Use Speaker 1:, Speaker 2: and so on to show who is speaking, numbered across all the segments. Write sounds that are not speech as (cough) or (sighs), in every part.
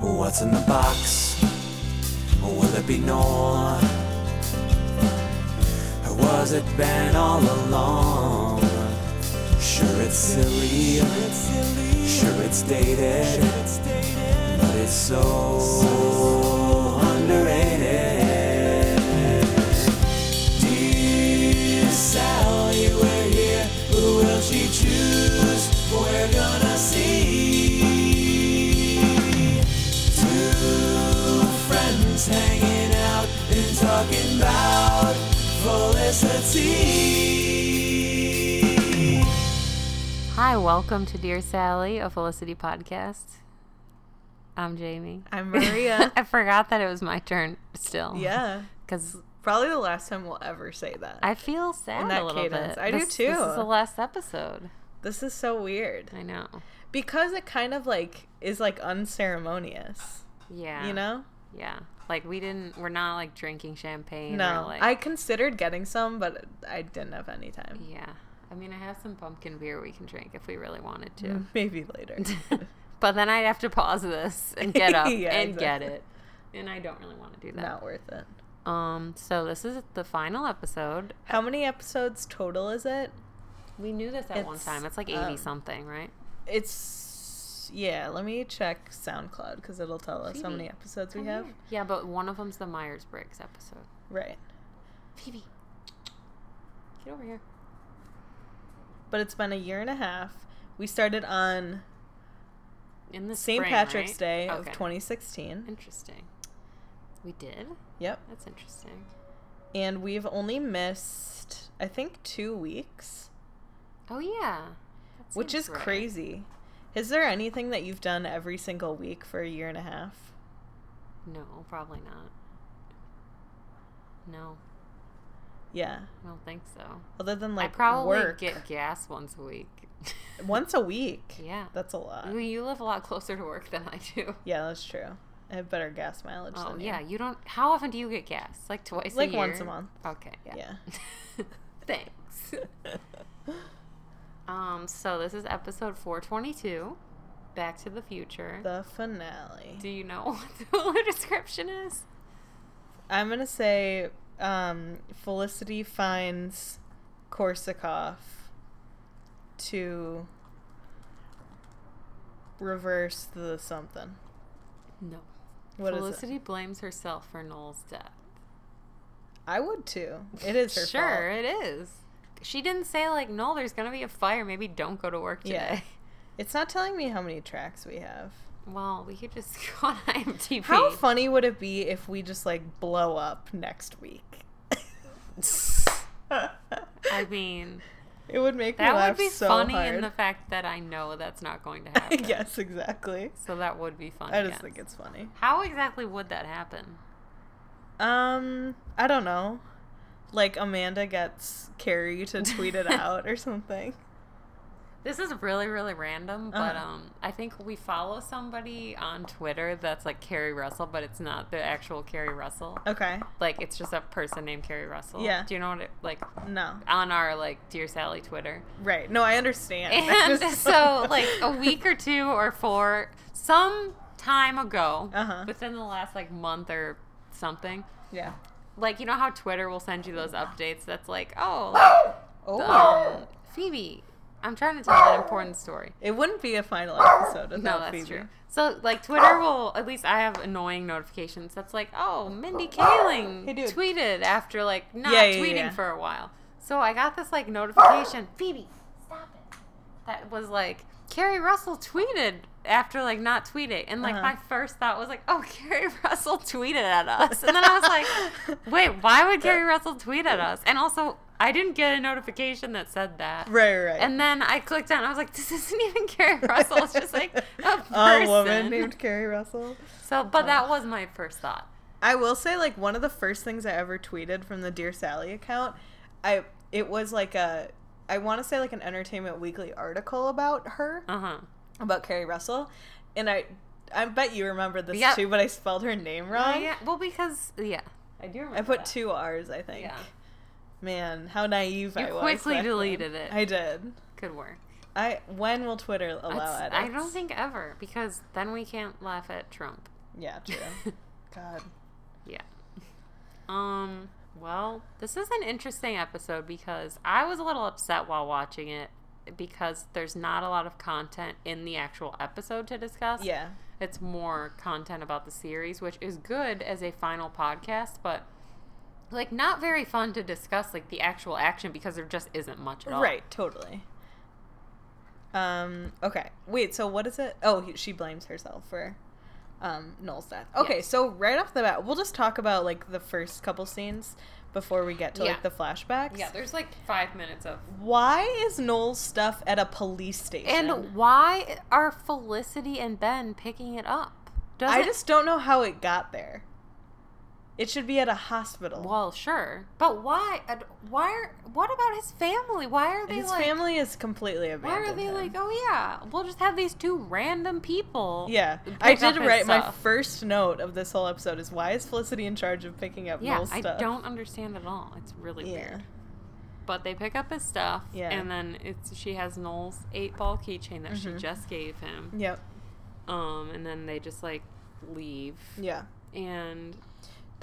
Speaker 1: What's in the box? Will it be Nor? Or was it Ben all along? Sure it's silly, sure it's dated, but it's so underrated. Dear Sally, we're here. Who will she choose? We're gonna see. Two friends hanging out and talking about felicity.
Speaker 2: Hi, welcome to Dear Sally, a Felicity podcast. I'm Jamie.
Speaker 3: I'm Maria.
Speaker 2: (laughs) I forgot that it was my turn still.
Speaker 3: yeah.
Speaker 2: Because
Speaker 3: Probably the last time we'll ever say that.
Speaker 2: I feel sad
Speaker 3: In that
Speaker 2: a little
Speaker 3: cadence.
Speaker 2: bit.
Speaker 3: I do
Speaker 2: This- This
Speaker 3: too.
Speaker 2: is the last episode.
Speaker 3: this is so weird.
Speaker 2: I know.
Speaker 3: Because it kind of like is like unceremonious.
Speaker 2: Yeah.
Speaker 3: You know?
Speaker 2: Yeah. Like we didn't. We're not like drinking champagne. Or,
Speaker 3: no.
Speaker 2: like,
Speaker 3: I considered getting some, but I didn't have any time.
Speaker 2: Yeah. I mean, I have some pumpkin beer we can drink if we really wanted to.
Speaker 3: (laughs) Maybe later.
Speaker 2: (laughs) but then I'd have to pause this and get up
Speaker 3: (laughs) Yeah,
Speaker 2: and get
Speaker 3: exactly.
Speaker 2: it. And I don't really want to do that.
Speaker 3: (laughs) Not worth it.
Speaker 2: Um. So this is the final episode.
Speaker 3: How many episodes total is it?
Speaker 2: We knew this at one
Speaker 3: It's,
Speaker 2: time. It's like eighty
Speaker 3: um,
Speaker 2: something, right?
Speaker 3: It's yeah, let me check SoundCloud because it'll tell us how
Speaker 2: Phoebe,
Speaker 3: many episodes we
Speaker 2: Come
Speaker 3: have.
Speaker 2: here. Oh, Yeah, but one of them's the Myers Briggs episode.
Speaker 3: Right.
Speaker 2: Phoebe, get over here.
Speaker 3: But it's been a year and a half. We started on
Speaker 2: In the
Speaker 3: St.
Speaker 2: spring,
Speaker 3: Patrick's
Speaker 2: right?
Speaker 3: Day of
Speaker 2: Okay.
Speaker 3: 2016.
Speaker 2: Interesting. We did.
Speaker 3: Yep.
Speaker 2: That's interesting.
Speaker 3: And we've only missed, I think, two weeks,
Speaker 2: Oh yeah. That
Speaker 3: which
Speaker 2: seems
Speaker 3: is
Speaker 2: right.
Speaker 3: crazy. Is there anything that you've done every single week for a year and a half?
Speaker 2: No, probably not. No,
Speaker 3: Yeah.
Speaker 2: I don't think so.
Speaker 3: Other than like
Speaker 2: I probably
Speaker 3: work
Speaker 2: get gas once a week. (laughs)
Speaker 3: once a week. (laughs)
Speaker 2: Yeah. Mm.
Speaker 3: That's a lot.
Speaker 2: Well, you live a lot closer to work than I do.
Speaker 3: Yeah, that's true. I have better gas mileage
Speaker 2: Oh
Speaker 3: than you.
Speaker 2: yeah, you don't. How often do you get gas? Like twice a
Speaker 3: Like
Speaker 2: year?
Speaker 3: once a month.
Speaker 2: Okay.
Speaker 3: Yeah.
Speaker 2: (laughs) Thanks.
Speaker 3: (laughs)
Speaker 2: um. So this is episode 422, Back to the Future.
Speaker 3: the finale.
Speaker 2: do you know (laughs) what the Hulu description is?
Speaker 3: I'm going to say um, Felicity finds Korsakoff to reverse the something.
Speaker 2: No.
Speaker 3: What is it?
Speaker 2: Felicity blames herself for Noel's death.
Speaker 3: I would too. It is her
Speaker 2: sure,
Speaker 3: fault.
Speaker 2: it is. She didn't say like Noel. There's gonna be a fire. Maybe don't go to work
Speaker 3: Yeah.
Speaker 2: today. (laughs)
Speaker 3: It's not telling me how many tracks we have.
Speaker 2: Well, we could just (laughs) go on IMDb.
Speaker 3: How funny would it be if we just like blow up next week? (laughs)
Speaker 2: I mean,
Speaker 3: it would make me
Speaker 2: that
Speaker 3: laugh
Speaker 2: would be
Speaker 3: so
Speaker 2: funny
Speaker 3: hard.
Speaker 2: in the fact that I know that's not going to
Speaker 3: (laughs)
Speaker 2: happen.
Speaker 3: yes, exactly.
Speaker 2: So that would be funny.
Speaker 3: I just
Speaker 2: yes.
Speaker 3: think it's funny.
Speaker 2: How exactly would that happen?
Speaker 3: Um, I don't know. Like Amanda gets Carrie to tweet it out or something.
Speaker 2: This is really, really random, but
Speaker 3: Uh-huh.
Speaker 2: um, I think we follow somebody on Twitter that's like Carrie Russell, but it's not the actual Carrie Russell.
Speaker 3: Okay.
Speaker 2: Like it's just a person named Carrie Russell.
Speaker 3: Yeah.
Speaker 2: Do you know what it like
Speaker 3: No.
Speaker 2: on our like Dear Sally
Speaker 3: (laughs)
Speaker 2: Twitter?
Speaker 3: Right. No, I understand.
Speaker 2: (laughs)
Speaker 3: I
Speaker 2: And
Speaker 3: just-
Speaker 2: so, (laughs) like a
Speaker 3: oh.
Speaker 2: week or two or four, some time ago,
Speaker 3: Uh-huh.
Speaker 2: within the last like month or something,
Speaker 3: Yeah.
Speaker 2: like you know how Twitter will send you those updates. That's like, oh, like, um, Phoebe, I'm trying to tell you an important story.
Speaker 3: It wouldn't be a final episode
Speaker 2: No,
Speaker 3: without
Speaker 2: that's
Speaker 3: Phoebe.
Speaker 2: true. So, like, Twitter will, at least I have annoying notifications. That's like, oh, Mindy Kaling
Speaker 3: Hey, dude.
Speaker 2: tweeted after, like, not
Speaker 3: Yeah, yeah,
Speaker 2: tweeting
Speaker 3: yeah.
Speaker 2: for a while. So I got this, like, notification Phoebe, stop it. That was like, Carrie Russell tweeted after, like, not tweeting. And, like,
Speaker 3: Uh-huh.
Speaker 2: my first thought was, like, oh, (laughs) Carrie Russell tweeted at us. And then I
Speaker 3: (laughs)
Speaker 2: was like, wait, why would Carrie Russell tweet at us? And also, I didn't get a notification that said that.
Speaker 3: Right, right.
Speaker 2: And then I clicked on. I was like, this isn't even (laughs) Carrie Russell. It's just
Speaker 3: (laughs)
Speaker 2: like a person.
Speaker 3: woman named Carrie Russell.
Speaker 2: So, but that was my first thought.
Speaker 3: I will say, like, one of the first things I ever tweeted from the Dear Sally account, I it was like a I want to say like an Entertainment Weekly article about her,
Speaker 2: Uh huh.
Speaker 3: about Carrie Russell, and I I bet you remember this
Speaker 2: Yeah. Oh,
Speaker 3: too, but I spelled her name wrong.
Speaker 2: yeah. Well, because yeah, I do remember.
Speaker 3: I put
Speaker 2: that.
Speaker 3: two R's, I think.
Speaker 2: Yeah.
Speaker 3: Man, how naive
Speaker 2: You
Speaker 3: I was.
Speaker 2: quickly
Speaker 3: back then.
Speaker 2: deleted it.
Speaker 3: I did.
Speaker 2: Good work.
Speaker 3: I when will Twitter allow
Speaker 2: That's-
Speaker 3: edits?
Speaker 2: I don't think ever because then we can't laugh at Trump. (laughs)
Speaker 3: Yeah, true. God.
Speaker 2: Yeah. Um, well, this is an interesting episode because I was a little upset while watching it because there's not a lot of content in the actual episode to discuss.
Speaker 3: Yeah.
Speaker 2: It's more content about the series, which is good as a final podcast, but like not very fun to discuss like the actual action because there just isn't much at all.
Speaker 3: Right, totally. Um, okay. Wait, so what is it? Oh, he, she blames herself for um, Noel's death. Okay,
Speaker 2: Yes.
Speaker 3: so right off the bat, we'll just talk about like the first couple scenes before we get to
Speaker 2: Yeah.
Speaker 3: like the flashbacks.
Speaker 2: Yeah, there's like five minutes of
Speaker 3: Why is Noel's stuff at a police station?
Speaker 2: And why are Felicity and Ben picking it up? Does
Speaker 3: I
Speaker 2: it-
Speaker 3: just don't know how it got there. It should be at a hospital.
Speaker 2: well, sure, but why? and Why are? What about his family? Why are they
Speaker 3: His
Speaker 2: like?
Speaker 3: family is completely
Speaker 2: why
Speaker 3: abandoned.
Speaker 2: are they
Speaker 3: him.
Speaker 2: like? Oh yeah, we'll just have these two random people.
Speaker 3: Yeah,
Speaker 2: uh, pick
Speaker 3: I
Speaker 2: up
Speaker 3: did
Speaker 2: his
Speaker 3: write my
Speaker 2: stuff.
Speaker 3: first note of this whole episode is why is Felicity in charge of picking up
Speaker 2: Yeah,
Speaker 3: Noel's
Speaker 2: I
Speaker 3: stuff?
Speaker 2: don't understand at all. It's really
Speaker 3: Yeah.
Speaker 2: weird. But they pick up his stuff,
Speaker 3: Yeah.
Speaker 2: and then it's she has Noel's eight ball keychain that
Speaker 3: Mm-hmm.
Speaker 2: she just gave him.
Speaker 3: Yep.
Speaker 2: Um, and then they just like leave,
Speaker 3: Yeah.
Speaker 2: and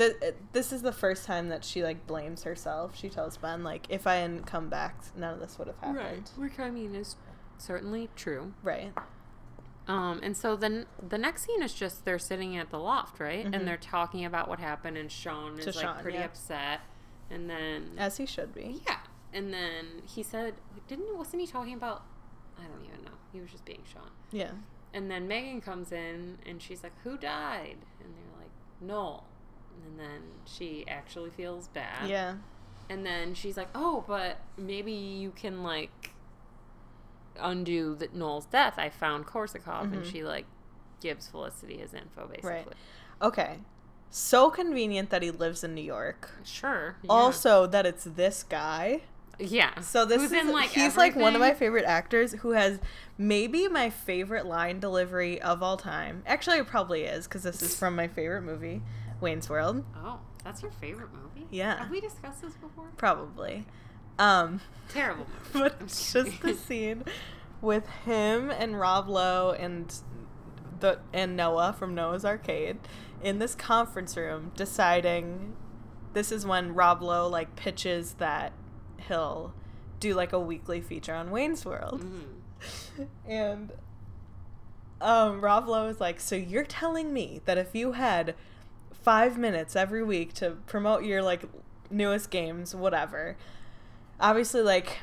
Speaker 3: The, uh, this is the first time that she like blames herself. She tells Ben like, "If I hadn't come back, none of this would have happened."
Speaker 2: which I mean is certainly true.
Speaker 3: Right.
Speaker 2: Um, and so then the next scene is just they're sitting at the loft, right? And they're talking about what happened, and Sean is
Speaker 3: Mm-hmm. To
Speaker 2: like
Speaker 3: Sean,
Speaker 2: pretty
Speaker 3: yeah.
Speaker 2: upset. And then
Speaker 3: As he should be.
Speaker 2: yeah, and then he said, didn't wasn't he talking about? I don't even know. He was just being Sean.
Speaker 3: Yeah.
Speaker 2: And then Megan comes in and she's like, "Who died?" And they're like, "Noel." And then she actually feels bad.
Speaker 3: Yeah.
Speaker 2: And then she's like, "Oh, but maybe you can like undo the, Noel's death. I found Korsakov." And
Speaker 3: Mm-hmm.
Speaker 2: she like gives Felicity his info basically.
Speaker 3: Okay. So convenient that he lives in New York.
Speaker 2: Sure. yeah.
Speaker 3: Also that it's this guy.
Speaker 2: yeah.
Speaker 3: So this
Speaker 2: Who's
Speaker 3: is
Speaker 2: in, like,
Speaker 3: he's like one of my
Speaker 2: everything.
Speaker 3: favorite actors who has maybe my favorite line delivery of all time. Actually, it probably is because this is from my favorite movie, Wayne's World.
Speaker 2: Oh, that's your favorite movie?
Speaker 3: Yeah.
Speaker 2: Have we discussed this before?
Speaker 3: Probably. Um,
Speaker 2: Terrible movie.
Speaker 3: (laughs)
Speaker 2: (laughs)
Speaker 3: but it's just the scene with him and Rob Lowe and the and Noah from Noah's Arcade in this conference room deciding this is when Rob Lowe like pitches that he'll do like a weekly feature on Wayne's World.
Speaker 2: Mhm.
Speaker 3: (laughs) And um, Rob Lowe is like, So you're telling me that if you had five minutes every week to promote your like newest games, whatever, obviously, like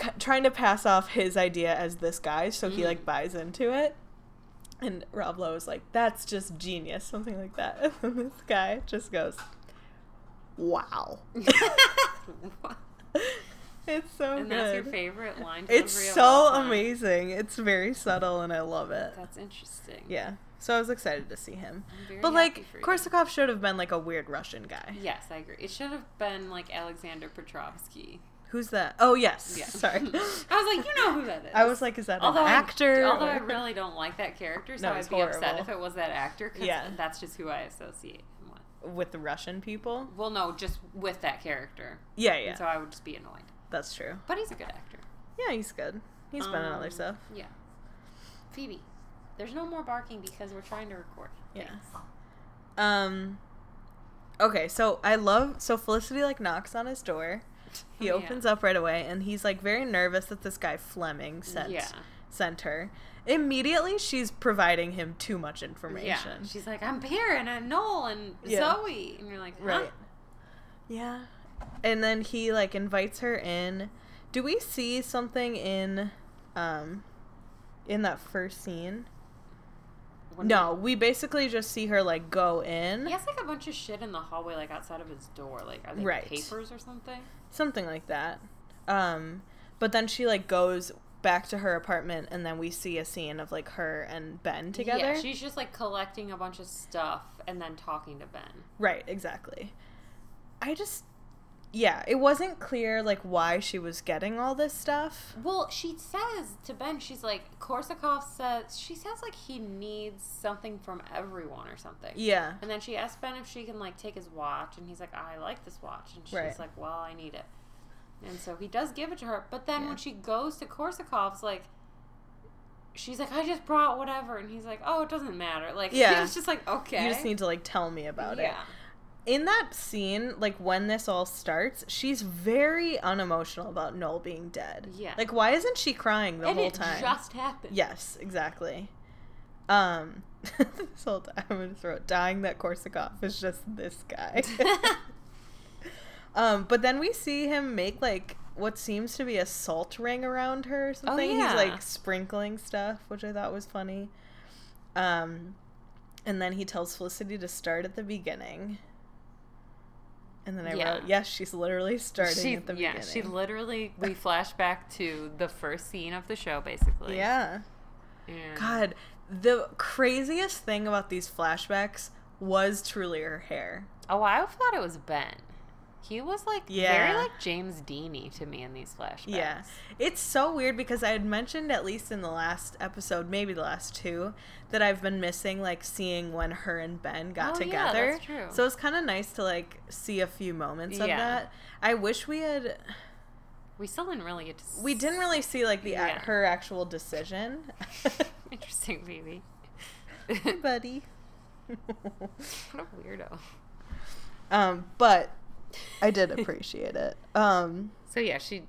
Speaker 3: c- trying to pass off his idea as this guy's, so he
Speaker 2: Mm.
Speaker 3: like buys into it. And Rob Lowe is like, That's just genius, something like that. (laughs) And this guy just goes, Wow. it's so
Speaker 2: and
Speaker 3: good.
Speaker 2: that's your favorite line delivery
Speaker 3: It's
Speaker 2: of all
Speaker 3: so
Speaker 2: time.
Speaker 3: amazing. It's very subtle and I love it.
Speaker 2: That's interesting.
Speaker 3: Yeah. So I was excited to see him.
Speaker 2: I'm very
Speaker 3: But
Speaker 2: happy
Speaker 3: like
Speaker 2: for you.
Speaker 3: Korsakov should have been like a weird Russian guy.
Speaker 2: Yes, I agree. It should have been like Alexander
Speaker 3: (laughs)
Speaker 2: Petrovsky.
Speaker 3: Who's that? Oh yes.
Speaker 2: Yeah.
Speaker 3: (laughs)
Speaker 2: (laughs)
Speaker 3: Sorry.
Speaker 2: I was like, you know who that is.
Speaker 3: I was like, is that
Speaker 2: although
Speaker 3: an actor?
Speaker 2: I, although I
Speaker 3: or-
Speaker 2: really don't like that character, so
Speaker 3: No,
Speaker 2: I'd
Speaker 3: he's
Speaker 2: be upset
Speaker 3: horrible.
Speaker 2: if it was that actor because
Speaker 3: Yeah.
Speaker 2: that's just who I associate him with.
Speaker 3: with the Russian people.
Speaker 2: Well, no, just with that character.
Speaker 3: Yeah,
Speaker 2: And
Speaker 3: yeah.
Speaker 2: so I would just be annoyed.
Speaker 3: That's true.
Speaker 2: But he's a good actor.
Speaker 3: Yeah, he's good. He's been in
Speaker 2: Um,
Speaker 3: other stuff.
Speaker 2: Yeah. Phoebe, there's no more barking because we're trying to record.
Speaker 3: Yeah. Um Okay, so I love so Felicity like knocks on his door. He
Speaker 2: Oh, Yeah.
Speaker 3: opens up right away and he's like very nervous that this guy Fleming sent
Speaker 2: Yeah.
Speaker 3: sent her. Immediately she's providing him too much
Speaker 2: Yeah.
Speaker 3: information.
Speaker 2: She's like, I'm here and I'm Noel and
Speaker 3: Yeah.
Speaker 2: Zoe. And you're like, huh?
Speaker 3: Right. Yeah. And then he like invites her in. Do we see something in um in that first scene?
Speaker 2: What do you-
Speaker 3: No, we basically just see her like go in.
Speaker 2: He has like a bunch of shit in the hallway, like outside of his door. Like, are they
Speaker 3: Right.
Speaker 2: papers or something?
Speaker 3: Something like that. Um but then she like goes back to her apartment and then we see a scene of like her and Ben together.
Speaker 2: Yeah, she's just like collecting a bunch of stuff and then talking to Ben.
Speaker 3: Right, exactly. I just yeah, it wasn't clear like why she was getting all this stuff.
Speaker 2: Well, she says to Ben, she's like, Korsakov says, she says like he needs something from everyone or something.
Speaker 3: Yeah.
Speaker 2: And then she asks Ben if she can like take his watch, and he's like, I like this watch. And she's
Speaker 3: Right.
Speaker 2: like, Well, I need it. And so he does give it to her, but then
Speaker 3: Yeah.
Speaker 2: when she goes to Korsakov's, like, she's like, I just brought whatever, and he's like, oh, it doesn't matter. Like, (laughs)
Speaker 3: Yeah.
Speaker 2: yeah, it's just like, okay,
Speaker 3: You just need to like tell me about it.
Speaker 2: yeah,
Speaker 3: in that scene, like when this all starts, she's very unemotional about Noel being dead.
Speaker 2: Yeah.
Speaker 3: Like why isn't she crying the
Speaker 2: and
Speaker 3: whole
Speaker 2: it
Speaker 3: time?
Speaker 2: just happened. (laughs)
Speaker 3: yes, exactly. Um (laughs) this whole time I'm gonna throw it, dying that Korsakoff is just this
Speaker 2: (laughs)
Speaker 3: guy. um, but then we see him make like what seems to be a salt ring around her or something.
Speaker 2: Oh, yeah.
Speaker 3: He's like sprinkling stuff, which I thought was funny. Um and then he tells Felicity to start at the beginning. And then I
Speaker 2: Yeah.
Speaker 3: wrote, yes, she's literally starting
Speaker 2: she,
Speaker 3: at the
Speaker 2: yeah,
Speaker 3: beginning.
Speaker 2: she literally we flash back to the first scene of the show, basically.
Speaker 3: yeah.
Speaker 2: And-
Speaker 3: God, the craziest thing about these flashbacks was truly her hair.
Speaker 2: Oh, I thought it was Ben. He was like
Speaker 3: Yeah.
Speaker 2: very like James Deany to me in these flashbacks.
Speaker 3: Yeah. It's so weird because I had mentioned, at least in the last episode, maybe the last two, that I've been missing, like, seeing when her and Ben got
Speaker 2: Oh, yeah,
Speaker 3: together.
Speaker 2: that's true.
Speaker 3: So it's kind of nice to, like, see a few moments of
Speaker 2: Yeah.
Speaker 3: that. I wish we had.
Speaker 2: we still didn't really get to. s-
Speaker 3: We didn't really (laughs) see, like, the
Speaker 2: Yeah.
Speaker 3: her actual decision.
Speaker 2: (laughs)
Speaker 3: (laughs)
Speaker 2: Interesting, baby.
Speaker 3: Hey, buddy. (laughs)
Speaker 2: what a weirdo.
Speaker 3: um, but I did appreciate it. Um,
Speaker 2: So yeah, she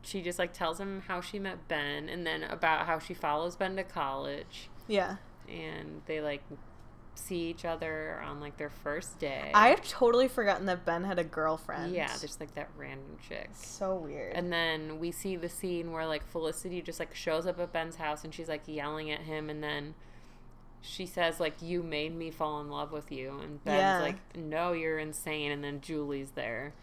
Speaker 2: she just like tells him how she met Ben and then about how she follows Ben to college
Speaker 3: yeah.
Speaker 2: and they like see each other on like their first day.
Speaker 3: I've totally forgotten that Ben had a girlfriend.
Speaker 2: yeah, there's like that random chick.
Speaker 3: so weird.
Speaker 2: And then we see the scene where like Felicity just like shows up at Ben's house and she's like yelling at him and then she says like you made me fall in love with you and Ben's
Speaker 3: Yeah.
Speaker 2: like no you're insane and then Julie's there.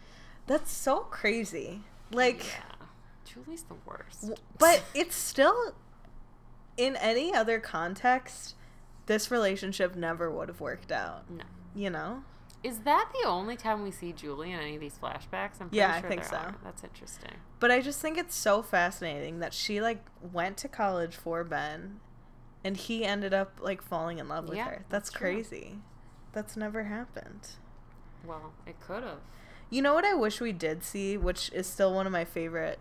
Speaker 3: That's so crazy. Like,
Speaker 2: Yeah. Julie's the worst.
Speaker 3: w- but it's still, in any other context, this relationship never would have worked out.
Speaker 2: No.
Speaker 3: You know?
Speaker 2: Is that the only time we see Julie in any of these flashbacks? I'm pretty
Speaker 3: Yeah, I
Speaker 2: sure
Speaker 3: think
Speaker 2: there
Speaker 3: so.
Speaker 2: Are. That's interesting.
Speaker 3: But I just think it's so fascinating that she, like, went to college for Ben and he ended up, like, falling in love with
Speaker 2: Yeah,
Speaker 3: her.
Speaker 2: that's
Speaker 3: That's
Speaker 2: true.
Speaker 3: crazy. That's never happened.
Speaker 2: Well, it could have.
Speaker 3: You know what I wish we did see, which is still one of my favorite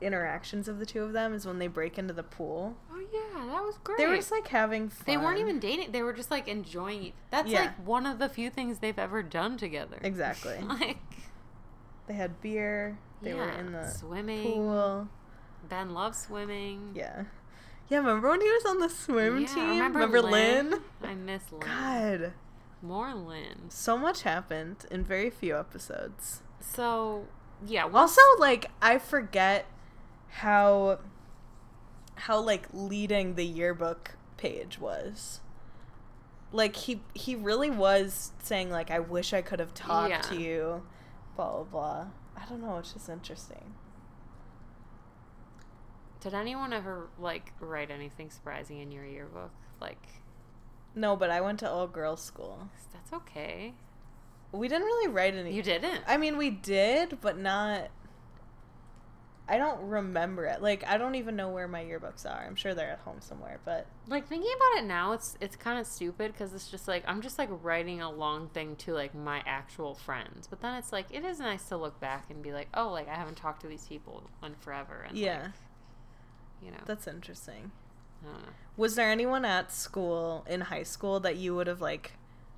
Speaker 3: interactions of the two of them, is when they break into the pool.
Speaker 2: Oh yeah, that was great.
Speaker 3: They were just like having fun.
Speaker 2: They weren't even dating. They were just like enjoying. it. That's
Speaker 3: Yeah.
Speaker 2: like one of the few things they've ever done together.
Speaker 3: Exactly.
Speaker 2: (laughs) like
Speaker 3: They had beer. They were
Speaker 2: yeah,
Speaker 3: in the
Speaker 2: swimming.
Speaker 3: pool.
Speaker 2: Ben loves swimming.
Speaker 3: Yeah. Yeah, remember when he was on the swim
Speaker 2: Yeah,
Speaker 3: team? Remember Lynn?
Speaker 2: I miss Lynn.
Speaker 3: God,
Speaker 2: More Lynn.
Speaker 3: so much happened in very few episodes.
Speaker 2: So yeah. Well,
Speaker 3: Also, like I forget how how like leading the yearbook page was. Like he he really was saying like I wish I could have talked
Speaker 2: Yeah.
Speaker 3: to you, blah blah blah. I don't know, it's just interesting.
Speaker 2: did anyone ever like write anything surprising in your yearbook? Like
Speaker 3: No, but I went to all girls school.
Speaker 2: that's okay.
Speaker 3: We didn't really write any.
Speaker 2: You didn't.
Speaker 3: I mean, we did, but not. I don't remember it. Like, I don't even know where my yearbooks are. I'm sure they're at home somewhere, but
Speaker 2: like thinking about it now it's it's kind of stupid because it's just like i'm just like writing a long thing to like my actual friends but then it's like it is nice to look back and be like oh like i haven't talked to these people in forever and
Speaker 3: yeah,
Speaker 2: like, oh. you know
Speaker 3: that's interesting.
Speaker 2: I don't know.
Speaker 3: Was there anyone at school in high school that you would have like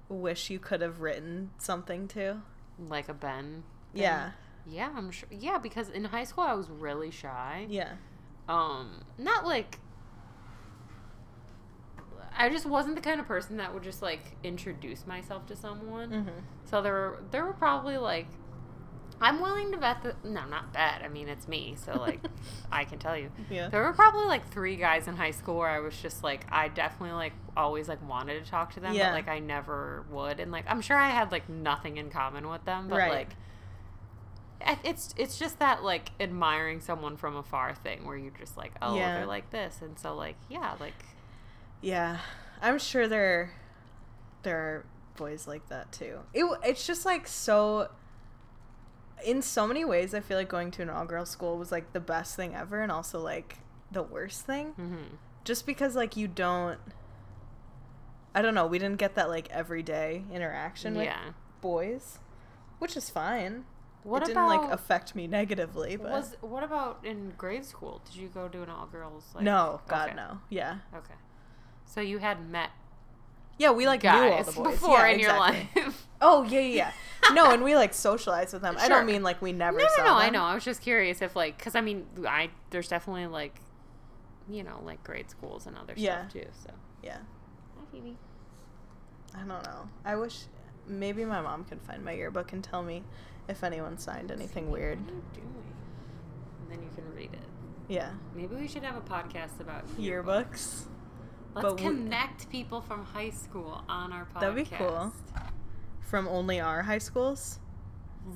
Speaker 3: wish you could have written something to?
Speaker 2: like a ben thing.
Speaker 3: Yeah,
Speaker 2: yeah i'm sure yeah because in high school i was really shy
Speaker 3: yeah,
Speaker 2: um not like i just wasn't the kind of person that would just like introduce myself to someone
Speaker 3: hmm
Speaker 2: So there were there were probably like I'm willing to bet that no, not bet. I mean, it's me, so like I can tell you.
Speaker 3: yeah.
Speaker 2: There were probably like three guys in high school where I was just like I definitely like always like wanted to talk to them,
Speaker 3: Yeah.
Speaker 2: but like I never would, and like I'm sure I had like nothing in common with them, but
Speaker 3: Right.
Speaker 2: like. I- It's it's just that like admiring someone from afar thing where you're just like oh
Speaker 3: Yeah.
Speaker 2: they're like this and so like yeah like
Speaker 3: Yeah, I'm sure there there are boys like that too. It it's just like so. In so many ways, I feel like going to an all girls school was like the best thing ever, and also like the worst thing,
Speaker 2: mhm.
Speaker 3: just because like you don't. I don't know. We didn't get that like everyday interaction with
Speaker 2: yeah
Speaker 3: boys, which is fine.
Speaker 2: What
Speaker 3: it
Speaker 2: about
Speaker 3: didn't like affect me negatively, but
Speaker 2: was what about in grade school? Did you go to an all girls? Like,
Speaker 3: no, God
Speaker 2: okay.
Speaker 3: no, yeah,
Speaker 2: Okay, so you had met
Speaker 3: yeah. We like knew all
Speaker 2: guys
Speaker 3: the boys
Speaker 2: before
Speaker 3: yeah,
Speaker 2: in your
Speaker 3: exactly.
Speaker 2: life.
Speaker 3: Oh yeah, yeah. yeah. no, and we like socialized with them. I
Speaker 2: Sure.
Speaker 3: don't mean like we never.
Speaker 2: no, no,
Speaker 3: saw
Speaker 2: no. I
Speaker 3: them.
Speaker 2: know. I was just curious if like, because I mean, I there's definitely like, you know, like grade schools and other
Speaker 3: Yeah.
Speaker 2: stuff too. So.
Speaker 3: Yeah,
Speaker 2: Hi, Phoebe.
Speaker 3: I don't know. I wish maybe my mom could find my yearbook and tell me if anyone signed anything weird.
Speaker 2: What are you doing? And then you can read it.
Speaker 3: Yeah,
Speaker 2: Maybe we should have a podcast about yearbooks.
Speaker 3: yearbooks.
Speaker 2: Let's
Speaker 3: but we-
Speaker 2: connect people from high school on our podcast.
Speaker 3: That'd be cool. from only our high schools.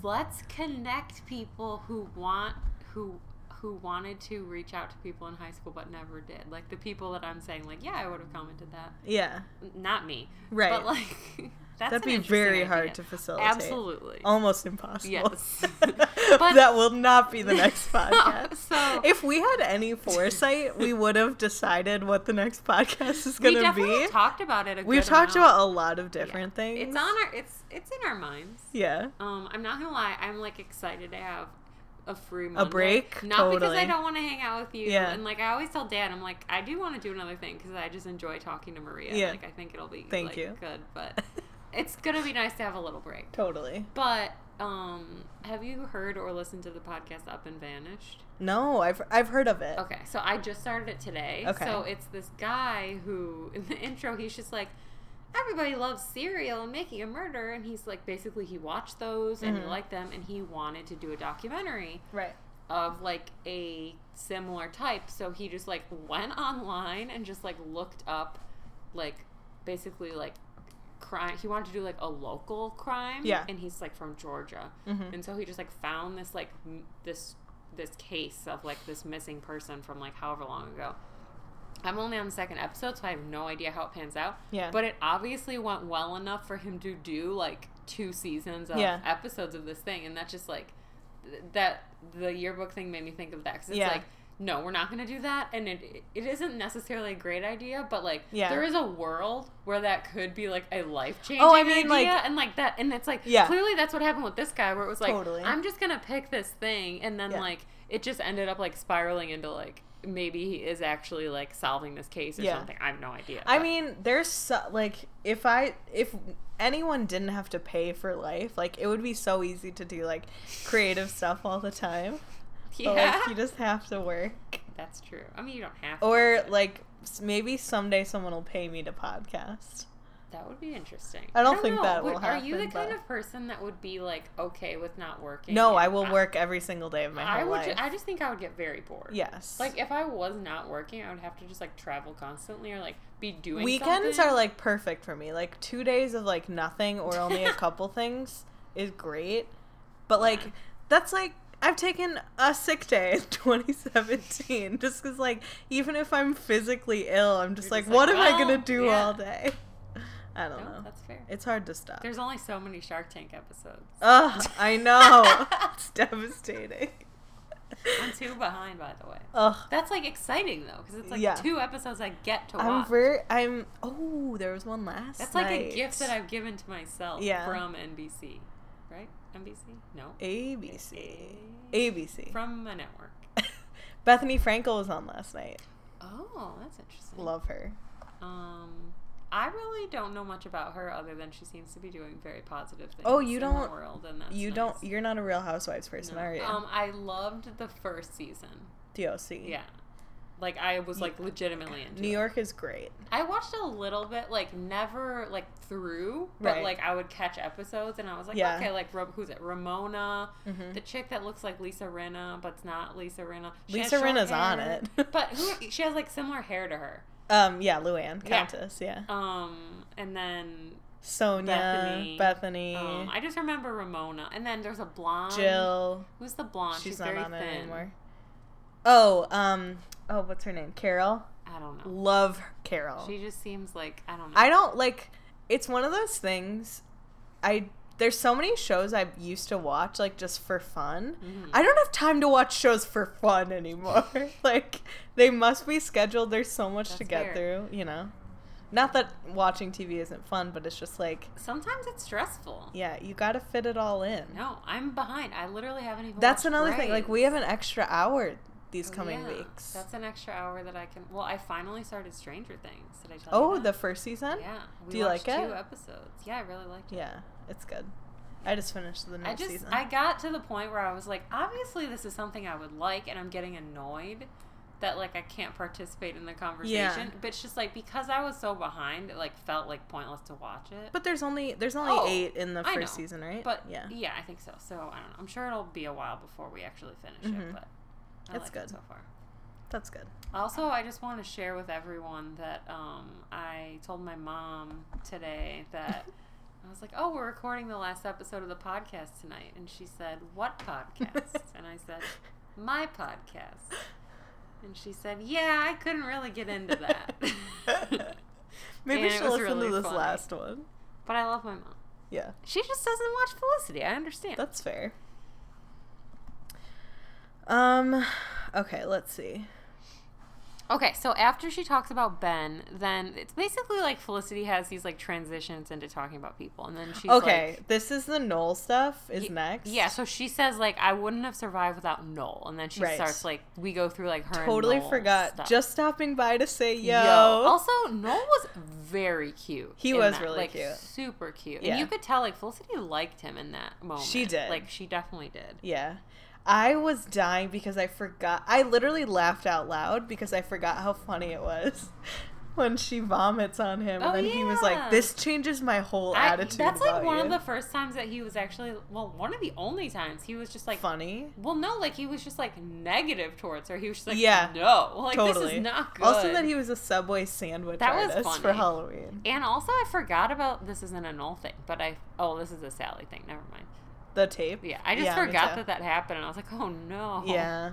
Speaker 2: Let's connect people who want who who wanted to reach out to people in high school but never did. Like the people that I'm saying, like, yeah, I would have commented that.
Speaker 3: Yeah,
Speaker 2: N- Not me.
Speaker 3: right.
Speaker 2: But like (laughs) that's an
Speaker 3: That'd be
Speaker 2: interesting
Speaker 3: very hard
Speaker 2: idea.
Speaker 3: to facilitate.
Speaker 2: Absolutely.
Speaker 3: Almost impossible. (laughs)
Speaker 2: Yes. (laughs) But-
Speaker 3: that will not be
Speaker 2: (laughs)
Speaker 3: the next podcast.
Speaker 2: So-
Speaker 3: (laughs) if we had any foresight, we would have decided what the next podcast is
Speaker 2: we
Speaker 3: going to
Speaker 2: definitely
Speaker 3: be.
Speaker 2: talked about it a
Speaker 3: We've
Speaker 2: good
Speaker 3: talked
Speaker 2: amount.
Speaker 3: about a lot of
Speaker 2: Yeah.
Speaker 3: different things.
Speaker 2: It's on our it's it's in our minds.
Speaker 3: Yeah.
Speaker 2: Um, I'm not gonna lie, I'm like excited to have a free Monday.
Speaker 3: break?
Speaker 2: Not because I
Speaker 3: Totally.
Speaker 2: don't want to hang out with you.
Speaker 3: Yeah.
Speaker 2: And like I always tell Dad, I'm like I do want to do another thing because I just enjoy talking to Maria.
Speaker 3: Yeah.
Speaker 2: Like I think it'll be
Speaker 3: Thank
Speaker 2: like,
Speaker 3: you.
Speaker 2: good,
Speaker 3: (laughs)
Speaker 2: but it's gonna be nice to have a little break.
Speaker 3: Totally.
Speaker 2: But um, have you heard or listened to the podcast Up and Vanished?
Speaker 3: No, I've I've heard of it.
Speaker 2: Okay, so I just started it today.
Speaker 3: Okay.
Speaker 2: So it's this guy who, in the intro, he's just like, everybody loves Serial and Making a Murder. And he's like, basically, he watched those and he
Speaker 3: Mhm.
Speaker 2: liked them and he wanted to do a documentary
Speaker 3: Right.
Speaker 2: of like a similar type. So he just like went online and just like looked up, like, basically, like, crime. He wanted to do like a local crime.
Speaker 3: Yeah.
Speaker 2: And he's like from Georgia
Speaker 3: Mm-hmm.
Speaker 2: and so he just like found this like m- this this case of like this missing person from like however long ago i'm only on the second episode so i have no idea how it pans out
Speaker 3: Yeah.
Speaker 2: but it obviously went well enough for him to do like two seasons of
Speaker 3: Yeah.
Speaker 2: episodes of this thing and that's just like th- that the yearbook thing made me think of that 'cause it's
Speaker 3: Yeah.
Speaker 2: like no we're not going to do that and it it isn't necessarily a great idea but like
Speaker 3: Yeah.
Speaker 2: there is a world where that could be like a life changing
Speaker 3: Oh, I
Speaker 2: idea
Speaker 3: mean, like-
Speaker 2: and like that and it's like
Speaker 3: Yeah.
Speaker 2: clearly that's what happened with this guy where it was like
Speaker 3: Totally.
Speaker 2: i'm just gonna pick this thing and then
Speaker 3: Yeah.
Speaker 2: like it just ended up like spiraling into like maybe he is actually like solving this case or
Speaker 3: Yeah.
Speaker 2: something i have no idea
Speaker 3: I
Speaker 2: but- (laughs)
Speaker 3: mean, there's so, like if I if anyone didn't have to pay for life, like it would be so easy to do like creative stuff all the time. But,
Speaker 2: yeah
Speaker 3: like you just have to work.
Speaker 2: that's true i mean you don't have to
Speaker 3: Or like s- maybe someday someone will pay me to podcast.
Speaker 2: that would be interesting
Speaker 3: I don't think that
Speaker 2: Would-
Speaker 3: will
Speaker 2: are you the
Speaker 3: happen,
Speaker 2: kind
Speaker 3: but-
Speaker 2: of person that would be like okay with not working
Speaker 3: No,
Speaker 2: and
Speaker 3: I will work every single day of my
Speaker 2: i
Speaker 3: whole
Speaker 2: would
Speaker 3: life.
Speaker 2: ju- i just think i would get very bored
Speaker 3: yes.
Speaker 2: like if i was not working i would have to just like travel constantly or like be doing
Speaker 3: weekends
Speaker 2: something.
Speaker 3: are like perfect for me like two days of like nothing or only
Speaker 2: (laughs)
Speaker 3: a couple things is great but like
Speaker 2: Yeah.
Speaker 3: that's like i've taken a sick day in (laughs) 2017 just because like even if i'm physically ill i'm just,
Speaker 2: You're
Speaker 3: like,
Speaker 2: just like,
Speaker 3: what am i
Speaker 2: well,
Speaker 3: gonna do
Speaker 2: yeah.
Speaker 3: all day i don't
Speaker 2: no,
Speaker 3: know
Speaker 2: that's fair
Speaker 3: it's hard to stop
Speaker 2: there's only so many shark tank episodes
Speaker 3: ugh
Speaker 2: (laughs)
Speaker 3: i know it's devastating
Speaker 2: I'm two behind, by the way.
Speaker 3: ugh
Speaker 2: That's like exciting though, because it's like
Speaker 3: Yeah.
Speaker 2: two episodes I get to watch.
Speaker 3: i'm very i'm oh there was one last
Speaker 2: That's like a
Speaker 3: night.
Speaker 2: gift that I've given to myself
Speaker 3: Yeah.
Speaker 2: from NBC, right? NBC? No,
Speaker 3: abc abc
Speaker 2: from a network.
Speaker 3: (laughs) Bethany Frankel was on last night.
Speaker 2: Oh, that's interesting.
Speaker 3: Love her.
Speaker 2: Um, I really don't know much about her other than she seems to be doing very positive things.
Speaker 3: Oh, you
Speaker 2: in
Speaker 3: don't-
Speaker 2: The world, and that's
Speaker 3: you
Speaker 2: nice.
Speaker 3: don't. You're not a Real Housewives person,
Speaker 2: No.
Speaker 3: are you?
Speaker 2: Um, I loved the first season.
Speaker 3: DOC.
Speaker 2: Yeah, like I was like legitimately into
Speaker 3: New
Speaker 2: it.
Speaker 3: York is great.
Speaker 2: I watched a little bit, like never like through, but
Speaker 3: Right.
Speaker 2: like I would catch episodes and I was like,
Speaker 3: Yeah.
Speaker 2: okay, like Ra- who's it? Ramona,
Speaker 3: Mhm.
Speaker 2: the chick that looks like Lisa Rinna, but it's not Lisa Rinna. She has
Speaker 3: Lisa
Speaker 2: short
Speaker 3: Rinna's on
Speaker 2: hair,
Speaker 3: it.
Speaker 2: but
Speaker 3: (laughs)
Speaker 2: who she has like similar hair to her.
Speaker 3: um, yeah, Luann,
Speaker 2: Yeah.
Speaker 3: Countess, yeah,
Speaker 2: Um, and then
Speaker 3: Sonia,
Speaker 2: Bethany.
Speaker 3: Bethany,
Speaker 2: um, I just remember Ramona, and then there's a blonde.
Speaker 3: Jill.
Speaker 2: Who's the blonde?
Speaker 3: She's,
Speaker 2: She's,
Speaker 3: not
Speaker 2: very
Speaker 3: on
Speaker 2: thin.
Speaker 3: it anymore. Oh, um, oh, what's her name? Carol.
Speaker 2: I don't know.
Speaker 3: Love Carol.
Speaker 2: She just seems like I don't know.
Speaker 3: I don't like. It's one of those things. I there's so many shows I used to watch like just for fun.
Speaker 2: Mhm.
Speaker 3: I don't have time to watch shows for fun (laughs) anymore. like they must be scheduled. There's so much to
Speaker 2: That's
Speaker 3: get
Speaker 2: fair.
Speaker 3: through, you know. Not that watching TV isn't fun, but it's just like,
Speaker 2: Sometimes it's stressful.
Speaker 3: yeah, you got to fit it all in.
Speaker 2: No, I'm behind. I literally haven't even.
Speaker 3: That's
Speaker 2: watched
Speaker 3: another thing. Like we
Speaker 2: Grace.
Speaker 3: have an extra hour these coming
Speaker 2: Oh, Yeah,
Speaker 3: weeks.
Speaker 2: That's an extra hour that I can. Well, I finally started Stranger Things. Did I tell you?
Speaker 3: oh, the
Speaker 2: that?
Speaker 3: first season.
Speaker 2: yeah. We
Speaker 3: Do you
Speaker 2: watched
Speaker 3: like it?
Speaker 2: Two episodes. Yeah, I really liked it.
Speaker 3: Yeah, it's good. I just finished the new
Speaker 2: I just
Speaker 3: season.
Speaker 2: I got to the point where I was like, obviously this is something I would like, and I'm getting annoyed that like I can't participate in the conversation. But it's just like because I was so behind, it like felt like pointless to watch it.
Speaker 3: but there's only there's only
Speaker 2: Oh,
Speaker 3: eight in the
Speaker 2: I
Speaker 3: first
Speaker 2: know,
Speaker 3: season, right?
Speaker 2: But
Speaker 3: yeah,
Speaker 2: yeah, I think so. So I don't know. I'm sure it'll be a while before we actually finish
Speaker 3: Mhm.
Speaker 2: it, but I
Speaker 3: It's
Speaker 2: like
Speaker 3: good.
Speaker 2: it so far.
Speaker 3: that's
Speaker 2: (laughs)
Speaker 3: good.
Speaker 2: Also, I just want to share with everyone that um, I told my mom today
Speaker 3: (laughs)
Speaker 2: that I was like, "Oh, we're recording the last episode of the podcast tonight," and she said, "What podcast?"
Speaker 3: (laughs)
Speaker 2: and I said, "My podcast." And she said, "Yeah, I couldn't really get into that."
Speaker 3: (laughs) Maybe
Speaker 2: And it
Speaker 3: she'll
Speaker 2: was
Speaker 3: listen to
Speaker 2: really
Speaker 3: this
Speaker 2: funny.
Speaker 3: last one.
Speaker 2: but I love my mom.
Speaker 3: Yeah,
Speaker 2: She just doesn't watch Felicity. I understand.
Speaker 3: that's fair. Um, okay, let's see.
Speaker 2: Okay, so after she talks about Ben, then it's basically like Felicity has these like transitions into talking about people, and then she's
Speaker 3: okay,
Speaker 2: like,
Speaker 3: this is the Noel stuff. Is
Speaker 2: Y-
Speaker 3: next?
Speaker 2: Yeah, so she says like I wouldn't have survived without Noel, and then she
Speaker 3: Right.
Speaker 2: starts like we go through like her and
Speaker 3: totally
Speaker 2: Noel
Speaker 3: forgot.
Speaker 2: stuff.
Speaker 3: Just stopping by to say yo.
Speaker 2: Also, Noel was very cute.
Speaker 3: He
Speaker 2: in
Speaker 3: was
Speaker 2: that,
Speaker 3: really
Speaker 2: like,
Speaker 3: cute.
Speaker 2: super cute,
Speaker 3: Yeah.
Speaker 2: and you could tell like Felicity liked him in that moment.
Speaker 3: She did.
Speaker 2: like she definitely did.
Speaker 3: Yeah. I was dying because I forgot. I literally laughed out loud because I forgot how funny it was (laughs) when she vomits on him.
Speaker 2: Oh,
Speaker 3: and then he was like,
Speaker 2: yeah.
Speaker 3: this changes my whole
Speaker 2: I-
Speaker 3: attitude.
Speaker 2: that's like
Speaker 3: about
Speaker 2: one of
Speaker 3: you."
Speaker 2: the first times that he was actually well, one of the only times he was just like
Speaker 3: funny.
Speaker 2: Well, no, like he was just like negative towards her. He was just like,
Speaker 3: Yeah,
Speaker 2: yeah, no, like
Speaker 3: totally.
Speaker 2: this is not good.
Speaker 3: Also, that he was a Subway sandwich
Speaker 2: That was
Speaker 3: artist for
Speaker 2: funny.
Speaker 3: Halloween.
Speaker 2: And also, I forgot about this isn't a null thing, but I oh, this is a Sally thing. Never mind.
Speaker 3: The tape.
Speaker 2: Yeah, I just
Speaker 3: me
Speaker 2: forgot
Speaker 3: too.
Speaker 2: that that happened, and I was like, oh no.
Speaker 3: Yeah.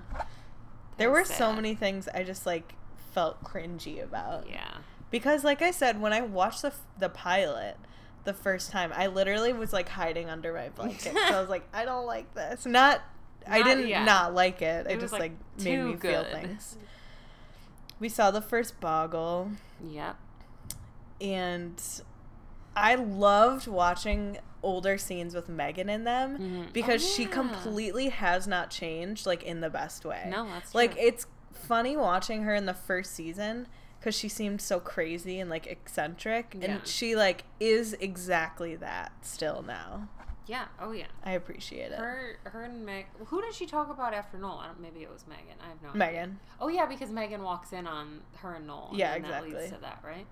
Speaker 2: That
Speaker 3: There were
Speaker 2: was
Speaker 3: so
Speaker 2: sad.
Speaker 3: many things I just like felt cringy about.
Speaker 2: Yeah.
Speaker 3: Because, like I said, when I watched the, f- the pilot the first time, I literally was like hiding under my blanket. so I was like, I don't like this. Not, I
Speaker 2: Not-
Speaker 3: didn't
Speaker 2: yeah.
Speaker 3: not like it. It,
Speaker 2: was,
Speaker 3: just like,
Speaker 2: like,
Speaker 3: made
Speaker 2: too
Speaker 3: me feel
Speaker 2: good.
Speaker 3: things. We saw the first Boggle,
Speaker 2: Yep.
Speaker 3: and I loved watching older scenes with Megan in them
Speaker 2: Mhm.
Speaker 3: because
Speaker 2: Oh,
Speaker 3: she
Speaker 2: yeah.
Speaker 3: completely has not changed, like in the best way.
Speaker 2: No, that's true.
Speaker 3: Like it's funny watching her in the first season because she seemed so crazy and like eccentric,
Speaker 2: Yeah.
Speaker 3: and she like is exactly that still now.
Speaker 2: yeah. Oh yeah.
Speaker 3: I appreciate it.
Speaker 2: Her, her and Meg. Who did she talk about after Noel? I don't, maybe it was Megan. I have no. idea.
Speaker 3: Megan,
Speaker 2: Oh yeah, because Megan walks in on her and Noel.
Speaker 3: Yeah,
Speaker 2: and then That
Speaker 3: exactly.
Speaker 2: leads to that, right?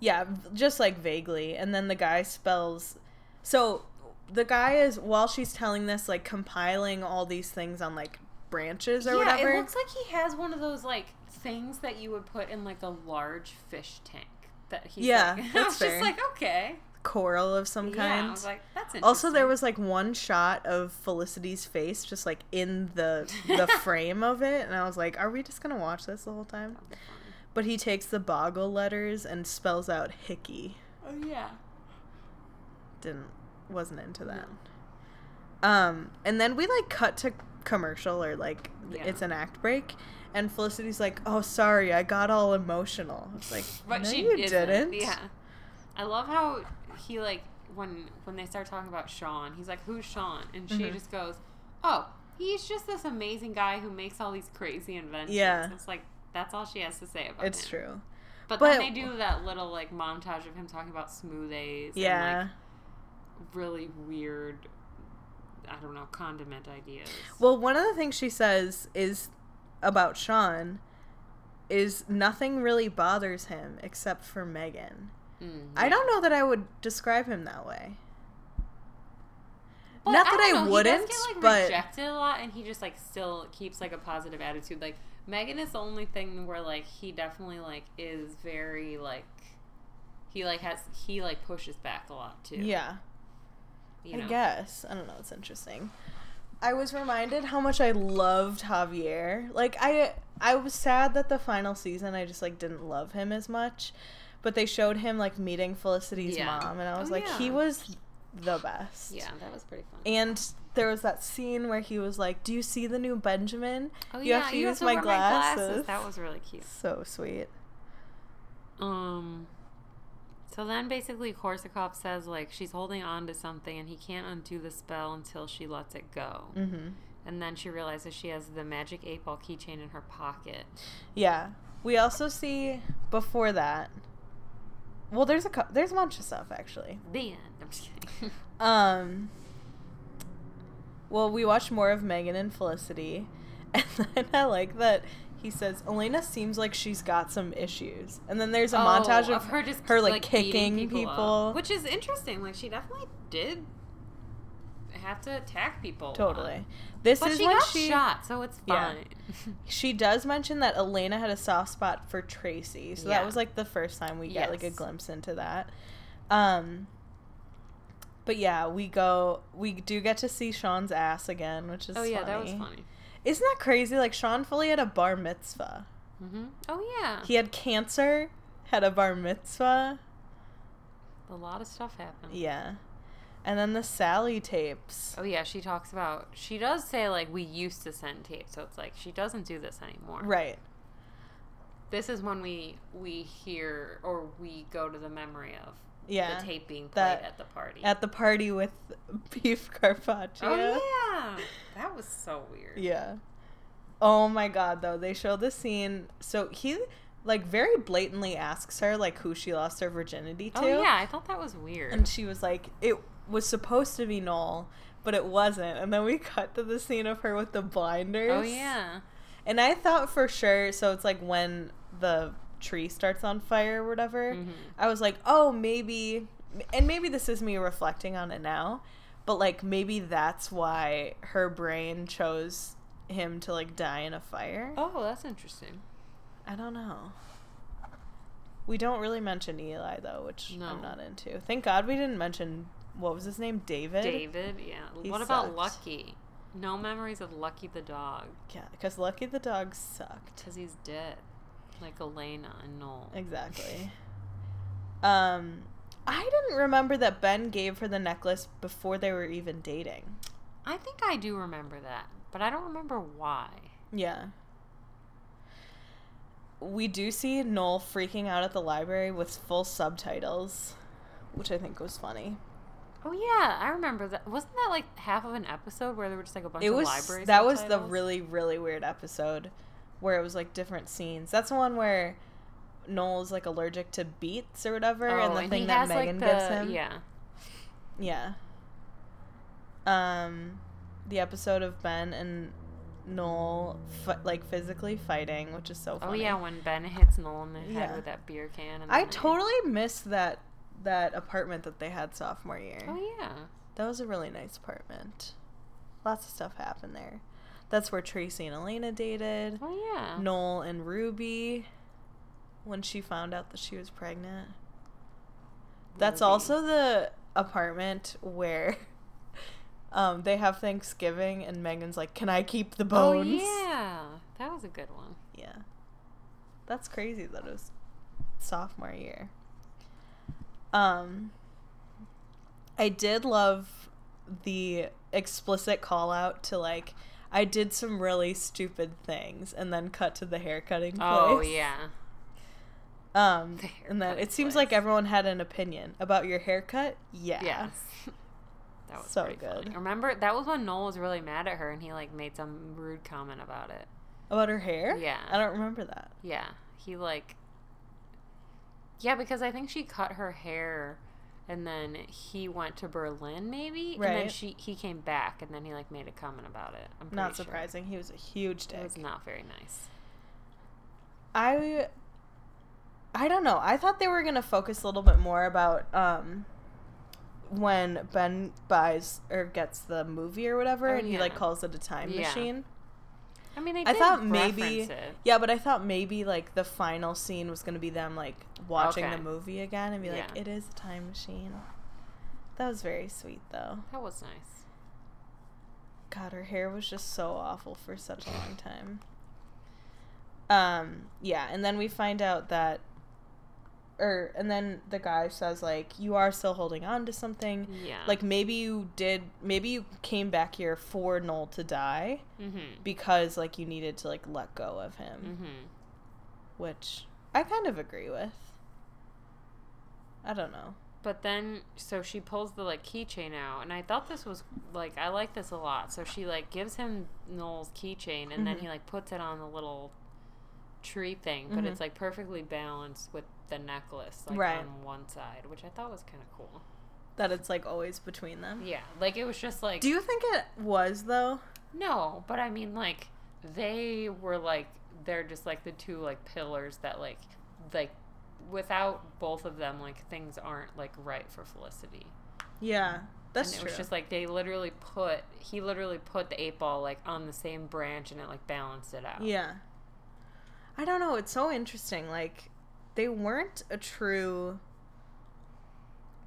Speaker 3: yeah, v- just like vaguely, and then the guy spells. So the guy is while she's telling this, like compiling all these things on like branches or
Speaker 2: yeah,
Speaker 3: whatever.
Speaker 2: it looks like he has one of those like things that you would put in like a large fish tank. That he's
Speaker 3: Yeah,
Speaker 2: like, (laughs)
Speaker 3: that's
Speaker 2: I was
Speaker 3: fair.
Speaker 2: just like okay.
Speaker 3: Coral of some kind.
Speaker 2: Yeah, I was like that's interesting.
Speaker 3: Also, there was like one shot of Felicity's face just like in
Speaker 2: (laughs)
Speaker 3: the the frame of it, and I was like, "Are we just gonna watch this the whole time?" But he takes the boggle letters and spells out Hickey.
Speaker 2: Oh yeah.
Speaker 3: Didn't wasn't into that. Um, and then we like cut to commercial or like th-
Speaker 2: Yeah.
Speaker 3: it's an act break, and Felicity's like, "Oh, sorry, I got all emotional." It's like,
Speaker 2: But
Speaker 3: "No,
Speaker 2: she
Speaker 3: you
Speaker 2: isn't.
Speaker 3: didn't."
Speaker 2: Yeah. I love how he like when when they start talking about Sean, he's like, "Who's Sean?" And she
Speaker 3: Mhm.
Speaker 2: just goes, "Oh, he's just this amazing guy who makes all these crazy inventions."
Speaker 3: Yeah.
Speaker 2: It's like that's all she has to say about
Speaker 3: it's
Speaker 2: him.
Speaker 3: true.
Speaker 2: But,
Speaker 3: But-
Speaker 2: then they do that little like montage of him talking about smoothies.
Speaker 3: Yeah.
Speaker 2: And, like, really weird. I don't know condiment ideas.
Speaker 3: Well, one of the things she says is about Sean is nothing really bothers him except for Megan.
Speaker 2: Mm,
Speaker 3: I
Speaker 2: yeah.
Speaker 3: don't know that I would describe him that way.
Speaker 2: But
Speaker 3: Not that
Speaker 2: don't
Speaker 3: I
Speaker 2: know,
Speaker 3: wouldn't,
Speaker 2: He does get, like,
Speaker 3: but-
Speaker 2: rejected a lot, and he just like still keeps like a positive attitude. Like Megan is the only thing where like he definitely like is very like he like has he like pushes back a lot too.
Speaker 3: Yeah,
Speaker 2: you
Speaker 3: I
Speaker 2: know?
Speaker 3: guess. I don't know. It's interesting. I was reminded how much I loved Javier. Like I I was sad that the final season I just like didn't love him as much, but they showed him like meeting Felicity's
Speaker 2: Yeah.
Speaker 3: mom and I was
Speaker 2: Oh,
Speaker 3: like he
Speaker 2: yeah.
Speaker 3: was the best.
Speaker 2: Yeah, that was pretty fun.
Speaker 3: And there was that scene where he was like, "Do you see the new Benjamin?"
Speaker 2: oh
Speaker 3: you
Speaker 2: yeah,
Speaker 3: have to
Speaker 2: you
Speaker 3: use
Speaker 2: have to
Speaker 3: my
Speaker 2: wear
Speaker 3: glasses.
Speaker 2: That was really cute.
Speaker 3: So sweet.
Speaker 2: Um, So then basically Korsakov says like she's holding on to something and he can't undo the spell until she lets it go.
Speaker 3: Mm-hmm.
Speaker 2: And then she realizes she has the magic eight ball keychain in her pocket.
Speaker 3: Yeah. We also see before that. Well, there's a cou- there's a bunch of stuff actually.
Speaker 2: The end. I'm just (laughs) kidding.
Speaker 3: Um. Well, we watch more of Megan and Felicity, (laughs) and then I like that he says Elena seems like she's got some issues, and then there's a
Speaker 2: Oh,
Speaker 3: montage of,
Speaker 2: her just
Speaker 3: her, like,
Speaker 2: beating
Speaker 3: kicking
Speaker 2: up,
Speaker 3: people.
Speaker 2: which is interesting. Like she definitely did have to attack people. a lot.
Speaker 3: totally. This
Speaker 2: But
Speaker 3: is
Speaker 2: she
Speaker 3: when
Speaker 2: got
Speaker 3: she
Speaker 2: shot, so it's
Speaker 3: (laughs) Yeah.
Speaker 2: fine.
Speaker 3: she does mention that Elena had a soft spot for Tracy, so
Speaker 2: Yeah.
Speaker 3: that was like the first time we get like a
Speaker 2: Yes.
Speaker 3: glimpse into that. Um. But yeah, we go. We do get to see Sean's ass again, which is
Speaker 2: oh yeah, that was funny.
Speaker 3: Isn't that crazy? Like Sean Foley had a bar mitzvah.
Speaker 2: hmm Oh yeah,
Speaker 3: He had cancer, had a bar mitzvah.
Speaker 2: a lot of stuff happened.
Speaker 3: Yeah. And then the Sally tapes.
Speaker 2: Oh yeah, she talks about. She does say like we used to send tape, so it's like she doesn't do this anymore.
Speaker 3: Right.
Speaker 2: This is when we we hear or we go to the memory of
Speaker 3: Yeah.
Speaker 2: the tape being played
Speaker 3: That-
Speaker 2: at the party.
Speaker 3: At the party with beef carpaccio.
Speaker 2: oh yeah, that was so weird.
Speaker 3: Yeah. Oh my god, though. They show the scene. So he like very blatantly asks her like who she lost her virginity to.
Speaker 2: Oh yeah, I thought that was weird.
Speaker 3: And she was like, it was supposed to be Noel, but it wasn't. And then we (laughs) cut to the scene of her with the blinders.
Speaker 2: oh yeah.
Speaker 3: And I thought for sure, so it's like when the tree starts on fire or whatever.
Speaker 2: Mm-hmm.
Speaker 3: I was like, oh, maybe, and maybe this is me reflecting on it now, but like maybe that's why her brain chose him to like die in a fire.
Speaker 2: Oh, that's interesting.
Speaker 3: I don't know. We don't really mention Eli though, which
Speaker 2: No.
Speaker 3: I'm not into. Thank God we didn't mention what was his name, David.
Speaker 2: David, yeah.
Speaker 3: He
Speaker 2: what about
Speaker 3: sucked.
Speaker 2: Lucky? No memories of Lucky the dog
Speaker 3: Yeah, because Lucky the dog sucked.
Speaker 2: because he's dead, like Elena and Noel.
Speaker 3: Exactly. Um, I didn't remember that Ben gave her the necklace before they were even dating.
Speaker 2: I think I do remember that, but I don't remember why.
Speaker 3: Yeah. We do see Noel freaking out at the library with full subtitles, which I think was funny.
Speaker 2: Oh yeah, I remember that. Wasn't that like half of an episode where there were just like a bunch
Speaker 3: it
Speaker 2: of
Speaker 3: was
Speaker 2: libraries?
Speaker 3: that was the really really weird episode where it was like different scenes. That's the one where Noel's like allergic to beets or whatever,
Speaker 2: Oh,
Speaker 3: and the thing that Megan gives him.
Speaker 2: Yeah.
Speaker 3: Yeah. Um, the episode of Ben and Noel fi- like physically fighting, which is so
Speaker 2: Oh
Speaker 3: funny.
Speaker 2: yeah, when Ben hits Noel in the head
Speaker 3: Yeah.
Speaker 2: with that beer can. And
Speaker 3: I
Speaker 2: then they-
Speaker 3: totally missed that that apartment that they had sophomore year.
Speaker 2: Oh yeah.
Speaker 3: That was a really nice apartment. Lots of stuff happened there. That's where Tracy and Elena dated.
Speaker 2: Oh yeah.
Speaker 3: Noel and Ruby when she found out that she was pregnant. That's
Speaker 2: Ruby.
Speaker 3: also the apartment where (laughs) um, they have Thanksgiving and Megan's like, "Can I keep the bones?"
Speaker 2: Oh yeah, that was a good one.
Speaker 3: Yeah. That's crazy that it was sophomore year. Um I did love the explicit call out to like I did some really stupid things and then cut to the haircutting place.
Speaker 2: Oh yeah.
Speaker 3: Um
Speaker 2: The
Speaker 3: and then
Speaker 2: haircutting
Speaker 3: it seems
Speaker 2: place.
Speaker 3: like everyone had an opinion about your haircut. Yeah.
Speaker 2: Yes.
Speaker 3: (laughs)
Speaker 2: That was
Speaker 3: So
Speaker 2: pretty
Speaker 3: good.
Speaker 2: Funny. Remember that was when Noel was really mad at her and he like made some rude comment about it.
Speaker 3: About her hair?
Speaker 2: Yeah.
Speaker 3: I don't remember that.
Speaker 2: Yeah. He like Yeah, because I think she cut her hair and then he went to Berlin maybe and then
Speaker 3: Right.
Speaker 2: she he came back and then he like made a comment about it. I'm pretty
Speaker 3: Not
Speaker 2: sure.
Speaker 3: surprising. He was a huge dick.
Speaker 2: It was not very nice.
Speaker 3: I I don't know. I thought they were gonna focus a little bit more about um when Ben buys or gets the movie or whatever
Speaker 2: Oh,
Speaker 3: and he like
Speaker 2: yeah.
Speaker 3: calls it a time
Speaker 2: Yeah.
Speaker 3: machine.
Speaker 2: I mean,
Speaker 3: I
Speaker 2: did
Speaker 3: thought
Speaker 2: reference
Speaker 3: maybe
Speaker 2: it.
Speaker 3: Yeah, but I thought maybe like the final scene was gonna be them like watching
Speaker 2: Okay.
Speaker 3: the movie again and be like,
Speaker 2: Yeah.
Speaker 3: It is a time machine. That was very sweet though.
Speaker 2: that was nice.
Speaker 3: God, her hair was just so awful for such a long time. Um, yeah, and then we find out that or and then the guy says like you are still holding on to something.
Speaker 2: Yeah.
Speaker 3: Like maybe you did maybe you came back here for Noel to die
Speaker 2: mhm.
Speaker 3: because like you needed to like let go of
Speaker 2: Mm.
Speaker 3: him,
Speaker 2: Mhm.
Speaker 3: which I kind of agree with. I don't know.
Speaker 2: But then, so she pulls the like keychain out, and I thought this was like I like this a lot. So she like gives him Noel's keychain, and then
Speaker 3: Mhm.
Speaker 2: he like puts it on the little tree thing, but it's like perfectly balanced with the necklace like
Speaker 3: Mm-hmm. Right.
Speaker 2: on one side, which I thought was kind of cool.
Speaker 3: That it's like always between them.
Speaker 2: Yeah, like it was just like
Speaker 3: Do you think it was though?
Speaker 2: no, but I mean like they were like they're just like the two like pillars that like like without both of them like things aren't like right for Felicity.
Speaker 3: Yeah, that's
Speaker 2: and it
Speaker 3: true.
Speaker 2: was just like they literally put he literally put the eight ball like on the same branch and it like balanced it out.
Speaker 3: yeah. I don't know. It's so interesting. Like, they weren't a true.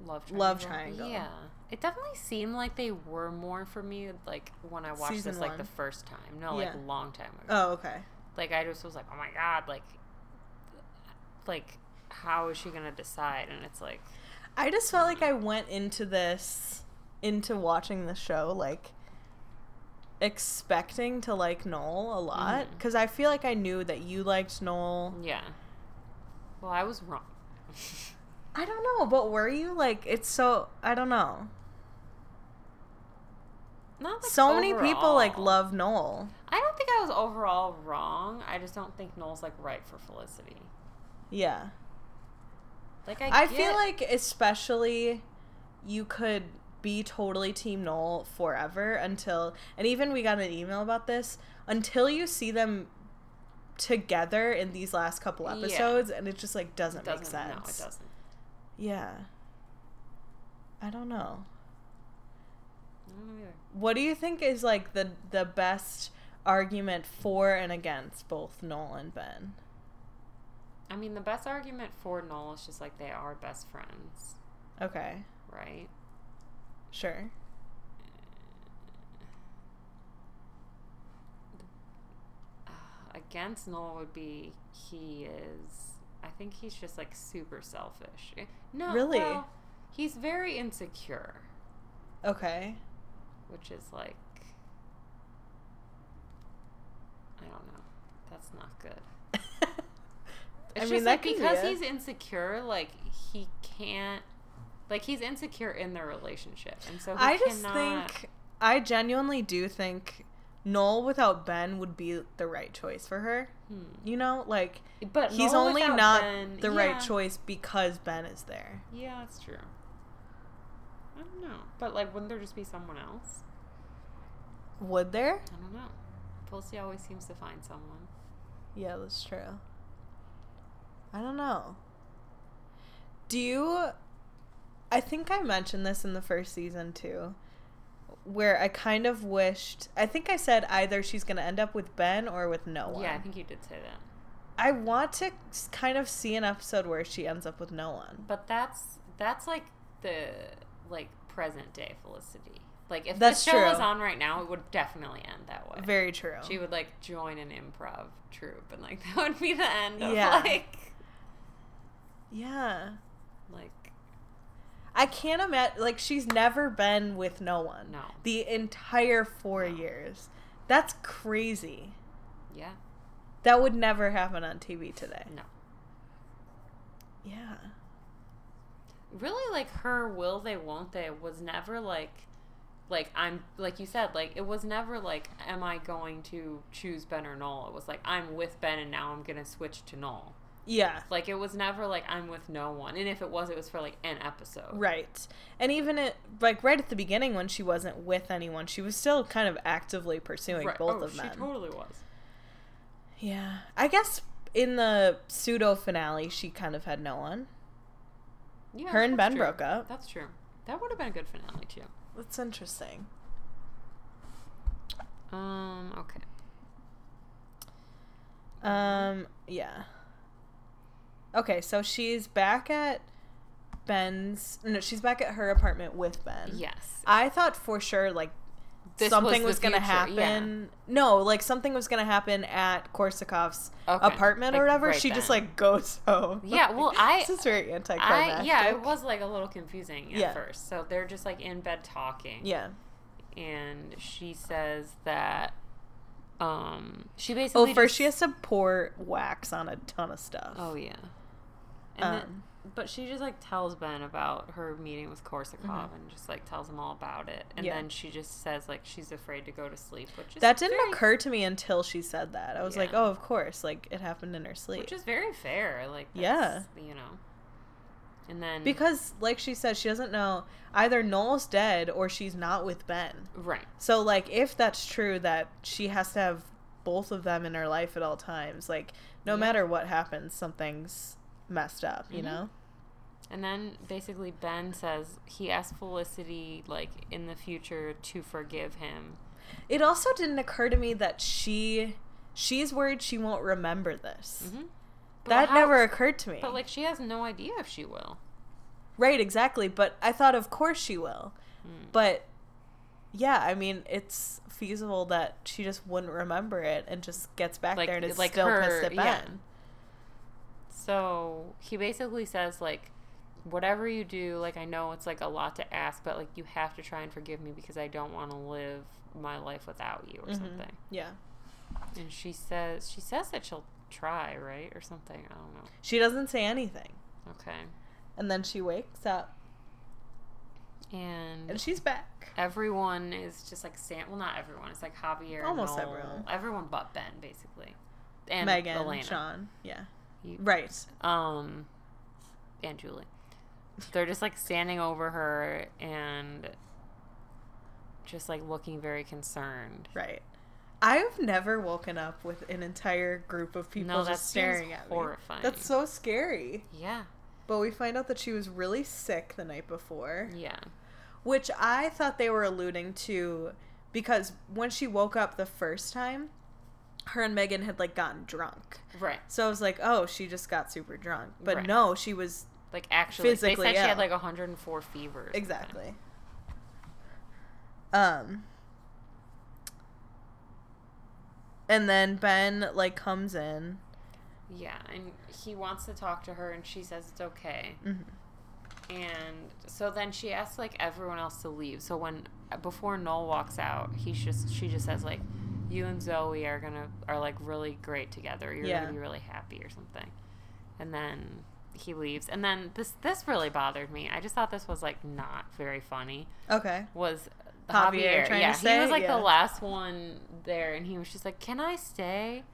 Speaker 2: Love triangle.
Speaker 3: Love triangle.
Speaker 2: Yeah. It definitely seemed like they were more for me like when I watched
Speaker 3: Season
Speaker 2: this like
Speaker 3: one.
Speaker 2: the first time. No, like
Speaker 3: Yeah.
Speaker 2: a long time ago.
Speaker 3: Oh, okay.
Speaker 2: Like I just was like, "Oh my god, like like how is she going to decide?" And it's like
Speaker 3: I just felt like I went into this, into watching the show, like expecting to like Noel a lot
Speaker 2: Mhm.
Speaker 3: because I feel like I knew that you liked Noel.
Speaker 2: yeah. Well, I was wrong.
Speaker 3: I don't know, but were you like? It's so I don't know.
Speaker 2: Not like,
Speaker 3: so many people like
Speaker 2: overall.
Speaker 3: love Noel.
Speaker 2: I don't think I was overall wrong. I just don't think Noel's like right for Felicity.
Speaker 3: Yeah,
Speaker 2: Like I,
Speaker 3: I,
Speaker 2: get-
Speaker 3: feel like especially you could be totally team Noel forever until and even we got an email about this until you see them together in these last couple
Speaker 2: Yeah.
Speaker 3: episodes and it just like doesn't,
Speaker 2: it doesn't.
Speaker 3: make
Speaker 2: No, it
Speaker 3: sense.
Speaker 2: doesn't.
Speaker 3: Yeah. I don't know.
Speaker 2: I don't know either.
Speaker 3: What do you think is like the the best argument for and against both Noel and Ben?
Speaker 2: I mean, the best argument for Noel is just like they are best friends,
Speaker 3: Okay.
Speaker 2: right?
Speaker 3: Sure.
Speaker 2: Uh, against Noel would be he is. I think he's just like super selfish. Eh, No,
Speaker 3: Really?
Speaker 2: well, he's very insecure,
Speaker 3: Okay. (laughs)
Speaker 2: which is like I don't know. That's not good. It's
Speaker 3: I
Speaker 2: just
Speaker 3: mean,
Speaker 2: like
Speaker 3: that could be
Speaker 2: because
Speaker 3: it.
Speaker 2: he's insecure, like he can't, like he's insecure in their relationship, and so he
Speaker 3: I just
Speaker 2: cannot-
Speaker 3: think I genuinely do think Noel without Ben would be the right choice for her.
Speaker 2: Hmm.
Speaker 3: You know, like
Speaker 2: But
Speaker 3: he's
Speaker 2: Noel
Speaker 3: only
Speaker 2: without
Speaker 3: not
Speaker 2: Ben-
Speaker 3: the
Speaker 2: yeah.
Speaker 3: right choice because Ben is there.
Speaker 2: Yeah, that's true. I don't know, but like, wouldn't there just be someone else?
Speaker 3: Would there?
Speaker 2: I don't know. Felicity always seems to find someone.
Speaker 3: Yeah, that's true. I don't know. Do you I think I mentioned this in the first season too where I kind of wished I think I said either she's going to end up with Ben or with no one.
Speaker 2: Yeah, I think you did say that.
Speaker 3: I want to s- kind of see an episode where she ends up with no one.
Speaker 2: But that's that's like the like present day Felicity. Like if
Speaker 3: That's
Speaker 2: the show was
Speaker 3: true.
Speaker 2: on right now, it would definitely end that way.
Speaker 3: Very true.
Speaker 2: She would like join an improv troupe, and like (laughs) that would be the end of
Speaker 3: Yeah.
Speaker 2: like
Speaker 3: yeah.
Speaker 2: like
Speaker 3: I can't imagine, like, she's never been with no one.
Speaker 2: No.
Speaker 3: The entire four
Speaker 2: No.
Speaker 3: years. That's crazy.
Speaker 2: yeah
Speaker 3: That would never happen on TV today.
Speaker 2: no
Speaker 3: Yeah.
Speaker 2: really like her will they won't they was never like like I'm like you said like it was never like am I going to choose Ben or Noel it was like I'm with Ben and now I'm gonna switch to Noel
Speaker 3: Yeah.
Speaker 2: like it was never like I'm with no one and if it was it was for like an episode
Speaker 3: Right. And even at, like, right at the beginning when she wasn't with anyone, she was still kind of actively pursuing
Speaker 2: Right.
Speaker 3: both
Speaker 2: Oh,
Speaker 3: of them.
Speaker 2: she totally was
Speaker 3: yeah. I guess in the pseudo finale, she kind of had no one.
Speaker 2: yeah
Speaker 3: Her and
Speaker 2: that's
Speaker 3: Ben
Speaker 2: true.
Speaker 3: broke up.
Speaker 2: that's true that would have been a good finale too
Speaker 3: That's interesting.
Speaker 2: Um. Okay.
Speaker 3: Um, yeah. Okay, so she's back at Ben's. No, she's back at her apartment with Ben.
Speaker 2: Yes.
Speaker 3: I thought for sure, like,
Speaker 2: This
Speaker 3: something
Speaker 2: was
Speaker 3: was,
Speaker 2: the
Speaker 3: going to
Speaker 2: future, yeah.
Speaker 3: happen. No, like, something was going to happen at Korsakov's
Speaker 2: Okay,
Speaker 3: apartment
Speaker 2: like,
Speaker 3: or whatever.
Speaker 2: right
Speaker 3: she just,
Speaker 2: then.
Speaker 3: like, goes (laughs) home.
Speaker 2: Yeah, well, I-
Speaker 3: This is very
Speaker 2: I
Speaker 3: anticlimactic.
Speaker 2: yeah, it was like a little confusing at
Speaker 3: Yeah.
Speaker 2: first. So they're just like in bed talking.
Speaker 3: Yeah.
Speaker 2: And she says that. Um. She basically.
Speaker 3: Oh, first
Speaker 2: just-
Speaker 3: she has to pour wax on a ton of stuff.
Speaker 2: Oh yeah. And
Speaker 3: Um.
Speaker 2: then, but she just like tells Ben about her meeting with Korsakov and just like tells him all about it, and
Speaker 3: Mm-hmm. Yeah.
Speaker 2: then she just says like she's afraid to go to sleep, which is
Speaker 3: That didn't
Speaker 2: very-
Speaker 3: occur to me until she said that. I was like,
Speaker 2: Yeah.
Speaker 3: oh, of course. Like, it happened in her sleep.
Speaker 2: which is very fair. Like
Speaker 3: Yeah.
Speaker 2: that's, you know, and then
Speaker 3: Because, like she said, she doesn't know either Noel's dead or she's not with Ben.
Speaker 2: right,
Speaker 3: So, like, if that's true that she has to have both of them in her life at all times, like, no
Speaker 2: Yeah.
Speaker 3: matter what happens, something's messed up, you
Speaker 2: Mhm.
Speaker 3: know?
Speaker 2: and then basically Ben says he asked Felicity like in the future to forgive him.
Speaker 3: It also didn't occur to me that she. She's worried she won't remember this.
Speaker 2: Mhm. But
Speaker 3: Mm-hmm. That
Speaker 2: how-
Speaker 3: never occurred to me.
Speaker 2: But like she has no idea if she will.
Speaker 3: Right, exactly. But I thought, of course she will.
Speaker 2: Hmm.
Speaker 3: But yeah, I mean, it's feasible that she just wouldn't remember it and just gets back
Speaker 2: Like-
Speaker 3: there and is
Speaker 2: like
Speaker 3: still
Speaker 2: her-
Speaker 3: pissed at Ben.
Speaker 2: yeah. So he basically says like whatever you do, like I know it's like a lot to ask, but like you have to try and forgive me because I don't want to live my life without you or
Speaker 3: Mhm.
Speaker 2: something.
Speaker 3: Yeah.
Speaker 2: And she says she says that she'll try, right? Or something. I don't know.
Speaker 3: She doesn't say anything.
Speaker 2: Okay.
Speaker 3: And then she wakes up
Speaker 2: And
Speaker 3: and she's back.
Speaker 2: everyone is just like stand well not everyone. It's like Javier.
Speaker 3: Almost
Speaker 2: Noel,
Speaker 3: everyone.
Speaker 2: Everyone but Ben basically. And
Speaker 3: Megan,
Speaker 2: Elena.
Speaker 3: Sean. Yeah.
Speaker 2: You-
Speaker 3: Right.
Speaker 2: um and julie they're just like standing over her and just like looking very concerned
Speaker 3: Right. I've never woken up with an entire group of people
Speaker 2: No, that
Speaker 3: just
Speaker 2: seems
Speaker 3: staring at
Speaker 2: horrifying.
Speaker 3: me. That's so scary.
Speaker 2: yeah
Speaker 3: But we find out that she was really sick the night before.
Speaker 2: yeah
Speaker 3: which I thought they were alluding to because when she woke up the first time, her and Megan had like gotten drunk.
Speaker 2: right
Speaker 3: So I was like, oh, she just got super drunk. But
Speaker 2: Right.
Speaker 3: no, she was
Speaker 2: like actually
Speaker 3: Physically,
Speaker 2: they said she
Speaker 3: yeah.
Speaker 2: had like 104 fever or something.
Speaker 3: exactly. Um and then Ben like comes in.
Speaker 2: yeah and he wants to talk to her and she says it's okay
Speaker 3: Mhm.
Speaker 2: and so then she asks like everyone else to leave so when before noel walks out he's just she just says like you and zoe are gonna are like really great together you're
Speaker 3: Yeah.
Speaker 2: gonna be really happy or something and then he leaves and then this this really bothered me i just thought this was like not very funny
Speaker 3: Okay.
Speaker 2: was
Speaker 3: Javier
Speaker 2: Javier.
Speaker 3: trying
Speaker 2: yeah,
Speaker 3: to say,
Speaker 2: he was like
Speaker 3: yeah.
Speaker 2: the last one there, and he was just like, "Can I stay?"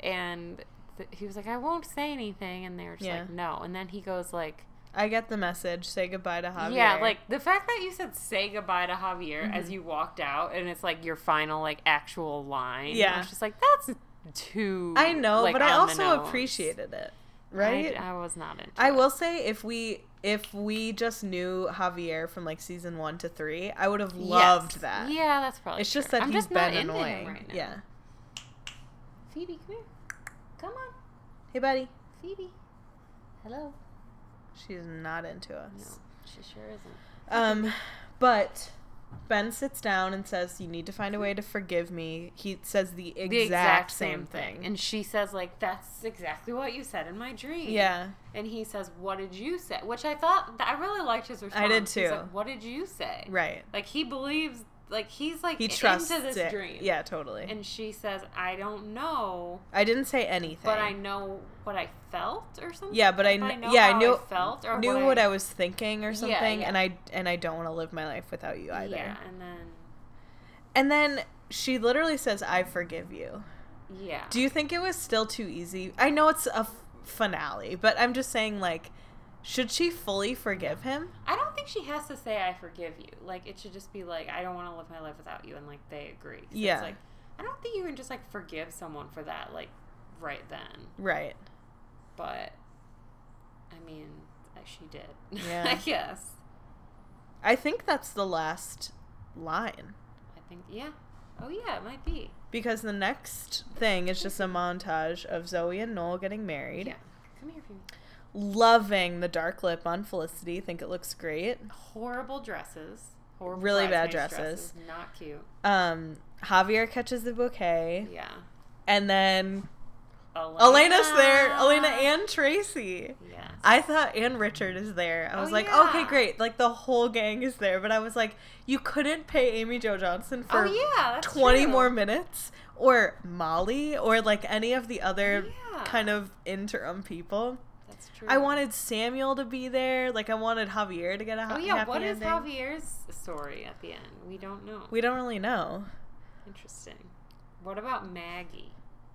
Speaker 2: And th- he was like, "I won't say anything," and they were just
Speaker 3: Yeah.
Speaker 2: like, "No." And then he goes like,
Speaker 3: I get the message. Say goodbye to Javier.
Speaker 2: "Yeah, like the fact that you said say goodbye to Javier as
Speaker 3: Mm-hmm.
Speaker 2: you walked out, and it's like your final like actual line."
Speaker 3: Yeah.
Speaker 2: I was just like, "That's too."
Speaker 3: I know,
Speaker 2: like,
Speaker 3: but I
Speaker 2: on the
Speaker 3: also
Speaker 2: nose."
Speaker 3: appreciated it.
Speaker 2: I-
Speaker 3: Right?
Speaker 2: I, was not into.
Speaker 3: I
Speaker 2: it.
Speaker 3: will say if we if we just knew Javier from like season one to three, I would have
Speaker 2: Yes.
Speaker 3: loved that.
Speaker 2: Yeah, that's probably.
Speaker 3: It's just
Speaker 2: true.
Speaker 3: that
Speaker 2: I'm
Speaker 3: he's
Speaker 2: just not
Speaker 3: been
Speaker 2: into him
Speaker 3: annoying.
Speaker 2: right now.
Speaker 3: Yeah.
Speaker 2: Phoebe, come here. Come on,
Speaker 3: Hey buddy.
Speaker 2: Phoebe. Hello.
Speaker 3: She's not into
Speaker 2: No,
Speaker 3: us.
Speaker 2: she sure isn't.
Speaker 3: Um but Ben sits down and says, You need to find a way to forgive me. He says the exact, same thing.
Speaker 2: And she says, like, that's exactly what you said in my dream.
Speaker 3: yeah.
Speaker 2: And he says, what did you say? Which I thought, I really liked his response.
Speaker 3: I did
Speaker 2: He's
Speaker 3: too.
Speaker 2: like, what did you say?
Speaker 3: Right.
Speaker 2: Like, he believes, like, he's, like,
Speaker 3: He
Speaker 2: into
Speaker 3: trusts
Speaker 2: this
Speaker 3: it.
Speaker 2: dream.
Speaker 3: Yeah, totally.
Speaker 2: And she says, I don't know,
Speaker 3: I didn't say anything.
Speaker 2: but I know what I felt or something.
Speaker 3: Yeah, but I
Speaker 2: Like,
Speaker 3: kn- yeah, I
Speaker 2: how
Speaker 3: knew-
Speaker 2: felt or
Speaker 3: knew what I, was thinking or
Speaker 2: Yeah,
Speaker 3: something and
Speaker 2: yeah.
Speaker 3: I and I don't want to live my life without you either.
Speaker 2: Yeah, and then,
Speaker 3: And then she literally says, I forgive you.
Speaker 2: yeah.
Speaker 3: Do you think it was still too easy? I know it's a f- finale, but I'm just saying, like, should she fully forgive him?
Speaker 2: I don't think she has to say I forgive you. Like it should just be like I don't want to live my life without you, and like they agree. 'Cause
Speaker 3: Yeah.
Speaker 2: It's like I don't think you can just like forgive someone for that like right then,
Speaker 3: Right.
Speaker 2: but I mean I- she did. (laughs)
Speaker 3: Yeah.
Speaker 2: I guess.
Speaker 3: I think that's the last line
Speaker 2: I think yeah. Oh yeah, it might be.
Speaker 3: because the next thing is just a montage of Zoe and Noel getting married,
Speaker 2: Yeah. Come here, Phoebe.
Speaker 3: loving the dark lip on Felicity, think it looks great.
Speaker 2: Horrible dresses. Horrible.
Speaker 3: Really bad
Speaker 2: bridesmaids
Speaker 3: dresses.
Speaker 2: Not cute.
Speaker 3: Um, Javier catches the bouquet,
Speaker 2: Yeah.
Speaker 3: and then
Speaker 2: Elena.
Speaker 3: (laughs) Elena's there, Elena and Tracy.
Speaker 2: Yes.
Speaker 3: I thought and Richard is there. I
Speaker 2: Oh,
Speaker 3: was like,
Speaker 2: yeah.
Speaker 3: okay, great. Like the whole gang is there, but I was like, you couldn't pay Amy Jo Johnson
Speaker 2: oh
Speaker 3: for
Speaker 2: yeah. That's
Speaker 3: twenty
Speaker 2: true.
Speaker 3: more minutes, or Molly, or like any of the other
Speaker 2: Yeah. Mm.
Speaker 3: kind of interim people.
Speaker 2: That's That's true.
Speaker 3: I wanted Samuel to be there. Like I wanted Javier to get a ha-
Speaker 2: Oh yeah,
Speaker 3: happy
Speaker 2: what is
Speaker 3: ending.
Speaker 2: Javier's story at the end? We don't know.
Speaker 3: We don't
Speaker 2: (laughs)
Speaker 3: really know.
Speaker 2: Interesting. What about Maggie?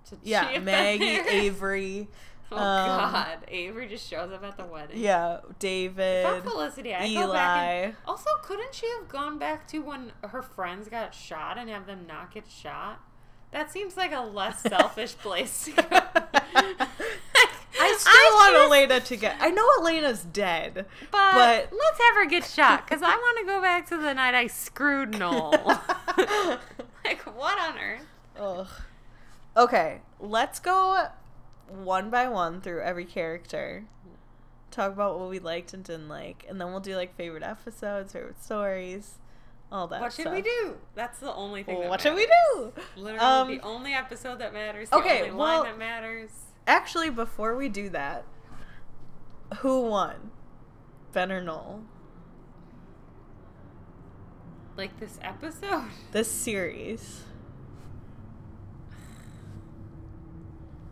Speaker 2: Did (laughs) she
Speaker 3: Yeah,
Speaker 2: have
Speaker 3: Maggie,
Speaker 2: that-
Speaker 3: Avery.
Speaker 2: (laughs) Oh
Speaker 3: um,
Speaker 2: God, Avery just shows up at the wedding.
Speaker 3: Yeah, David.
Speaker 2: Fuck (laughs) Felicity. I go back and
Speaker 3: Eli.
Speaker 2: also couldn't she have gone back to when her friends got shot and have them not get shot? That seems like a
Speaker 3: (laughs)
Speaker 2: less selfish place to go.
Speaker 3: (laughs) I still want
Speaker 2: just-
Speaker 3: Elena to get. I know Elena's dead,
Speaker 2: But,
Speaker 3: but,
Speaker 2: let's have her get shot because I want to go back to the night I screwed Noel.
Speaker 3: (laughs)
Speaker 2: (laughs) like, what on earth?
Speaker 3: Ugh. Okay, let's go one by one through every character. Talk about what we liked and didn't like, and then we'll do like favorite episodes, favorite stories, all that.
Speaker 2: What should
Speaker 3: stuff.
Speaker 2: we do? That's the only thing. that
Speaker 3: What should we
Speaker 2: matters.
Speaker 3: do?
Speaker 2: Literally,
Speaker 3: Um,
Speaker 2: the only episode that matters. The
Speaker 3: okay,
Speaker 2: only
Speaker 3: well-
Speaker 2: line that matters.
Speaker 3: Actually, before we do that, who won? Ben or Noel?
Speaker 2: Like this episode. (laughs)
Speaker 3: This series.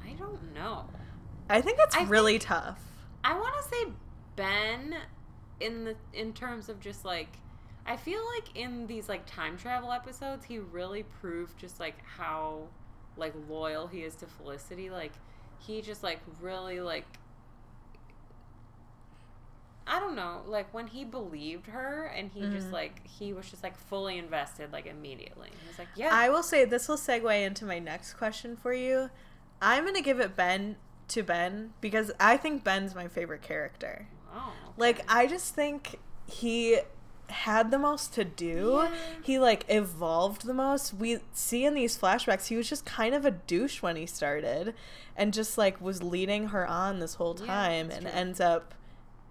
Speaker 2: I don't know.
Speaker 3: I think it's
Speaker 2: I
Speaker 3: really tough.
Speaker 2: I want to say Ben in the in terms of just like I feel like in these like time travel episodes he really proved just like how like loyal he is to Felicity like he just like really like I don't know like when he believed her and he
Speaker 3: Mm-hmm.
Speaker 2: just like he was just like fully invested like immediately he was like yeah
Speaker 3: I will say this will segue into my next question for you. I'm gonna give it Ben to Ben because I think Ben's my favorite character.
Speaker 2: oh, okay.
Speaker 3: Like I just think he had the most to do.
Speaker 2: Yeah.
Speaker 3: He like evolved the most. We see in these flashbacks he was just kind of a douche when he started and just like was leading her on this whole
Speaker 2: Yeah,
Speaker 3: time
Speaker 2: that's
Speaker 3: and
Speaker 2: true.
Speaker 3: ends up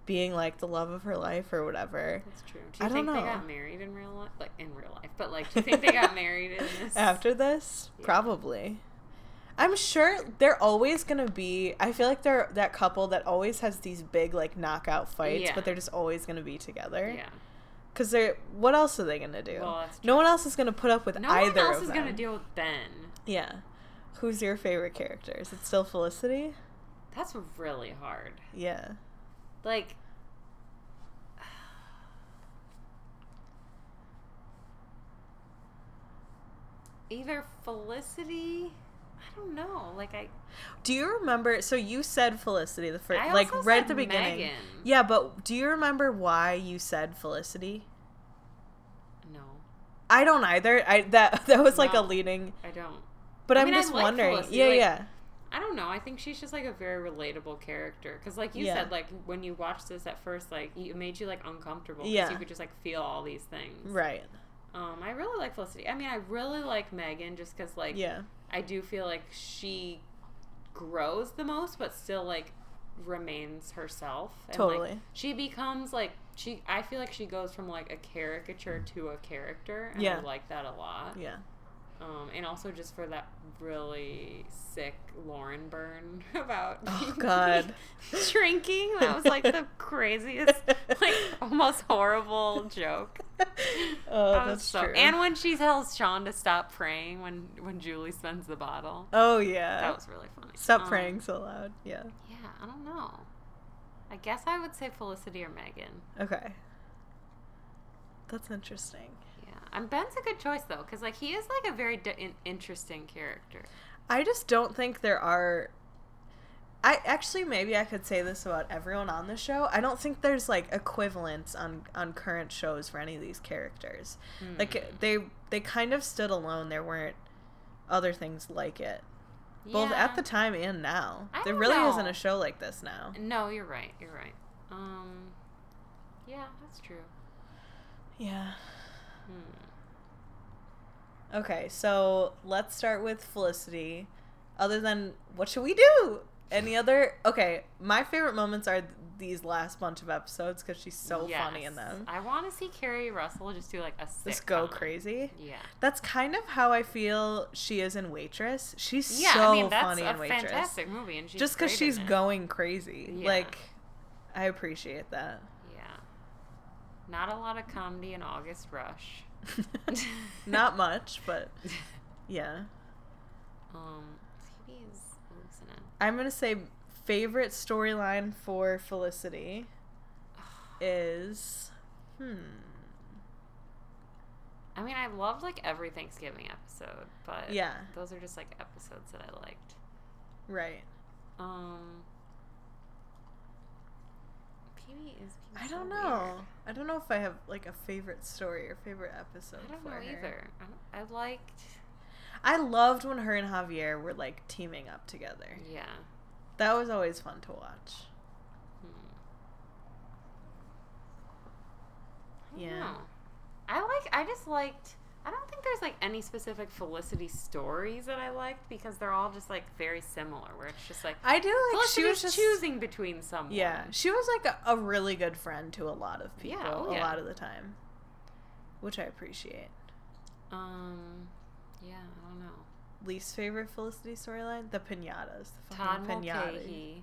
Speaker 3: being like the love of her life or whatever.
Speaker 2: That's true. Do you
Speaker 3: I don't
Speaker 2: think they
Speaker 3: know.
Speaker 2: got married in real life? Like in real life, but like, do you think they
Speaker 3: (laughs)
Speaker 2: got married in this?
Speaker 3: after this
Speaker 2: Yeah.
Speaker 3: probably i'm sure they're always gonna be i feel like they're that couple that always has these big like knockout fights
Speaker 2: Yeah.
Speaker 3: but they're just always gonna be together
Speaker 2: Yeah.
Speaker 3: because they're what else are they gonna do
Speaker 2: Well, that's
Speaker 3: no one else is gonna put up with
Speaker 2: No
Speaker 3: either
Speaker 2: one else
Speaker 3: of
Speaker 2: is
Speaker 3: them
Speaker 2: gonna deal with Ben.
Speaker 3: yeah who's your favorite character is it still felicity
Speaker 2: That's really hard.
Speaker 3: yeah
Speaker 2: Like, (sighs) either Felicity. I don't know. Like I,
Speaker 3: do you remember so you said felicity the first
Speaker 2: I
Speaker 3: like
Speaker 2: also
Speaker 3: right
Speaker 2: said
Speaker 3: at the beginning
Speaker 2: Megan.
Speaker 3: yeah but do you remember why you said felicity
Speaker 2: no,
Speaker 3: i don't either i that (laughs) that was like
Speaker 2: No.
Speaker 3: a leading
Speaker 2: I don't.
Speaker 3: But
Speaker 2: I
Speaker 3: I am
Speaker 2: mean, I
Speaker 3: just
Speaker 2: like
Speaker 3: wondering.
Speaker 2: Felicity,
Speaker 3: yeah,
Speaker 2: like-
Speaker 3: yeah.
Speaker 2: I don't know. I think she's just like a very relatable character. Cause like you
Speaker 3: Yeah.
Speaker 2: said, like when you watched this at first, like it made you like uncomfortable. 'cause
Speaker 3: Yeah.
Speaker 2: You could just like feel all these things.
Speaker 3: Right.
Speaker 2: Um, I really like Felicity. I mean, I really like Megan just cause like
Speaker 3: Yeah.
Speaker 2: I do feel like she grows the most, but still like remains herself. And, Like,
Speaker 3: Totally.
Speaker 2: she becomes like she. I feel like she goes from like a caricature to a character, and I
Speaker 3: Yeah.
Speaker 2: like that a lot. (laughs)
Speaker 3: Yeah.
Speaker 2: Um, and also just for that really sick Lauren burn (laughs) about
Speaker 3: (laughs) Oh,
Speaker 2: (laughs)
Speaker 3: God.
Speaker 2: shrinking. That was like the craziest,
Speaker 3: (laughs)
Speaker 2: like almost horrible joke.
Speaker 3: Oh,
Speaker 2: That was
Speaker 3: that's
Speaker 2: so-
Speaker 3: true.
Speaker 2: And when she tells Sean to stop praying when when Julie spins the bottle.
Speaker 3: oh yeah.
Speaker 2: That was really funny.
Speaker 3: Stop
Speaker 2: Um,
Speaker 3: praying so loud. Yeah.
Speaker 2: Yeah, I don't know. I guess I would say Felicity or Megan.
Speaker 3: Okay. That's interesting.
Speaker 2: Yeah, and Ben's a good choice though, because like he is like a very di- in- interesting character.
Speaker 3: I just don't think there are. I actually maybe I could say this about everyone on the show. I don't think there's like equivalents on on current shows for any of these characters.
Speaker 2: Hmm.
Speaker 3: Like uh, they they kind of stood alone. There weren't other things like it. Both
Speaker 2: Yeah.
Speaker 3: at the time and now.
Speaker 2: I
Speaker 3: there
Speaker 2: don't
Speaker 3: really
Speaker 2: know.
Speaker 3: isn't a show like this now.
Speaker 2: No, you're right. You're right. Um, yeah, that's true.
Speaker 3: Yeah.
Speaker 2: Hmm.
Speaker 3: Okay, so let's start with Felicity. Other than what should we do? Any other? Okay, my favorite moments are th- these last bunch of episodes because she's so funny in
Speaker 2: Yes.
Speaker 3: them.
Speaker 2: I want to see Carrie Russell just do like a
Speaker 3: Just
Speaker 2: sitcom.
Speaker 3: go crazy.
Speaker 2: Yeah.
Speaker 3: That's kind of how I feel she is in Waitress. She's
Speaker 2: Yeah,
Speaker 3: so
Speaker 2: I mean that's
Speaker 3: funny
Speaker 2: a
Speaker 3: in Waitress.
Speaker 2: fantastic movie, and she's
Speaker 3: Just because
Speaker 2: great in
Speaker 3: she's
Speaker 2: it.
Speaker 3: going crazy.
Speaker 2: Yeah.
Speaker 3: Like, I appreciate that. (laughs)
Speaker 2: Yeah. Not a lot of comedy in August Rush. (laughs)
Speaker 3: Not much, but yeah.
Speaker 2: Um, TV is loosening.
Speaker 3: I'm gonna say favorite storyline for Felicity is hmm
Speaker 2: I mean, I loved like every Thanksgiving episode, but
Speaker 3: Yeah.
Speaker 2: those are just like episodes that I liked.
Speaker 3: right.
Speaker 2: Um, Pee Wee is. Pee-wee's
Speaker 3: I
Speaker 2: so
Speaker 3: don't
Speaker 2: weird.
Speaker 3: know. I don't know if I have like a favorite story or favorite episode.
Speaker 2: I don't
Speaker 3: for
Speaker 2: know
Speaker 3: her.
Speaker 2: either. I, don't, I liked.
Speaker 3: I loved when her and Javier were like teaming up together.
Speaker 2: Yeah.
Speaker 3: That was always fun to watch.
Speaker 2: Hmm. I don't
Speaker 3: Yeah.
Speaker 2: know. I like. I just liked. I don't think there's like any specific Felicity stories that I liked because they're all just like very similar. Where it's just like
Speaker 3: I do like
Speaker 2: Felicity's
Speaker 3: she was just
Speaker 2: choosing between someone.
Speaker 3: Yeah, she was like a, a really good friend to a lot of
Speaker 2: Yeah,
Speaker 3: people
Speaker 2: oh
Speaker 3: a
Speaker 2: yeah.
Speaker 3: lot of the time, which I appreciate.
Speaker 2: Um. Yeah. I don't know.
Speaker 3: Least favorite Felicity storyline: the pinatas. The
Speaker 2: Todd
Speaker 3: fucking pinata.
Speaker 2: Mulcahy.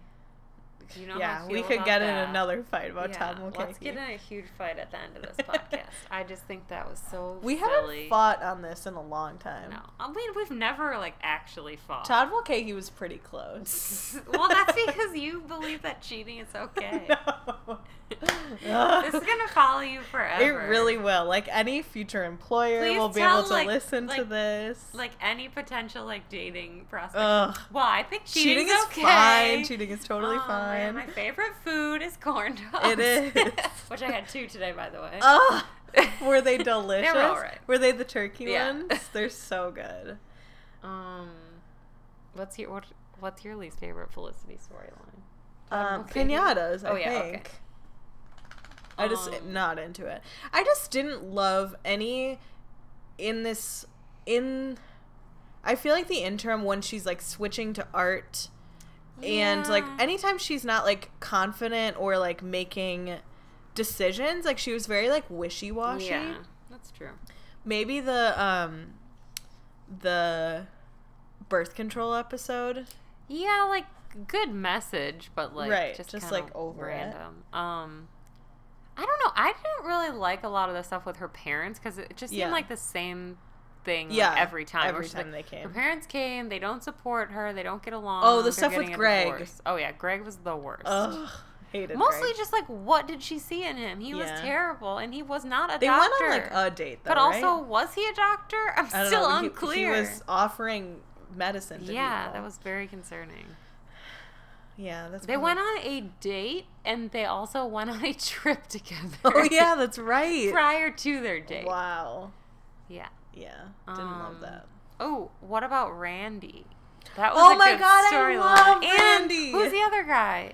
Speaker 2: You know how I
Speaker 3: yeah, we
Speaker 2: feel
Speaker 3: could
Speaker 2: about
Speaker 3: get
Speaker 2: that.
Speaker 3: in another fight about
Speaker 2: Yeah,
Speaker 3: Todd Mulcahy.
Speaker 2: Let's get in a huge fight at the end
Speaker 3: (laughs)
Speaker 2: of this podcast. I just think that was so.
Speaker 3: we
Speaker 2: silly.
Speaker 3: haven't fought on this in a long time.
Speaker 2: No, I mean we've never like actually fought.
Speaker 3: Todd Mulcahy was pretty close.
Speaker 2: (laughs) well, that's
Speaker 3: (laughs)
Speaker 2: because you believe that cheating is okay.
Speaker 3: No.
Speaker 2: (laughs) this is
Speaker 3: (laughs)
Speaker 2: gonna follow you
Speaker 3: It
Speaker 2: forever.
Speaker 3: really will. Like any future employer
Speaker 2: Please
Speaker 3: will be
Speaker 2: tell,
Speaker 3: able to
Speaker 2: like-
Speaker 3: listen to
Speaker 2: like-
Speaker 3: this.
Speaker 2: like any potential like dating prospect.
Speaker 3: Ugh.
Speaker 2: Well, I think
Speaker 3: Cheating
Speaker 2: cheating's
Speaker 3: is
Speaker 2: okay.
Speaker 3: fine. Cheating is totally
Speaker 2: Oh, man,
Speaker 3: fine.
Speaker 2: my favorite food is corn dogs.
Speaker 3: It is.
Speaker 2: (laughs)
Speaker 3: Uh
Speaker 2: which I had two today, by the way. (laughs)
Speaker 3: Ugh. Were they delicious?
Speaker 2: They were all right.
Speaker 3: Were they the turkey
Speaker 2: Yeah.
Speaker 3: ones? They're so good.
Speaker 2: Um, what's your what, what's your least favorite Felicity storyline?
Speaker 3: Um,
Speaker 2: okay.
Speaker 3: Pinatas, I
Speaker 2: Oh, yeah, okay.
Speaker 3: think. I just
Speaker 2: Um,
Speaker 3: not into it. I just didn't love any in this in I feel like the interim when she's like switching to art and like
Speaker 2: Yeah.
Speaker 3: anytime she's not like confident or like making decisions, like she was very like wishy-washy.
Speaker 2: Yeah, that's true.
Speaker 3: Maybe the um the birth control episode.
Speaker 2: Yeah, like good message, but like
Speaker 3: Right,
Speaker 2: just,
Speaker 3: just,
Speaker 2: kinda
Speaker 3: like, over it.
Speaker 2: random. Um, I don't know. I didn't really like a lot of the stuff with her parents because it just seemed
Speaker 3: Yeah.
Speaker 2: like the same thing. like,
Speaker 3: Yeah,
Speaker 2: Mm, every time. where
Speaker 3: every
Speaker 2: she's
Speaker 3: time
Speaker 2: like,
Speaker 3: they
Speaker 2: Her
Speaker 3: came.
Speaker 2: parents came. They don't support her. They don't get along.
Speaker 3: Oh, the
Speaker 2: they're
Speaker 3: stuff with
Speaker 2: getting a
Speaker 3: Greg.
Speaker 2: divorce." Oh yeah, Greg was the worst.
Speaker 3: Ugh, hated
Speaker 2: Mostly
Speaker 3: Greg.
Speaker 2: just like what did she see in him? He was
Speaker 3: Yeah.
Speaker 2: terrible, and he was not a
Speaker 3: They
Speaker 2: doctor.
Speaker 3: went on like a date, though,
Speaker 2: But also,
Speaker 3: right?
Speaker 2: was he a doctor? (laughs) I'm
Speaker 3: I don't
Speaker 2: still
Speaker 3: know, he-
Speaker 2: unclear.
Speaker 3: He, was offering medicine. To
Speaker 2: yeah,
Speaker 3: people.
Speaker 2: that was very concerning.
Speaker 3: Yeah, that's.
Speaker 2: They
Speaker 3: probably-
Speaker 2: went on a date and they also went on a (laughs) trip together.
Speaker 3: (laughs) Oh yeah, that's right.
Speaker 2: prior to their date.
Speaker 3: Wow.
Speaker 2: Yeah.
Speaker 3: Yeah, didn't
Speaker 2: Um,
Speaker 3: love that.
Speaker 2: Oh, what about Randy? That was
Speaker 3: Oh
Speaker 2: a
Speaker 3: my
Speaker 2: good
Speaker 3: God, I
Speaker 2: storyline.
Speaker 3: love
Speaker 2: And
Speaker 3: Randy.
Speaker 2: Who's the other guy?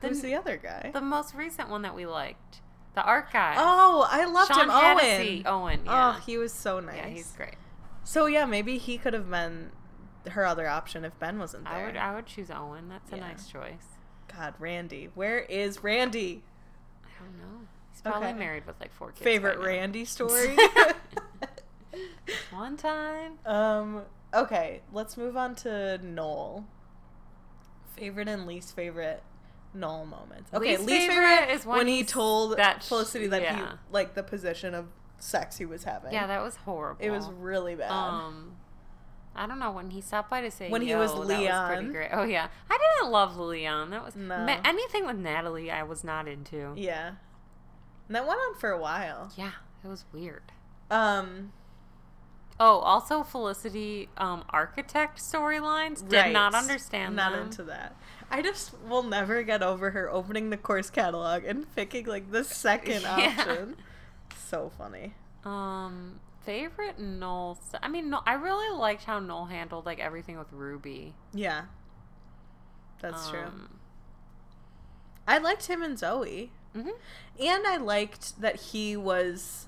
Speaker 2: The,
Speaker 3: Who's the other guy?
Speaker 2: the most recent one that we liked, the art guy.
Speaker 3: oh, I loved
Speaker 2: Sean
Speaker 3: him,
Speaker 2: Hannity.
Speaker 3: Owen.
Speaker 2: Owen. Yeah.
Speaker 3: Oh, he was so nice.
Speaker 2: yeah, he's great.
Speaker 3: so yeah, maybe he could have been her other option if Ben wasn't there.
Speaker 2: I would I would choose Owen. That's a
Speaker 3: Yeah.
Speaker 2: nice choice.
Speaker 3: God, Randy, where is Randy?
Speaker 2: I don't know. He's probably
Speaker 3: Okay.
Speaker 2: married with like four kids. by
Speaker 3: Favorite
Speaker 2: now. (laughs)
Speaker 3: Randy story. (laughs)
Speaker 2: One time.
Speaker 3: um. Okay, let's move on to Noel. Favorite and least favorite Noel moments. Okay,
Speaker 2: Least
Speaker 3: least,
Speaker 2: favorite
Speaker 3: favorite,
Speaker 2: is when
Speaker 3: when he
Speaker 2: he's-
Speaker 3: told
Speaker 2: that sh-
Speaker 3: Felicity that he
Speaker 2: yeah.
Speaker 3: like the position of sex he was having.
Speaker 2: Yeah, that was horrible.
Speaker 3: it was really bad.
Speaker 2: Um, I don't know when he stopped by to say
Speaker 3: When he
Speaker 2: "Yo,"
Speaker 3: was
Speaker 2: That was pretty
Speaker 3: Leon.
Speaker 2: great. Oh yeah, I didn't love Leon. That was
Speaker 3: No.
Speaker 2: Ma- anything with Natalie. I was not into. Yeah,
Speaker 3: yeah, and that went on for a while.
Speaker 2: it was weird.
Speaker 3: Um.
Speaker 2: Oh, also Felicity um, architect storylines did
Speaker 3: right.
Speaker 2: not understand.
Speaker 3: Not
Speaker 2: them.
Speaker 3: into that. I just will never get over her opening the course catalog and picking like the
Speaker 2: (laughs)
Speaker 3: second
Speaker 2: Yeah.
Speaker 3: option. So funny.
Speaker 2: Um, favorite Noel. st- I mean, no, I really liked how Noel handled like everything with Ruby.
Speaker 3: Yeah. That's true.
Speaker 2: Um,
Speaker 3: I liked him and Zoe.
Speaker 2: mhm.
Speaker 3: And I liked that he was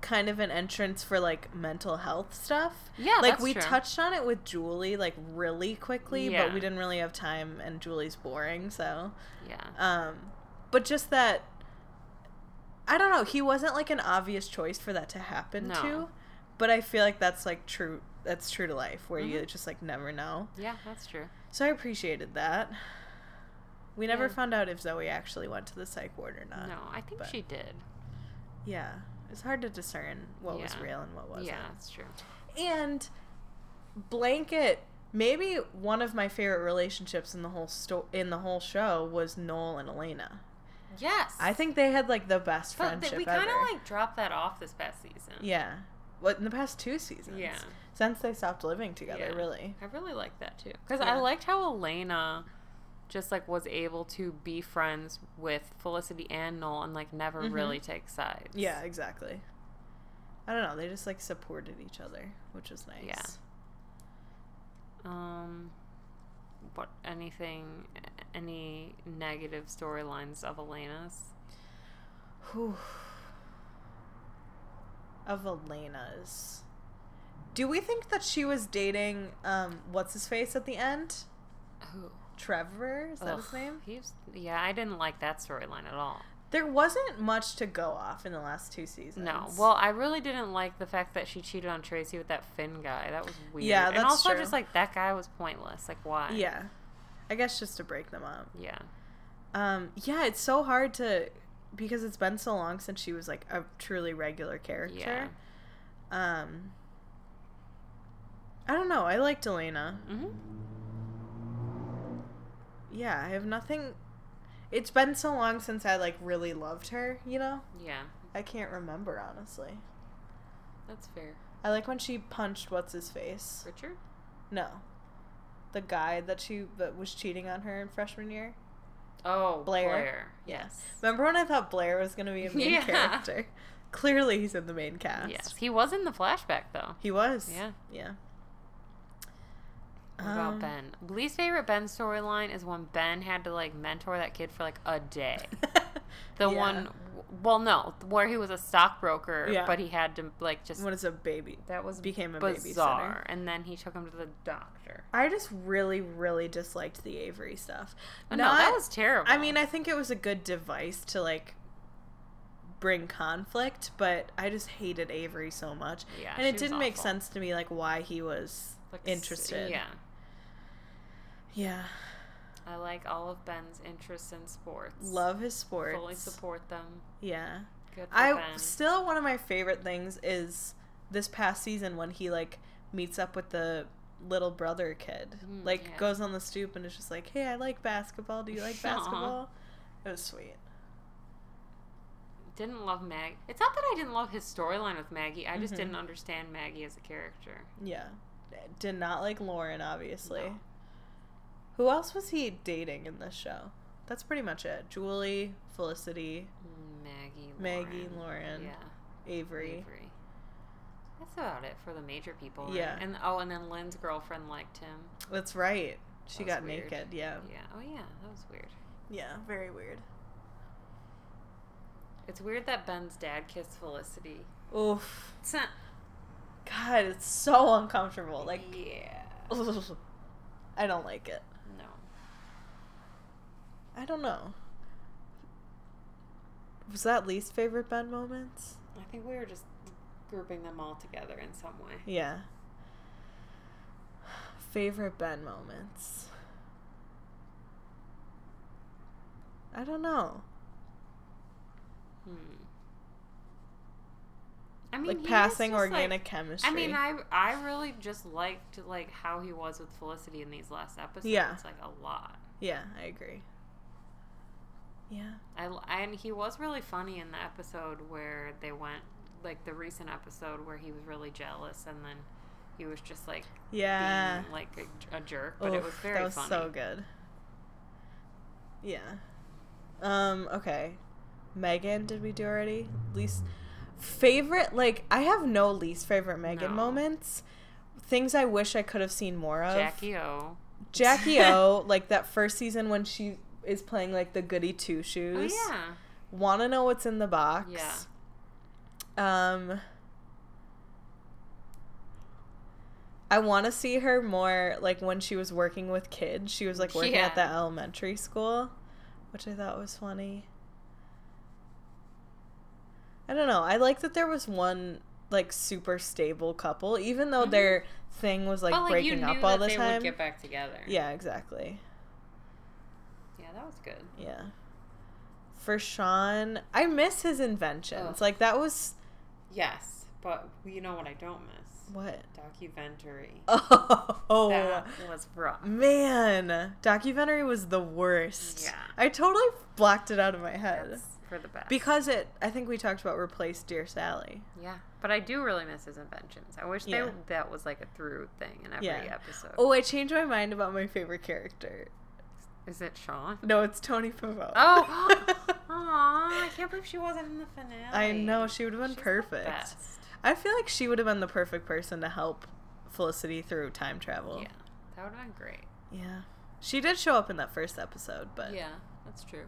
Speaker 3: kind of an entrance for like mental health stuff.
Speaker 2: Yeah,
Speaker 3: like
Speaker 2: that's
Speaker 3: we
Speaker 2: true.
Speaker 3: touched on it with Julie like really quickly,
Speaker 2: Yeah.
Speaker 3: but we didn't really have time and Julie's boring, so
Speaker 2: Yeah.
Speaker 3: um but just that I don't know, he wasn't like an obvious choice for that to happen
Speaker 2: No.
Speaker 3: to, but I feel like that's like true that's true to life where you
Speaker 2: Mhm.
Speaker 3: just like never know.
Speaker 2: Yeah, that's true.
Speaker 3: So I appreciated that. We never
Speaker 2: Yeah.
Speaker 3: found out if Zoe actually went to the psych ward or not.
Speaker 2: No, I think
Speaker 3: Uh, but-
Speaker 2: she did.
Speaker 3: Yeah. It's hard to discern what was
Speaker 2: Yeah.
Speaker 3: real and what wasn't.
Speaker 2: Yeah, that's true.
Speaker 3: And blanket Maybe one of my favorite relationships in the whole sto- in the whole show was Noel and Elena.
Speaker 2: Yes.
Speaker 3: I think they had like the best
Speaker 2: but
Speaker 3: friendship
Speaker 2: th- we
Speaker 3: ever.
Speaker 2: kind of like dropped that off this past season.
Speaker 3: yeah, what in the past two seasons?
Speaker 2: Yeah.
Speaker 3: since they stopped living together,
Speaker 2: Yeah.
Speaker 3: really.
Speaker 2: I really liked that too. Because
Speaker 3: Yeah.
Speaker 2: I liked how Elena just like was able to be friends with Felicity and Noel and like never
Speaker 3: Mhm.
Speaker 2: really take sides.
Speaker 3: Yeah, exactly. I don't know. They just like supported each other, which was nice.
Speaker 2: Yeah. Um what anything any negative storylines of Elena's?
Speaker 3: Whew. Of Elena's. Do we think that she was dating um what's his face at the end?
Speaker 2: Who?
Speaker 3: Trevor? Is that his
Speaker 2: Ugh,
Speaker 3: name?
Speaker 2: He's, yeah, I didn't like that storyline at all.
Speaker 3: There wasn't much to go off in the last two seasons.
Speaker 2: No. Well, I really didn't like the fact that she cheated on Tracy with that Finn guy. That was weird.
Speaker 3: Yeah,
Speaker 2: and
Speaker 3: that's
Speaker 2: also
Speaker 3: true.
Speaker 2: just like that guy was pointless. Like why?
Speaker 3: Yeah. I guess just to break them up.
Speaker 2: Yeah.
Speaker 3: Um yeah, it's so hard to because it's been so long since she was like a truly regular character. Um I don't know. I liked Elena.
Speaker 2: hmm
Speaker 3: Yeah, I have nothing. It's been so long since I like really loved her, you know?
Speaker 2: Yeah.
Speaker 3: I can't remember honestly.
Speaker 2: That's fair.
Speaker 3: I like when she punched what's his face.
Speaker 2: Richard?
Speaker 3: No. The guy that she that was cheating on her in freshman year.
Speaker 2: Oh,
Speaker 3: Blair.
Speaker 2: Blair.
Speaker 3: Yes.
Speaker 2: Yes.
Speaker 3: Remember when I thought Blair was going to be a main
Speaker 2: (laughs) Yeah.
Speaker 3: character? Clearly he's in the main cast.
Speaker 2: Yes. He was in the flashback though.
Speaker 3: He was.
Speaker 2: Yeah.
Speaker 3: Yeah.
Speaker 2: What about
Speaker 3: (laughs) Um,
Speaker 2: Ben? Least favorite Ben storyline is when Ben had to like mentor that kid for like a day.
Speaker 3: (laughs)
Speaker 2: The
Speaker 3: Yeah.
Speaker 2: one, well, no, where he was a stockbroker,
Speaker 3: Yeah.
Speaker 2: but he had to like just
Speaker 3: when it's a baby.
Speaker 2: that was
Speaker 3: became a babysitter.
Speaker 2: bizarre. And then he took him to the doctor.
Speaker 3: I just really, really disliked the Avery stuff.
Speaker 2: Oh, no, that was terrible.
Speaker 3: I mean, I think it was a good device to like bring conflict, but I just hated Avery so much.
Speaker 2: Yeah,
Speaker 3: and it
Speaker 2: she was
Speaker 3: didn't make
Speaker 2: awful.
Speaker 3: sense to me like why he was
Speaker 2: Like, s-
Speaker 3: interested.
Speaker 2: Yeah,
Speaker 3: Yeah.
Speaker 2: I like all of Ben's interests in sports.
Speaker 3: Love his sports.
Speaker 2: fully support them.
Speaker 3: Yeah.
Speaker 2: Good for
Speaker 3: I
Speaker 2: Ben.
Speaker 3: still one of my favorite things is this past season when he like meets up with the little brother kid.
Speaker 2: Mm,
Speaker 3: like
Speaker 2: yeah.
Speaker 3: goes on the stoop and is just like, "Hey, I like basketball. Do you like
Speaker 2: (laughs) Aw.
Speaker 3: basketball?" It was sweet.
Speaker 2: didn't love Maggie. It's not that I didn't love his storyline with Maggie. I just
Speaker 3: Mhm.
Speaker 2: didn't understand Maggie as a character.
Speaker 3: Yeah. Did not like Lauren, obviously.
Speaker 2: No.
Speaker 3: Who else was he dating in this show? That's pretty much it. Julie, Felicity,
Speaker 2: Maggie,
Speaker 3: Maggie, Lauren,
Speaker 2: yeah,
Speaker 3: Avery.
Speaker 2: Avery. That's about it for the major people. right?
Speaker 3: Yeah.
Speaker 2: and oh, and then Lynn's girlfriend liked him.
Speaker 3: That's right. She
Speaker 2: That was
Speaker 3: got
Speaker 2: weird.
Speaker 3: naked. Yeah.
Speaker 2: Yeah. Oh yeah, that was weird.
Speaker 3: Yeah, very weird.
Speaker 2: It's weird that Ben's dad kissed Felicity. (laughs)
Speaker 3: Oof.
Speaker 2: It's not-
Speaker 3: God, it's so uncomfortable. Like,
Speaker 2: yeah,
Speaker 3: (laughs) I don't like it.
Speaker 2: no.
Speaker 3: I don't know. Was that least favorite Ben moments?
Speaker 2: I think we were just grouping them all together in some way.
Speaker 3: Yeah. Favorite Ben moments. I don't know.
Speaker 2: Hmm. I mean, he
Speaker 3: like
Speaker 2: was
Speaker 3: passing
Speaker 2: just, like-
Speaker 3: organic chemistry.
Speaker 2: I mean, I I really just liked like how he was with Felicity in these last episodes.
Speaker 3: Yeah.
Speaker 2: like a lot.
Speaker 3: yeah, I agree. Yeah.
Speaker 2: I l- and he was really funny in the episode where they went like the recent episode where he was really jealous and then he was just like
Speaker 3: Yeah.
Speaker 2: being like a, a jerk, but it
Speaker 3: Oof,
Speaker 2: was very
Speaker 3: that was
Speaker 2: funny.
Speaker 3: so good. Yeah. Um. Okay. Megan, did we do already? Least favorite? Like, I have no least favorite Megan
Speaker 2: No.
Speaker 3: moments. Things I wish I could have seen more of.
Speaker 2: Jackie O. Oh,
Speaker 3: Jackie
Speaker 2: (laughs)
Speaker 3: O. like that first season when she is playing like the goody two
Speaker 2: Oh
Speaker 3: shoes.
Speaker 2: yeah,
Speaker 3: Want to know what's in the box?
Speaker 2: yeah.
Speaker 3: Um. I want to see her more like when she was working with kids. She was like working at the
Speaker 2: Yeah.
Speaker 3: elementary school, which I thought was funny. I don't know. I like that there was one like super stable couple, even though
Speaker 2: Mhm.
Speaker 3: their thing was like
Speaker 2: but like
Speaker 3: breaking
Speaker 2: you knew
Speaker 3: up all
Speaker 2: that
Speaker 3: the
Speaker 2: they
Speaker 3: time.
Speaker 2: would get back together.
Speaker 3: Yeah, exactly.
Speaker 2: yeah, that was good.
Speaker 3: Yeah. For Sean, I miss his inventions.
Speaker 2: Ugh.
Speaker 3: Like that was
Speaker 2: Yes, but you know what I don't miss.
Speaker 3: What? (laughs)
Speaker 2: Documentary.
Speaker 3: Oh.
Speaker 2: That was rough.
Speaker 3: Man, documentary was the worst.
Speaker 2: Yeah.
Speaker 3: I totally blocked it out of my head.
Speaker 2: That's for the best.
Speaker 3: Because it, I think we talked about replaced Dear Sally.
Speaker 2: yeah, but I do really miss his inventions. I wish
Speaker 3: Yeah.
Speaker 2: they, that was like a through thing in every
Speaker 3: Yeah.
Speaker 2: episode.
Speaker 3: Oh, I changed my mind about my favorite character.
Speaker 2: Is it
Speaker 3: (laughs)
Speaker 2: Sean?
Speaker 3: No, it's Tony Pavone. (laughs)
Speaker 2: Oh, aw, I can't believe she wasn't in the finale.
Speaker 3: I know, she would have been
Speaker 2: She's the
Speaker 3: perfect.
Speaker 2: best.
Speaker 3: I feel like she would have been the perfect person to help Felicity through time travel.
Speaker 2: Yeah, that would have been great.
Speaker 3: Yeah. She did show up in that first episode, but
Speaker 2: yeah, that's true.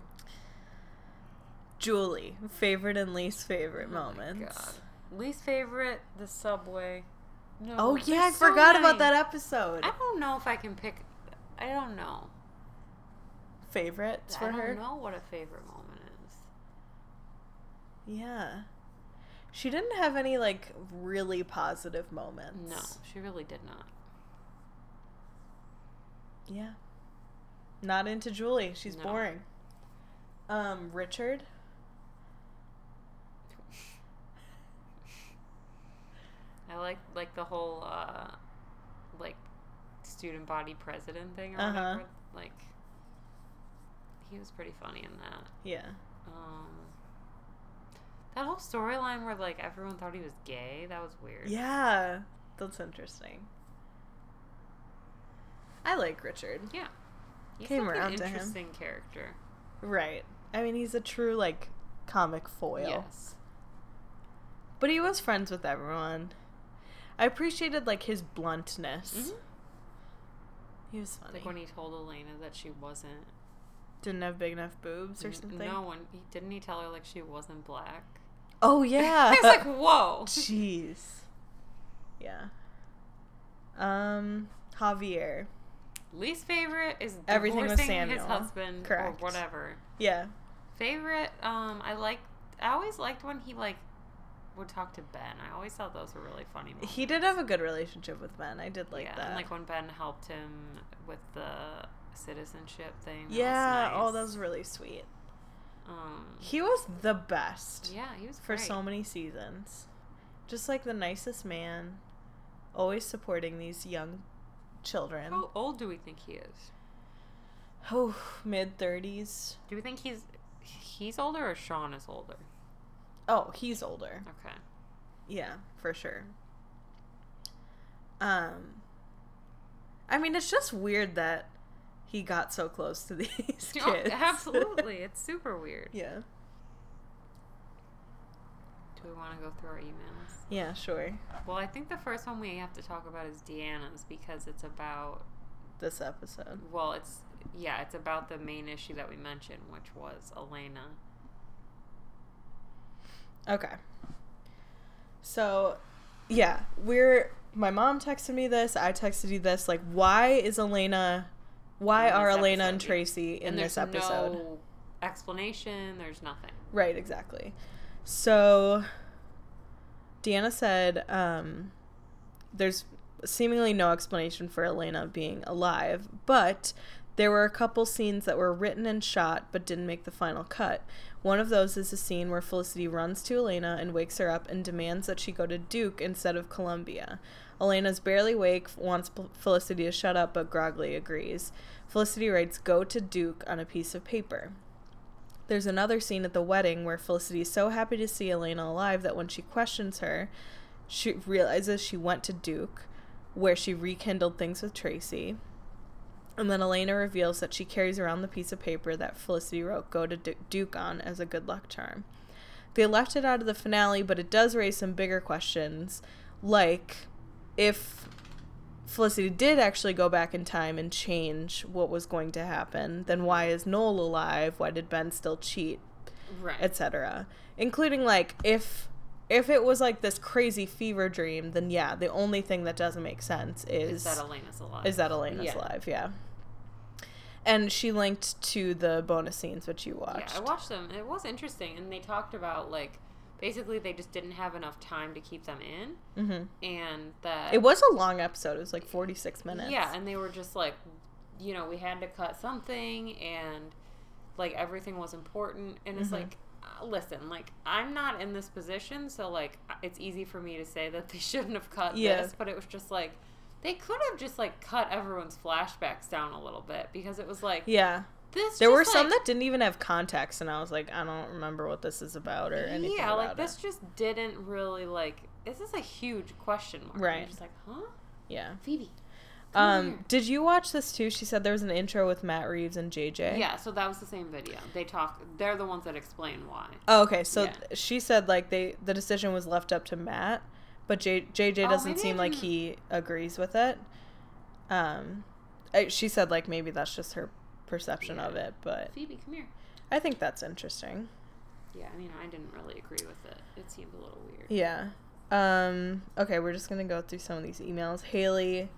Speaker 3: Julie, favorite and least favorite
Speaker 2: Oh my
Speaker 3: moments.
Speaker 2: God. Least favorite, the subway. No,
Speaker 3: Oh yeah, I
Speaker 2: there's so
Speaker 3: forgot
Speaker 2: many.
Speaker 3: about that episode.
Speaker 2: I don't know if I can pick. I don't know.
Speaker 3: Favorites
Speaker 2: I
Speaker 3: for
Speaker 2: don't
Speaker 3: her?
Speaker 2: know what a favorite moment is.
Speaker 3: Yeah. She didn't have any like really positive moments.
Speaker 2: No, she really did not.
Speaker 3: Yeah. Not into Julie. She's
Speaker 2: No.
Speaker 3: boring. Um, Richard.
Speaker 2: I like like the whole uh like student body president thing or
Speaker 3: Uh-huh.
Speaker 2: whatever. Like he was pretty funny in that.
Speaker 3: Yeah.
Speaker 2: Um that whole storyline where like everyone thought he was gay, that was weird.
Speaker 3: Yeah. That's interesting. I like Richard.
Speaker 2: Yeah. He's
Speaker 3: Came
Speaker 2: like
Speaker 3: around
Speaker 2: an
Speaker 3: to him.
Speaker 2: interesting character.
Speaker 3: Right. I mean, he's a true like comic foil.
Speaker 2: Yes.
Speaker 3: But he was friends with everyone. I appreciated like his bluntness.
Speaker 2: Mhm.
Speaker 3: He was funny.
Speaker 2: Like when he told Elena that she wasn't
Speaker 3: Didn't have big enough boobs or
Speaker 2: n-
Speaker 3: something.
Speaker 2: No one he didn't he tell her like she wasn't black?
Speaker 3: Oh yeah.
Speaker 2: (laughs) I was
Speaker 3: (laughs)
Speaker 2: like, whoa.
Speaker 3: Jeez. Yeah. Um, Javier.
Speaker 2: Least favorite is
Speaker 3: Everything with
Speaker 2: divorcing his
Speaker 3: Samuel.
Speaker 2: husband
Speaker 3: Correct.
Speaker 2: or whatever.
Speaker 3: Yeah.
Speaker 2: Favorite, um, I liked. I always liked when he like would talk to Ben. I always thought those were really funny. Moments.
Speaker 3: He did have a good relationship with Ben. I did like
Speaker 2: yeah,
Speaker 3: that.
Speaker 2: and like when Ben helped him with the citizenship thing. That
Speaker 3: yeah.
Speaker 2: was nice.
Speaker 3: Oh, that was really sweet.
Speaker 2: Um,
Speaker 3: He was the best
Speaker 2: yeah, he was
Speaker 3: for
Speaker 2: great.
Speaker 3: so many seasons. Just like the nicest man, always supporting these young children.
Speaker 2: How old do we think he is?
Speaker 3: Oh, mid 30s.
Speaker 2: Do we think he's he's older or Sean is older?
Speaker 3: Oh, he's older.
Speaker 2: Okay,
Speaker 3: Yeah, for sure. Um I mean, it's just weird that he got so close to (laughs) these kids.
Speaker 2: (laughs) Oh, absolutely,
Speaker 3: (laughs)
Speaker 2: it's super weird.
Speaker 3: yeah.
Speaker 2: Do we want to go through our emails?
Speaker 3: Yeah, sure.
Speaker 2: Well, I think the first one we have to talk about is Deanna's because it's about
Speaker 3: This episode.
Speaker 2: well, it's yeah, it's about the main issue that we mentioned, which was Elena.
Speaker 3: Okay. So, yeah, we're my mom texted me this, I texted you this like why is Elena why
Speaker 2: In
Speaker 3: are
Speaker 2: this
Speaker 3: Elena and
Speaker 2: episode, yeah.
Speaker 3: Tracy in
Speaker 2: and
Speaker 3: this
Speaker 2: there's
Speaker 3: episode?
Speaker 2: no explanation. There's nothing.
Speaker 3: Right, exactly. So Deanna said um, there's seemingly no explanation for Elena being alive, but there were a couple scenes that were written and shot but didn't make the final cut. One of those is a scene where Felicity runs to Elena and wakes her up and demands that she go to Duke instead of Columbia. Elena's barely awake, wants P- Felicity to shut up, but groggily agrees. Felicity writes, Go to Duke on a piece of paper. There's another scene at the wedding where Felicity is so happy to see Elena alive that when she questions her, she realizes she went to Duke, where she rekindled things with Tracy. And then Elena reveals that she carries around the piece of paper that Felicity wrote "Go to Du- Duke" on as a good luck charm. They left it out of the finale, but it does raise some bigger questions, like if Felicity did actually go back in time and change what was going to happen, then why is Noel alive? Why did Ben still cheat?
Speaker 2: Right.
Speaker 3: etc. Including like if if it was like this crazy fever dream, then yeah, the only thing that doesn't make sense
Speaker 2: is
Speaker 3: is
Speaker 2: that Elena's alive?
Speaker 3: is that Elena's
Speaker 2: Yeah.
Speaker 3: live, yeah. And she linked to the bonus scenes which you
Speaker 2: Yeah,
Speaker 3: watched.
Speaker 2: I watched them. and It was interesting, and they talked about like basically they just didn't have enough time to keep them in,
Speaker 3: hmm
Speaker 2: and that
Speaker 3: It was a long episode. It was like 46 minutes.
Speaker 2: Yeah, and they were just like, you know, we had to cut something, and like everything was important, and it's
Speaker 3: Mhm.
Speaker 2: like listen, like I'm not in this position, so like uh, it's easy for me to say that they (laughs) shouldn't have cut
Speaker 3: Yeah.
Speaker 2: this, but it was just like they could have just like cut everyone's flashbacks down a little bit because it was like
Speaker 3: Yeah.
Speaker 2: this.
Speaker 3: There
Speaker 2: just,
Speaker 3: were some
Speaker 2: like-
Speaker 3: that didn't even have context, and I was like, I don't remember what this is about or anything.
Speaker 2: yeah, like
Speaker 3: about
Speaker 2: this
Speaker 3: it.
Speaker 2: just didn't really like. This is a huge question mark.
Speaker 3: Right.
Speaker 2: You're just like, huh,
Speaker 3: Yeah.
Speaker 2: Phoebe. come
Speaker 3: Um,
Speaker 2: here.
Speaker 3: did you watch this too? She said there was an intro with Matt Reeves and JJ.
Speaker 2: Yeah, so that was the same video. They talk. They're the ones that explain why.
Speaker 3: Oh, okay. So
Speaker 2: Yeah.
Speaker 3: th- she said like they the decision was left up to Matt, but J- JJ
Speaker 2: Oh,
Speaker 3: doesn't
Speaker 2: maybe I
Speaker 3: seem like
Speaker 2: didn't-
Speaker 3: he agrees with it. Um, I, she said like maybe that's just her perception of
Speaker 2: Yeah.
Speaker 3: it, but
Speaker 2: Phoebe, come here.
Speaker 3: I think that's interesting.
Speaker 2: Yeah, I mean, I didn't really agree with it. It seemed a little weird.
Speaker 3: Yeah. Um, okay, we're just gonna go through some of these emails. Haley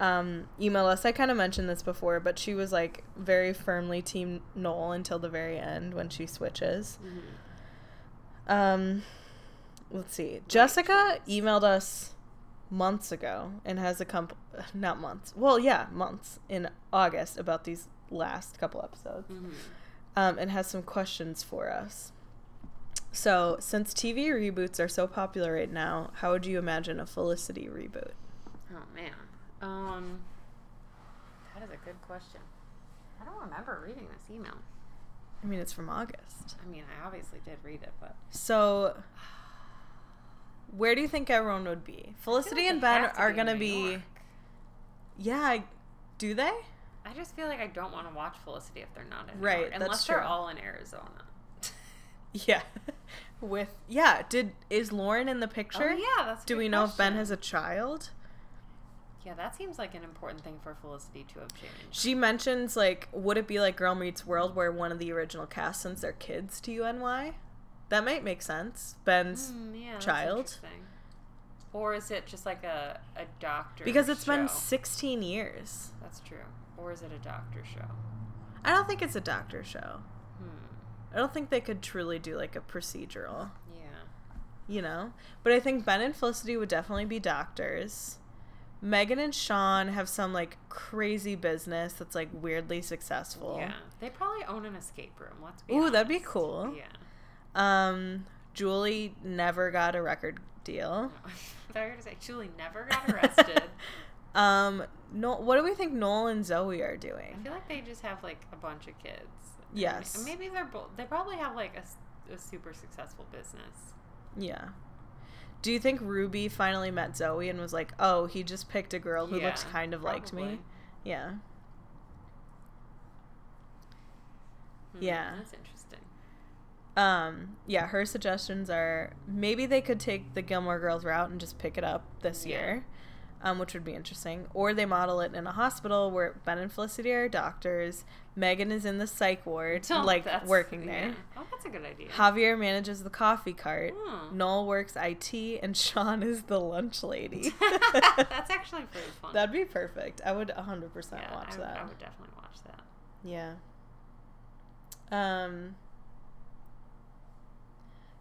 Speaker 3: um, emailed us. I kind of mentioned this before, but she was like very firmly team Noel until the very end when she switches.
Speaker 2: Mhm.
Speaker 3: Um, let's see. Jessica emailed us months ago and has a comp not months. Well, yeah, months in August about these last couple episodes
Speaker 2: Mhm.
Speaker 3: um, and has some questions for us. So, since TV reboots are so popular right now, how would you imagine a Felicity reboot?
Speaker 2: Oh man. Um That is a good question. I don't remember reading this email.
Speaker 3: I mean, it's from August.
Speaker 2: I mean, I obviously did read it, but
Speaker 3: So, where do you think everyone would be? Felicity
Speaker 2: like
Speaker 3: and
Speaker 2: they
Speaker 3: Ben
Speaker 2: have to
Speaker 3: are
Speaker 2: be in
Speaker 3: going to
Speaker 2: New
Speaker 3: be.
Speaker 2: York.
Speaker 3: Yeah, I- do they? (laughs)
Speaker 2: I just feel like I don't want to watch Felicity if they're not in New
Speaker 3: Right,
Speaker 2: York,
Speaker 3: that's
Speaker 2: unless they're
Speaker 3: true.
Speaker 2: all in (laughs) Arizona.
Speaker 3: Yeah. With yeah, did is Lauren in the picture?
Speaker 2: Oh, yeah, that's a
Speaker 3: Do
Speaker 2: good
Speaker 3: we know if Ben
Speaker 2: question.
Speaker 3: has a child?
Speaker 2: Yeah, that seems like an important thing for Felicity to have changed.
Speaker 3: She mentions like, would it be like Girl Meets World where one of the original cast sends their kids to UNY? That might make sense. Ben's
Speaker 2: Mm, yeah, that's
Speaker 3: child.
Speaker 2: interesting. Or is it just like a, a doctor
Speaker 3: because it's been
Speaker 2: show?
Speaker 3: 16 years.
Speaker 2: That's true. Or is it a doctor show?
Speaker 3: I don't think it's a doctor show.
Speaker 2: Hmm.
Speaker 3: I don't think they could truly do like a procedural,
Speaker 2: Yeah.
Speaker 3: you know. But I think Ben and Felicity would definitely be doctors. Megan and Sean have some like crazy business that's like weirdly successful.
Speaker 2: Yeah. They probably own an escape room. Let's be
Speaker 3: Ooh, that'd be
Speaker 2: honest.
Speaker 3: cool.
Speaker 2: Yeah. (laughs)
Speaker 3: Um, Julie never got a record deal.
Speaker 2: They're gonna say Julie never got arrested.
Speaker 3: (laughs) um, no, what do we think Noel and Zoe are
Speaker 2: I
Speaker 3: doing?
Speaker 2: feel like they just have like a bunch of kids.
Speaker 3: Yes.
Speaker 2: And Maybe they're both. They probably have like a, s- a super successful business.
Speaker 3: Yeah. Do you think Ruby finally met Zoe and was like, "Oh, he just picked a girl who looks
Speaker 2: Yeah,
Speaker 3: kind of liked me"?
Speaker 2: probably.
Speaker 3: Yeah.
Speaker 2: Hmm,
Speaker 3: Yeah.
Speaker 2: That's interesting.
Speaker 3: Um, yeah, her suggestions are maybe they could take the Gilmore Girls route and just pick it up this
Speaker 2: Yeah.
Speaker 3: year, um, which would be interesting. Or they model it in a hospital where Ben and Felicity are doctors, Megan is in the psych
Speaker 2: (laughs)
Speaker 3: ward,
Speaker 2: Oh,
Speaker 3: like
Speaker 2: that's-
Speaker 3: working
Speaker 2: yeah.
Speaker 3: there.
Speaker 2: Oh, that's a good idea.
Speaker 3: Javier manages the coffee cart.
Speaker 2: Hmm.
Speaker 3: Noel works IT, and Sean is the lunch lady.
Speaker 2: (laughs) that's actually pretty fun.
Speaker 3: That'd be perfect. I would 100%
Speaker 2: yeah,
Speaker 3: watch
Speaker 2: I,
Speaker 3: that.
Speaker 2: I would definitely watch that.
Speaker 3: Yeah. Um,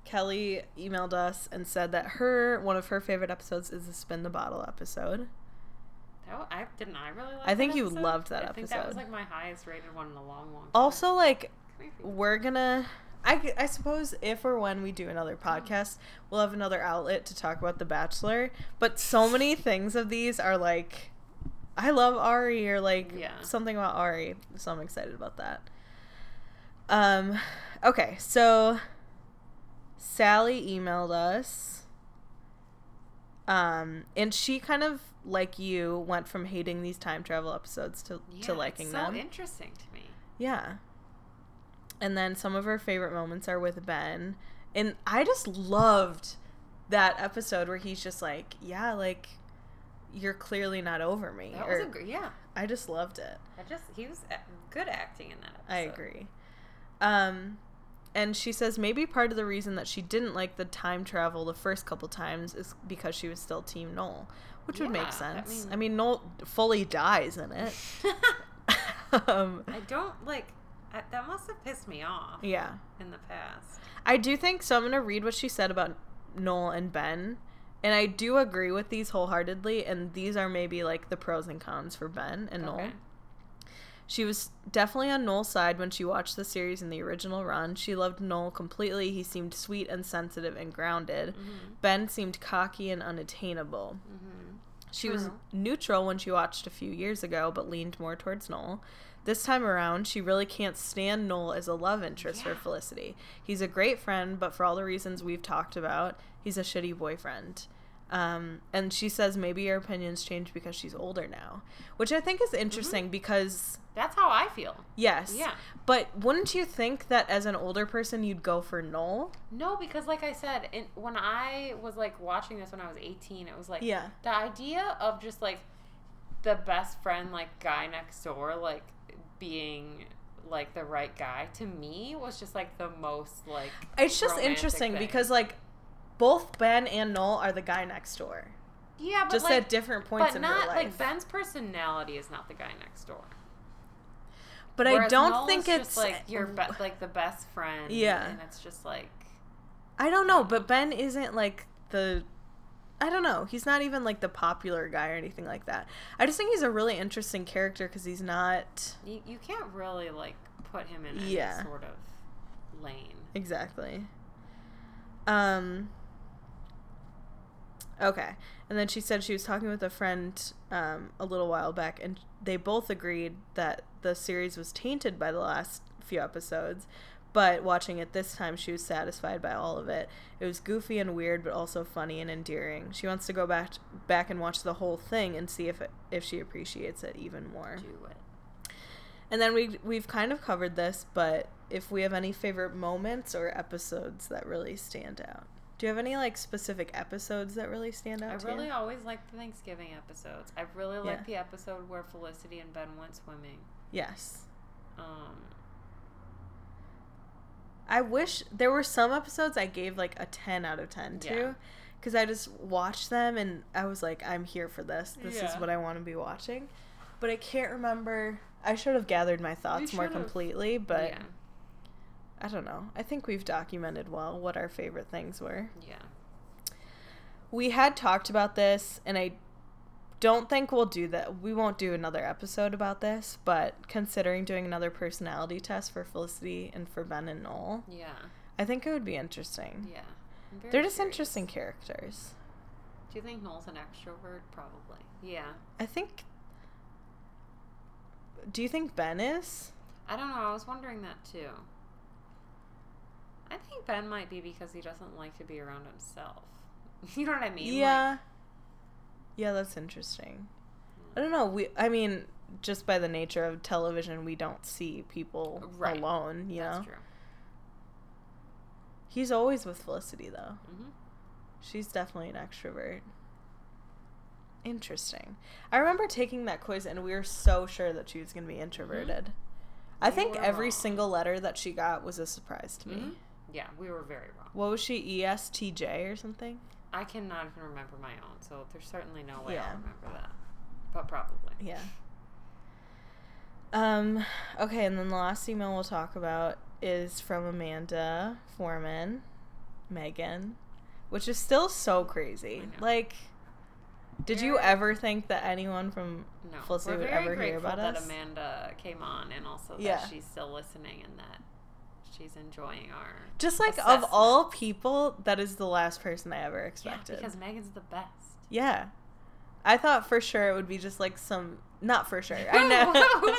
Speaker 3: Kelly emailed us and said that her one of her favorite episodes is the spin the bottle episode.
Speaker 2: That wa- I didn't. I really. Like
Speaker 3: I think you loved that
Speaker 2: I think that was
Speaker 3: episode.
Speaker 2: like my highest rated one in a long, long time.
Speaker 3: Also, like
Speaker 2: Come here, Phoebe.
Speaker 3: we're gonna, I I suppose if or when we do another podcast, we'll have another outlet to talk about The Bachelor. But so many things of these are like, I love Ari or like
Speaker 2: Yeah.
Speaker 3: something about Ari, so I'm excited about that. Um, okay, so Sally emailed us. Um, and she kind of like you went from hating these time travel episodes to,
Speaker 2: Yeah,
Speaker 3: to
Speaker 2: it's
Speaker 3: liking
Speaker 2: so
Speaker 3: them.
Speaker 2: interesting to me.
Speaker 3: Yeah. And then some of her favorite moments are with Ben. And I just loved that episode where he's just like, yeah, like you're clearly not over me.
Speaker 2: That
Speaker 3: or,
Speaker 2: was a gr- yeah.
Speaker 3: I just loved it.
Speaker 2: I just he was a- good acting in that.
Speaker 3: I
Speaker 2: episode.
Speaker 3: agree. Um and she says maybe part of the reason that she didn't like the time travel the first couple times is because she was still team Noel, which would
Speaker 2: Yeah,
Speaker 3: make
Speaker 2: I
Speaker 3: sense. I mean,
Speaker 2: mean-
Speaker 3: Noel fully dies
Speaker 2: (laughs)
Speaker 3: in it. (laughs) um,
Speaker 2: I don't like I, that. Must have pissed me off
Speaker 3: yeah.
Speaker 2: in the past.
Speaker 3: I do think so. I'm going to read what she said about Noel and Ben. And I do agree with these wholeheartedly. And these are maybe like the pros and cons for Ben and Noel.
Speaker 2: Okay.
Speaker 3: She was definitely on Noel's side when she watched the series in the original run. She loved Noel completely. He seemed sweet and sensitive and grounded. Ben seemed cocky and unattainable. She was
Speaker 2: True.
Speaker 3: neutral when she watched a few years ago, but leaned more towards Noel. This time around, she really can't stand Noel as a love interest for Felicity. He's a great friend, but for all the reasons we've talked about, he's a shitty boyfriend. Um, and she says maybe your opinions change because she's older now, which I think is interesting because
Speaker 2: That's how I feel.
Speaker 3: yes,
Speaker 2: Yeah.
Speaker 3: But wouldn't you think that as an older person you'd go for Noel?
Speaker 2: No, because like I said, in, when I was like watching this when I was 18, it was like
Speaker 3: Yeah.
Speaker 2: the idea of just like the best friend like guy next door like being like the right guy to me was just like the most like
Speaker 3: It's just
Speaker 2: romantic
Speaker 3: interesting
Speaker 2: thing.
Speaker 3: because like both Ben and Noel are the guy next door,
Speaker 2: yeah, but
Speaker 3: just
Speaker 2: like,
Speaker 3: at different points
Speaker 2: but
Speaker 3: in
Speaker 2: not
Speaker 3: their life.
Speaker 2: like Ben's personality is not the guy next door.
Speaker 3: But I
Speaker 2: Whereas
Speaker 3: don't
Speaker 2: Noel
Speaker 3: think
Speaker 2: is
Speaker 3: it's
Speaker 2: just, like your
Speaker 3: (laughs)
Speaker 2: be- like the best friend.
Speaker 3: Yeah.
Speaker 2: and it's just like
Speaker 3: I don't know, but Ben isn't like the. I don't know. He's not even like the popular guy or anything like that. I just think he's a really interesting character because he's not
Speaker 2: you, you can't really like put him in any
Speaker 3: Yeah.
Speaker 2: sort of lane.
Speaker 3: exactly. Um. Okay, and then she said she was talking with a friend um, a little while back, and they both agreed that the series was tainted by the last few episodes. But watching it this time, she was satisfied by all of it. It was goofy and weird, but also funny and endearing. She wants to go back back and watch the whole thing and see if it, if she appreciates it even more.
Speaker 2: Do it.
Speaker 3: And then we we've kind of covered this, but if we have any favorite moments or episodes that really stand out. Do you have any like specific episodes that really stand out
Speaker 2: I
Speaker 3: to
Speaker 2: really
Speaker 3: you?
Speaker 2: always like the Thanksgiving episodes. I really like the episode where Felicity and Ben went swimming.
Speaker 3: Yes.
Speaker 2: Um,
Speaker 3: I wish there were some episodes I gave like a 10 out of 10 to
Speaker 2: Yeah.
Speaker 3: cuz I just watched them and I was like I'm here for this. This
Speaker 2: Yeah.
Speaker 3: is what I want to be watching. But I can't remember. I should have gathered my thoughts more
Speaker 2: should've.
Speaker 3: completely, but
Speaker 2: yeah,
Speaker 3: I don't know. I think we've documented well what our favorite things were.
Speaker 2: yeah,
Speaker 3: we had talked about this and i don't think we'll do that we won't do another episode about this but considering doing another personality test for felicity and for ben and noel
Speaker 2: yeah,
Speaker 3: i think it would be interesting
Speaker 2: yeah. I'm very
Speaker 3: they're just
Speaker 2: curious.
Speaker 3: interesting characters
Speaker 2: Do you think Noel's an extrovert? Probably. Yeah.
Speaker 3: i think do you think ben is
Speaker 2: I don't know. I was wondering that too. I think Ben might be because he doesn't like to be around himself. (laughs) You know what I mean? Like,
Speaker 3: yeah yeah that's interesting i don't know we i mean just by the nature of television we don't see people
Speaker 2: Right.
Speaker 3: alone you know
Speaker 2: that's true.
Speaker 3: he's always with felicity though
Speaker 2: hmm
Speaker 3: She's definitely an extrovert. Interesting. I remember taking that quiz and we were so sure that she was going to
Speaker 2: Mm-hmm.
Speaker 3: be introverted. I
Speaker 2: We
Speaker 3: think
Speaker 2: were
Speaker 3: every
Speaker 2: wrong.
Speaker 3: single letter that she got was a surprise to me.
Speaker 2: Mhm. Yeah, we were very wrong.
Speaker 3: What was she, E ESTJ or something?
Speaker 2: I cannot even remember my own, so there's certainly no way
Speaker 3: Yeah.
Speaker 2: I'll remember that. But probably.
Speaker 3: Yeah. Um, okay, and then the last email we'll talk about is from Amanda Foreman, Megan, which is still so crazy.
Speaker 2: I know.
Speaker 3: Like, did you
Speaker 2: Very-
Speaker 3: ever think that anyone from
Speaker 2: No,
Speaker 3: Felicity
Speaker 2: we're
Speaker 3: would
Speaker 2: very
Speaker 3: ever hear
Speaker 2: grateful
Speaker 3: about
Speaker 2: that
Speaker 3: us.
Speaker 2: Amanda came on, and also that
Speaker 3: Yeah.
Speaker 2: she's still listening and that she's enjoying our.
Speaker 3: Just like of
Speaker 2: assessment.
Speaker 3: all people, that is the last person I ever
Speaker 2: Yeah,
Speaker 3: expected. Yeah,
Speaker 2: because Megan's the best.
Speaker 3: I thought for sure it would be just like some not for sure. I
Speaker 2: Who (laughs)
Speaker 3: know.
Speaker 2: is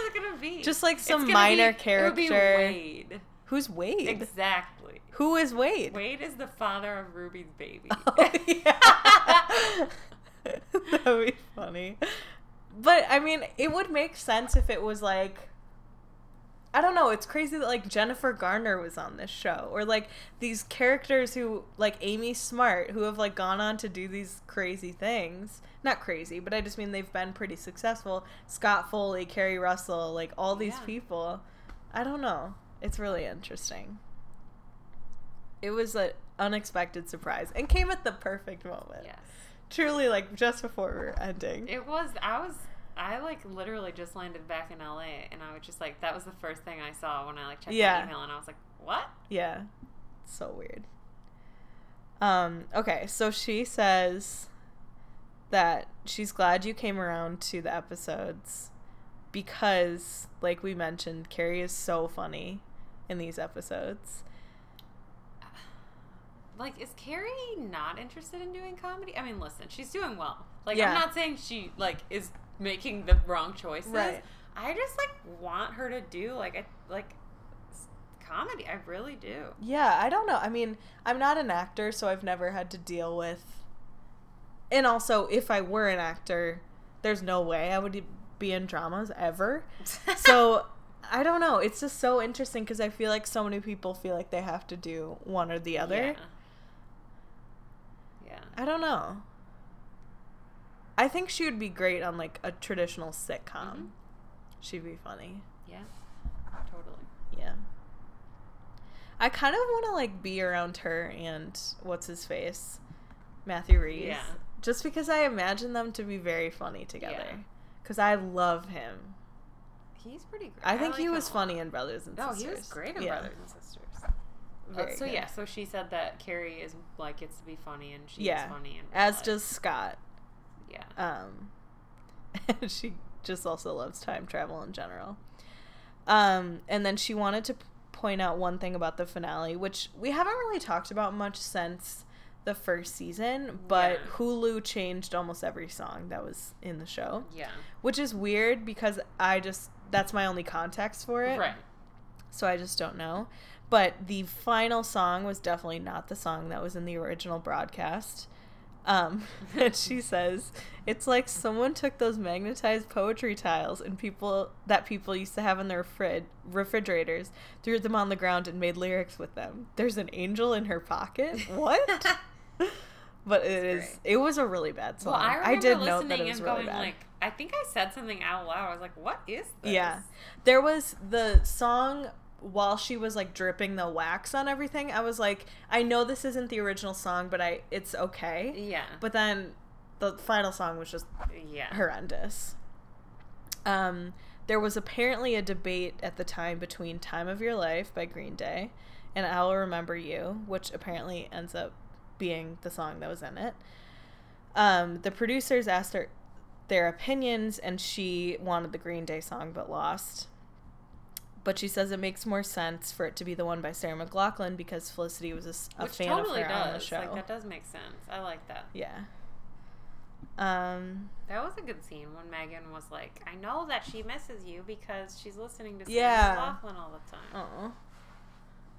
Speaker 2: it gonna be?
Speaker 3: Just like
Speaker 2: It's
Speaker 3: some
Speaker 2: gonna
Speaker 3: minor
Speaker 2: be- it would be
Speaker 3: character.
Speaker 2: Wade.
Speaker 3: Who's Wade?
Speaker 2: Exactly.
Speaker 3: Who is Wade?
Speaker 2: Wade is the father of Ruby's baby.
Speaker 3: (laughs) Oh, yeah. that would be funny. But I mean, it would make sense if it was like I don't know, it's crazy that like Jennifer Garner was on this show or like these characters who like Amy Smart who have like gone on to do these crazy things. Not crazy, but I just mean they've been pretty successful. Scott Foley, Carrie Russell, like all these
Speaker 2: Yeah.
Speaker 3: people. I don't know. It's really interesting. It was an unexpected surprise and came at the perfect moment.
Speaker 2: yes.
Speaker 3: Truly, like just before we were ending.
Speaker 2: It was. I was. I like literally just landed back in LA, and I was just like, that was the first thing I saw when I like checked
Speaker 3: Yeah.
Speaker 2: my email, and I was like, what?
Speaker 3: Yeah. So weird. Um, okay, so she says that she's glad you came around to the episodes because, like we mentioned, Carrie is so funny in these episodes.
Speaker 2: Like, is Carrie not interested in doing comedy? I mean, listen, she's doing well. Like,
Speaker 3: Yeah.
Speaker 2: I'm not saying she like is making the wrong choices.
Speaker 3: Right.
Speaker 2: I just like want her to do like a like s- comedy. I really do.
Speaker 3: Yeah, I don't know. I mean, I'm not an actor, so I've never had to deal with. And also, if I were an actor, there's no way I would be in dramas ever. (laughs) So I don't know. It's just so interesting because I feel like so many people feel like they have to do one
Speaker 2: (laughs)
Speaker 3: or the other.
Speaker 2: Yeah. yeah.
Speaker 3: I don't know. I think she would be great on like a traditional sitcom.
Speaker 2: Mhm.
Speaker 3: She'd be funny.
Speaker 2: Yeah. Totally.
Speaker 3: Yeah. I kind of want to like be around her and what's his face, Matthew Reeves,
Speaker 2: Yeah.
Speaker 3: just because I imagine them to be very funny
Speaker 2: Yeah.
Speaker 3: together. Because I love him.
Speaker 2: He's pretty great.
Speaker 3: I think
Speaker 2: like
Speaker 3: he
Speaker 2: him
Speaker 3: was
Speaker 2: a lot.
Speaker 3: funny in Brothers and
Speaker 2: No,
Speaker 3: Sisters.
Speaker 2: he was great in
Speaker 3: Yeah.
Speaker 2: Brothers and Sisters. Uh,
Speaker 3: Very
Speaker 2: so
Speaker 3: good.
Speaker 2: yeah, so she said that Carrie is like gets to be funny and she's
Speaker 3: Yeah.
Speaker 2: funny and
Speaker 3: As does Scott.
Speaker 2: yeah.
Speaker 3: Um, (laughs) and she just also loves time travel in general. Um, and then she wanted to p- point out one thing about the finale, which we haven't really talked about much since the first season, but
Speaker 2: Yeah.
Speaker 3: Hulu changed almost every song that was in the show,
Speaker 2: Yeah.
Speaker 3: which is weird because I just that's my only context for it.
Speaker 2: Right.
Speaker 3: So I just don't know. But the final song was definitely not the song that was in the original broadcast. Um, (laughs) and she says it's like someone took those magnetized poetry tiles and people that people used to have in their frid- refrigerators, threw them on the ground and made lyrics with them. There's an angel in her pocket.
Speaker 2: (laughs)
Speaker 3: What? but it is.
Speaker 2: That's
Speaker 3: It was a really bad song.
Speaker 2: Well, I remember
Speaker 3: did
Speaker 2: listening
Speaker 3: note that it was
Speaker 2: and
Speaker 3: really
Speaker 2: going
Speaker 3: bad.
Speaker 2: like, I think I said something out loud. I was like, "What is this?"
Speaker 3: Yeah. There was the song while she was like dripping the wax on everything. I was like, I know this isn't the original song, but I it's okay.
Speaker 2: Yeah.
Speaker 3: But then the final song was just
Speaker 2: yeah.
Speaker 3: horrendous. Um there was apparently a debate at the time between Time of Your Life by Green Day and I Will Remember You, which apparently ends up being the song that was in it. Um, the producers asked her their opinions, and she wanted the Green Day song but lost. But she says it makes more sense for it to be the one by Sarah McLaughlin because Felicity was a, s- a
Speaker 2: Which
Speaker 3: fan
Speaker 2: totally
Speaker 3: of her
Speaker 2: does.
Speaker 3: on the show.
Speaker 2: Like that does make sense. I like that.
Speaker 3: yeah. Um,
Speaker 2: That was a good scene when Megan was like, "I know that she misses you because she's listening to
Speaker 3: Yeah.
Speaker 2: Sarah McLaughlin all the time."
Speaker 3: oh,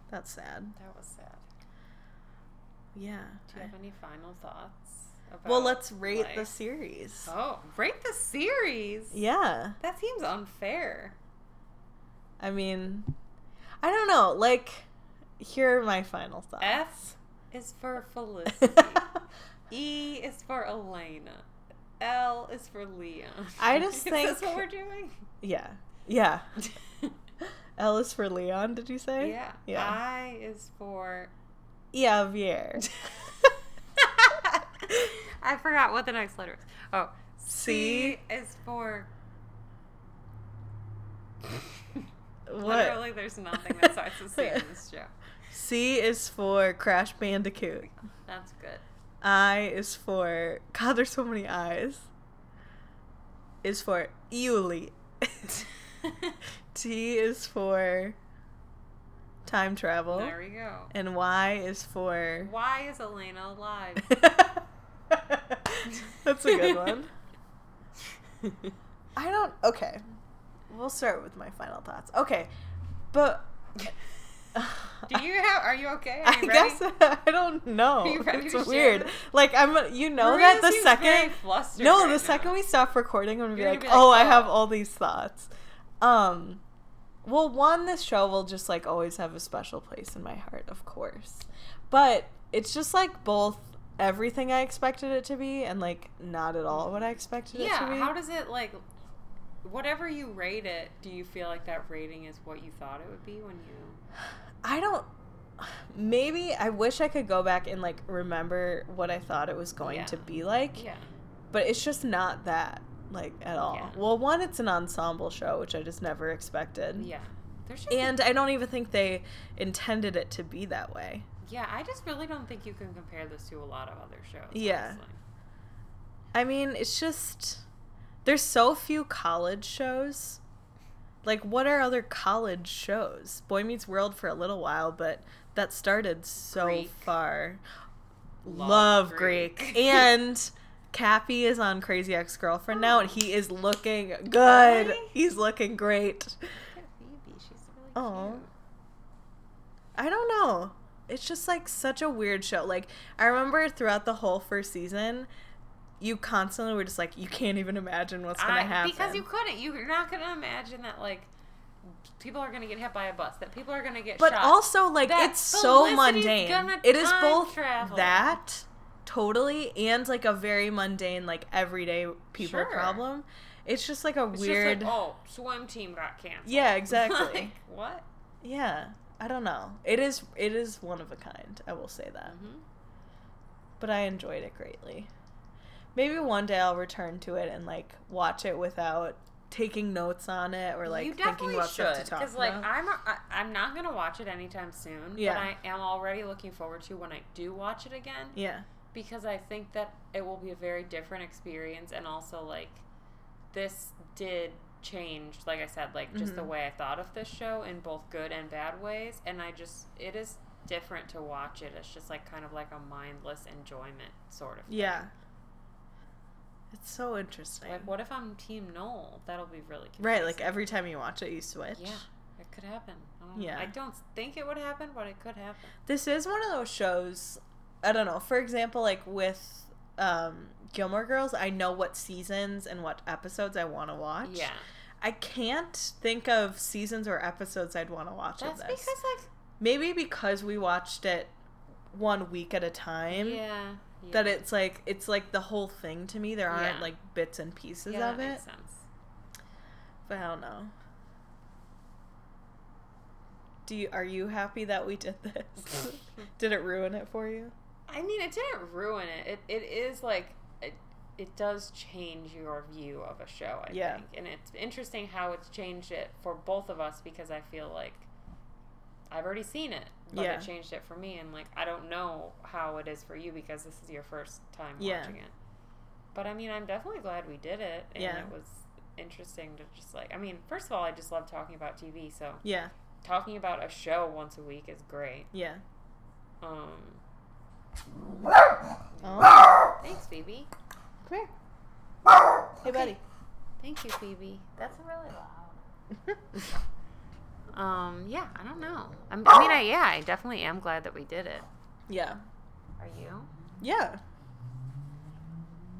Speaker 3: that's sad.
Speaker 2: That was sad.
Speaker 3: Yeah.
Speaker 2: Do you have any final thoughts? About
Speaker 3: Well, let's rate
Speaker 2: life?
Speaker 3: the series.
Speaker 2: Oh, rate the series.
Speaker 3: Yeah.
Speaker 2: That seems unfair.
Speaker 3: I mean, I don't know. Like, here are my final thoughts.
Speaker 2: F is for Felicity. e is for Elena. L is for Leon.
Speaker 3: I
Speaker 2: (laughs)
Speaker 3: just
Speaker 2: is this
Speaker 3: think-
Speaker 2: what we're
Speaker 3: (laughs)
Speaker 2: doing.
Speaker 3: (laughs) yeah. Yeah. L is for Leon, did you say?
Speaker 2: yeah.
Speaker 3: Yeah.
Speaker 2: I is
Speaker 3: (laughs)
Speaker 2: for.
Speaker 3: yeah, Vier.
Speaker 2: (laughs)
Speaker 3: (laughs)
Speaker 2: I forgot what the next letter is. Oh, C,
Speaker 3: C.
Speaker 2: is for.
Speaker 3: What?
Speaker 2: Literally, there's nothing that starts with C in
Speaker 3: (laughs)
Speaker 2: this show.
Speaker 3: C is for Crash Bandicoot.
Speaker 2: That's good.
Speaker 3: I is for God, there's so many I's. Is for Yuli. (laughs) T is for time travel.
Speaker 2: there we go.
Speaker 3: And Y is for (laughs)
Speaker 2: Why is Elena alive?
Speaker 3: That's a
Speaker 2: (laughs)
Speaker 3: good one. I don't. Okay. We'll start with my final thoughts. Okay. But.
Speaker 2: Do you have? Are you okay? Are
Speaker 3: (laughs) I
Speaker 2: you ready?
Speaker 3: guess (laughs) I don't know.
Speaker 2: Are you ready
Speaker 3: it's
Speaker 2: to share
Speaker 3: weird.
Speaker 2: this?
Speaker 3: Like I'm, you know
Speaker 2: Maria
Speaker 3: that the
Speaker 2: seems very
Speaker 3: second,
Speaker 2: flustered
Speaker 3: no,
Speaker 2: right
Speaker 3: the
Speaker 2: now.
Speaker 3: second we stop recording, I'm gonna be
Speaker 2: You're
Speaker 3: like,
Speaker 2: gonna be like,
Speaker 3: oh, I
Speaker 2: oh."
Speaker 3: have all these thoughts. Um, well, one, this show will just like always have a special place in my heart, of course. But it's just like both everything I expected it to be and like not at all what I expected it to
Speaker 2: Yeah.
Speaker 3: be.
Speaker 2: How does it like? Whatever you rate it, do you feel like that rating is what you thought it would be when you?
Speaker 3: I don't. Maybe I wish I could go back and like remember what I thought it was going
Speaker 2: Yeah.
Speaker 3: to be like.
Speaker 2: Yeah.
Speaker 3: but it's just not that like at all.
Speaker 2: Yeah.
Speaker 3: Well, one, it's an ensemble show, which I just never expected.
Speaker 2: Yeah. There's just
Speaker 3: And I don't even think they intended it to be that way.
Speaker 2: yeah. I just really don't think you can compare this to a lot of other shows.
Speaker 3: Yeah.
Speaker 2: honestly.
Speaker 3: I mean, it's just there's so few college shows Like, what are other college shows? Boy Meets World for a little while, but that started so
Speaker 2: Greek.
Speaker 3: far.
Speaker 2: Love
Speaker 3: Love,
Speaker 2: Greek. (laughs)
Speaker 3: Greek. and Cappy is on Crazy Ex Girlfriend now, and he is looking good.
Speaker 2: Really?
Speaker 3: He's looking great.
Speaker 2: Phoebe, she's really
Speaker 3: Aw.
Speaker 2: cute.
Speaker 3: I don't know. It's just like such a weird show. Like I remember throughout the whole first season, you constantly were just like, you can't even imagine what's gonna
Speaker 2: I-
Speaker 3: happen.
Speaker 2: Because you couldn't. You're not going to imagine that, like, people are going to get hit by a bus, that people are going to get
Speaker 3: but
Speaker 2: shot.
Speaker 3: also like
Speaker 2: That
Speaker 3: it's so
Speaker 2: Felicity's
Speaker 3: mundane.
Speaker 2: gonna
Speaker 3: It is
Speaker 2: time
Speaker 3: both
Speaker 2: travel.
Speaker 3: that totally and like a very mundane, like everyday people
Speaker 2: Sure.
Speaker 3: problem. It's just like a
Speaker 2: it's
Speaker 3: weird.
Speaker 2: Just like, oh, swim team got canceled. (laughs)
Speaker 3: Yeah, exactly.
Speaker 2: Like, what?
Speaker 3: Yeah, I don't know. It is it is one of a kind. I will say that.
Speaker 2: Mhm.
Speaker 3: but I enjoyed it greatly. Maybe one day I'll return to it and like watch it without taking notes on it or like
Speaker 2: you
Speaker 3: thinking
Speaker 2: definitely
Speaker 3: about stuff
Speaker 2: should
Speaker 3: to talk
Speaker 2: because
Speaker 3: about.
Speaker 2: like I'm a, I, I'm not gonna watch it anytime soon.
Speaker 3: Yeah.
Speaker 2: But I am already looking forward to when I do watch it again
Speaker 3: yeah,
Speaker 2: because I think that it will be a very different experience and also like this did change like I said like just the
Speaker 3: Mhm.
Speaker 2: way I thought of this show in both good and bad ways and I just it is different to watch it. It's just like kind of like a mindless enjoyment sort of. thing.
Speaker 3: yeah. It's so interesting,
Speaker 2: Like what if I'm Team Noel? That'll be really confusing.
Speaker 3: right? Like every time you watch it, you switch.
Speaker 2: Yeah, it could happen. I don't,
Speaker 3: Yeah.
Speaker 2: I don't think it would happen, but it could happen.
Speaker 3: This is one of those shows. I don't know. For example, like with um, Gilmore Girls, I know what seasons and what episodes I want to watch.
Speaker 2: Yeah,
Speaker 3: I can't think of seasons or episodes I'd want to watch. of
Speaker 2: that's
Speaker 3: this.
Speaker 2: because like
Speaker 3: maybe because we watched it one week at a time
Speaker 2: yeah, yeah.
Speaker 3: that it's like it's like the whole thing to me there aren't
Speaker 2: Yeah.
Speaker 3: like bits and pieces
Speaker 2: yeah,
Speaker 3: of
Speaker 2: that
Speaker 3: it
Speaker 2: makes sense.
Speaker 3: but i don't know do you are you happy that we did this
Speaker 2: (laughs)
Speaker 3: (laughs) did it ruin it for you
Speaker 2: I mean, it didn't ruin it. It it is like it it does change your view of a show. I
Speaker 3: Yeah.
Speaker 2: think, and it's interesting how it's changed it for both of us because I feel like I've already seen it, but
Speaker 3: Yeah.
Speaker 2: it changed it for me, and like I don't know how it is for you because this is your first time
Speaker 3: Yeah.
Speaker 2: watching it. But I mean, I'm definitely glad we did it, and
Speaker 3: Yeah.
Speaker 2: it was interesting to just like I mean, first of all, I just love talking about TV, so
Speaker 3: yeah
Speaker 2: talking about a show once a week is great.
Speaker 3: yeah
Speaker 2: Um,
Speaker 3: oh
Speaker 2: thanks, Phoebe.
Speaker 3: come here hey buddy
Speaker 2: Thank you, Phoebe. That's really loud. (laughs) Um, yeah, I don't know. I'm, I mean, I, yeah, I definitely am glad that we did it.
Speaker 3: yeah
Speaker 2: Are you?
Speaker 3: Yeah.